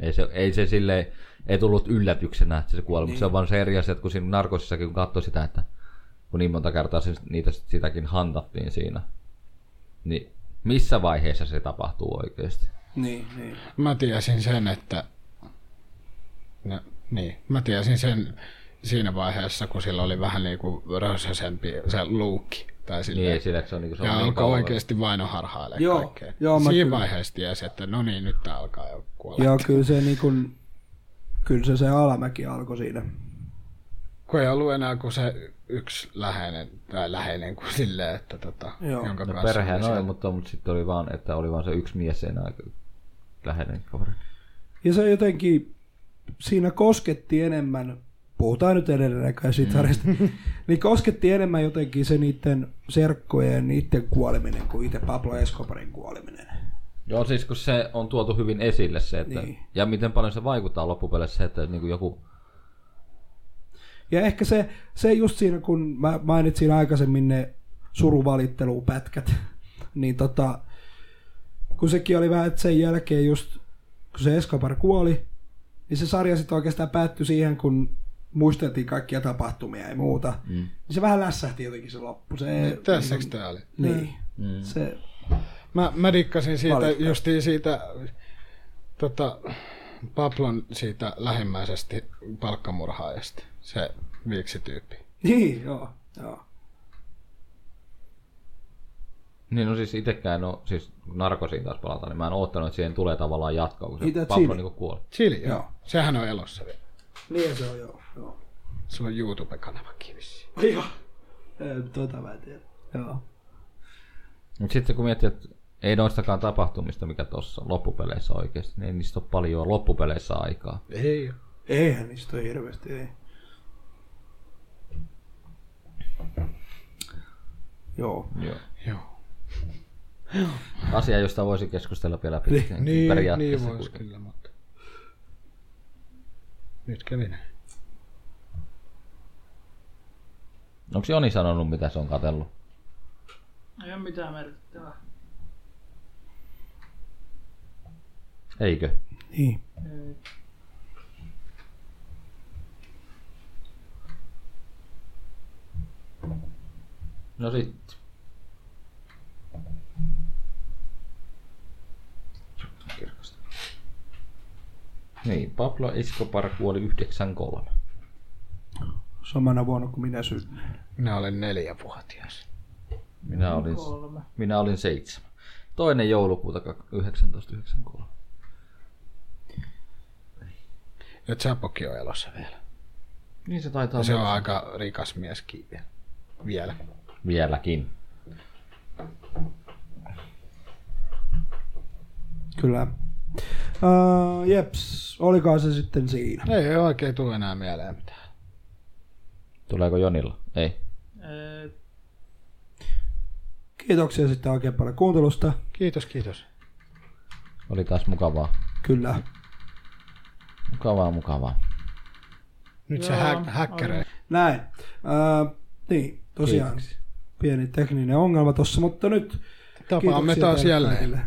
Speaker 4: ei se, ei se silleen, ei tullut yllätyksenä, että se kuolee, niin. se on vaan se eri asia, että kun siinä narkosissakin kun katsoi sitä, että kun niin monta kertaa se, niitä sitäkin hantattiin siinä, niin missä vaiheessa se tapahtuu oikeasti?
Speaker 3: Niin, niin.
Speaker 2: Mä tiesin sen, että... No, niin. Mä tiesin sen siinä vaiheessa, kun sillä oli vähän niin kuin rösösempi se luukki. Tai
Speaker 4: Niin,
Speaker 2: silleen.
Speaker 4: ei sillä, että se on niin kuin se
Speaker 2: ja
Speaker 4: on niin
Speaker 2: alkoi
Speaker 4: kauan-
Speaker 2: oikeasti vaino harhaille
Speaker 3: Joo,
Speaker 2: kaikkea.
Speaker 3: joo, mä
Speaker 2: Siinä
Speaker 3: kyllä-
Speaker 2: vaiheessa tiesi, että no niin, nyt tää alkaa jo kuolla.
Speaker 3: Joo, kyllä se, niin kuin, kyllä se, se alamäki alkoi siinä.
Speaker 2: Kun ei ollut enää kuin se yksi läheinen, tai läheinen kuin silleen, että tota,
Speaker 3: Joo.
Speaker 2: jonka
Speaker 4: No
Speaker 2: kanssa...
Speaker 4: perheen
Speaker 2: oli se-
Speaker 4: oli, mutta, mutta sitten oli vaan, että oli vaan se yksi mies enää läheinen kaveri.
Speaker 3: Ja se jotenkin, siinä kosketti enemmän, puhutaan nyt edelleen kai siitä sarjasta, <laughs> niin kosketti enemmän jotenkin se niiden serkkojen ja niiden kuoleminen kuin itse Pablo Escobarin kuoleminen.
Speaker 4: Joo, siis kun se on tuotu hyvin esille se, että,
Speaker 3: Niin.
Speaker 4: niin. ja miten paljon se vaikuttaa loppupeleissä se, että niin kuin joku,
Speaker 3: Ja ehkä se, se just siinä, kun mä mainitsin aikaisemmin ne suruvalittelupätkät, <laughs> niin tota, kun sekin oli vähän, että sen jälkeen just, kun se Escobar kuoli, niin se sarja sitten oikeastaan päättyi siihen, kun muisteltiin kaikkia tapahtumia ja muuta. Mm. Niin se vähän lässähti jotenkin se loppu. Se,
Speaker 2: Tässäks tää oli?
Speaker 3: Niin. Mm. Se,
Speaker 2: Mä, mä dikkasin siitä,
Speaker 3: Valittaa.
Speaker 2: justiin siitä tota, Pablon siitä lähimmäisesti palkkamurhaajasta, se viiksityyppi.
Speaker 3: niin, joo. joo.
Speaker 4: niin no siis itsekään en ole, siis kun narkosiin taas palataan, niin mä en oottanut, että siihen tulee tavallaan jatkoa, kun
Speaker 3: Mitä
Speaker 4: se Pablo
Speaker 3: siinä?
Speaker 4: niin kuoli.
Speaker 2: Chili, joo.
Speaker 3: Joo.
Speaker 2: Sehän on elossa vielä.
Speaker 3: Niin se on, joo. joo.
Speaker 2: Sulla on YouTube-kanava kivissä.
Speaker 3: tuota Joo. Ei, Tota mä en tiedä. Joo.
Speaker 4: Mutta sitten kun miettii, että ei noistakaan tapahtumista, mikä tuossa loppupeleissä oikeasti, niin ei niistä ole paljon loppupeleissä aikaa.
Speaker 2: Ei oo.
Speaker 3: Eihän niistä ole hirveästi, ei. Joo.
Speaker 4: Joo.
Speaker 2: Joo.
Speaker 4: Asia, josta voisi keskustella vielä pitkään.
Speaker 2: Niin, niin voisi kyllä, mutta... Nyt kävi näin.
Speaker 4: Onko Joni sanonut, mitä se on katsellut?
Speaker 5: Ei ole mitään merkittävää.
Speaker 4: Eikö?
Speaker 3: Niin.
Speaker 5: Ei.
Speaker 4: No sitten. Kirkasta. Niin, Pablo Escobar kuoli 93.
Speaker 3: Samana vuonna kuin minä synnyin.
Speaker 2: Minä olen neljävuotias.
Speaker 4: Minä olin,
Speaker 5: Kolme.
Speaker 4: minä olin seitsemän. Toinen joulukuuta kak- 1993.
Speaker 2: Ja Chapokin on elossa vielä.
Speaker 4: Niin se taitaa
Speaker 2: Ja se on
Speaker 4: olla.
Speaker 2: aika rikas mieskin vielä. vielä.
Speaker 4: Vieläkin.
Speaker 3: Kyllä. Uh, jeps, olikaa se sitten siinä.
Speaker 2: Ei oikein tule enää mieleen mitään.
Speaker 4: Tuleeko Jonilla? Ei.
Speaker 5: Ei.
Speaker 3: Kiitoksia sitten oikein paljon kuuntelusta.
Speaker 2: Kiitos, kiitos.
Speaker 4: Oli taas mukavaa.
Speaker 3: Kyllä.
Speaker 4: Mukavaa, mukavaa.
Speaker 2: Nyt se
Speaker 5: Joo,
Speaker 2: hä- häkkäröi.
Speaker 3: Näin. Uh, niin, tosiaan
Speaker 4: Kiitoksia.
Speaker 3: pieni tekninen ongelma tossa, mutta nyt
Speaker 2: Tapaamme
Speaker 3: kiitoksia
Speaker 2: taas
Speaker 3: teille
Speaker 2: jälleen
Speaker 3: kaikille.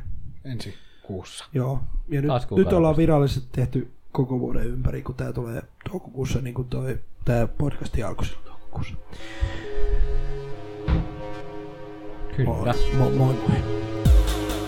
Speaker 2: ensi kuussa.
Speaker 3: Joo, ja nyt,
Speaker 4: Taas kuukauden
Speaker 3: nyt ollaan virallisesti tehty koko vuoden ympäri, kun tämä tulee toukokuussa, niin kuin toi, tämä podcasti alkoi silloin toukokuussa. Moi, 哦
Speaker 4: Kyllä.
Speaker 3: moi, moi. moi.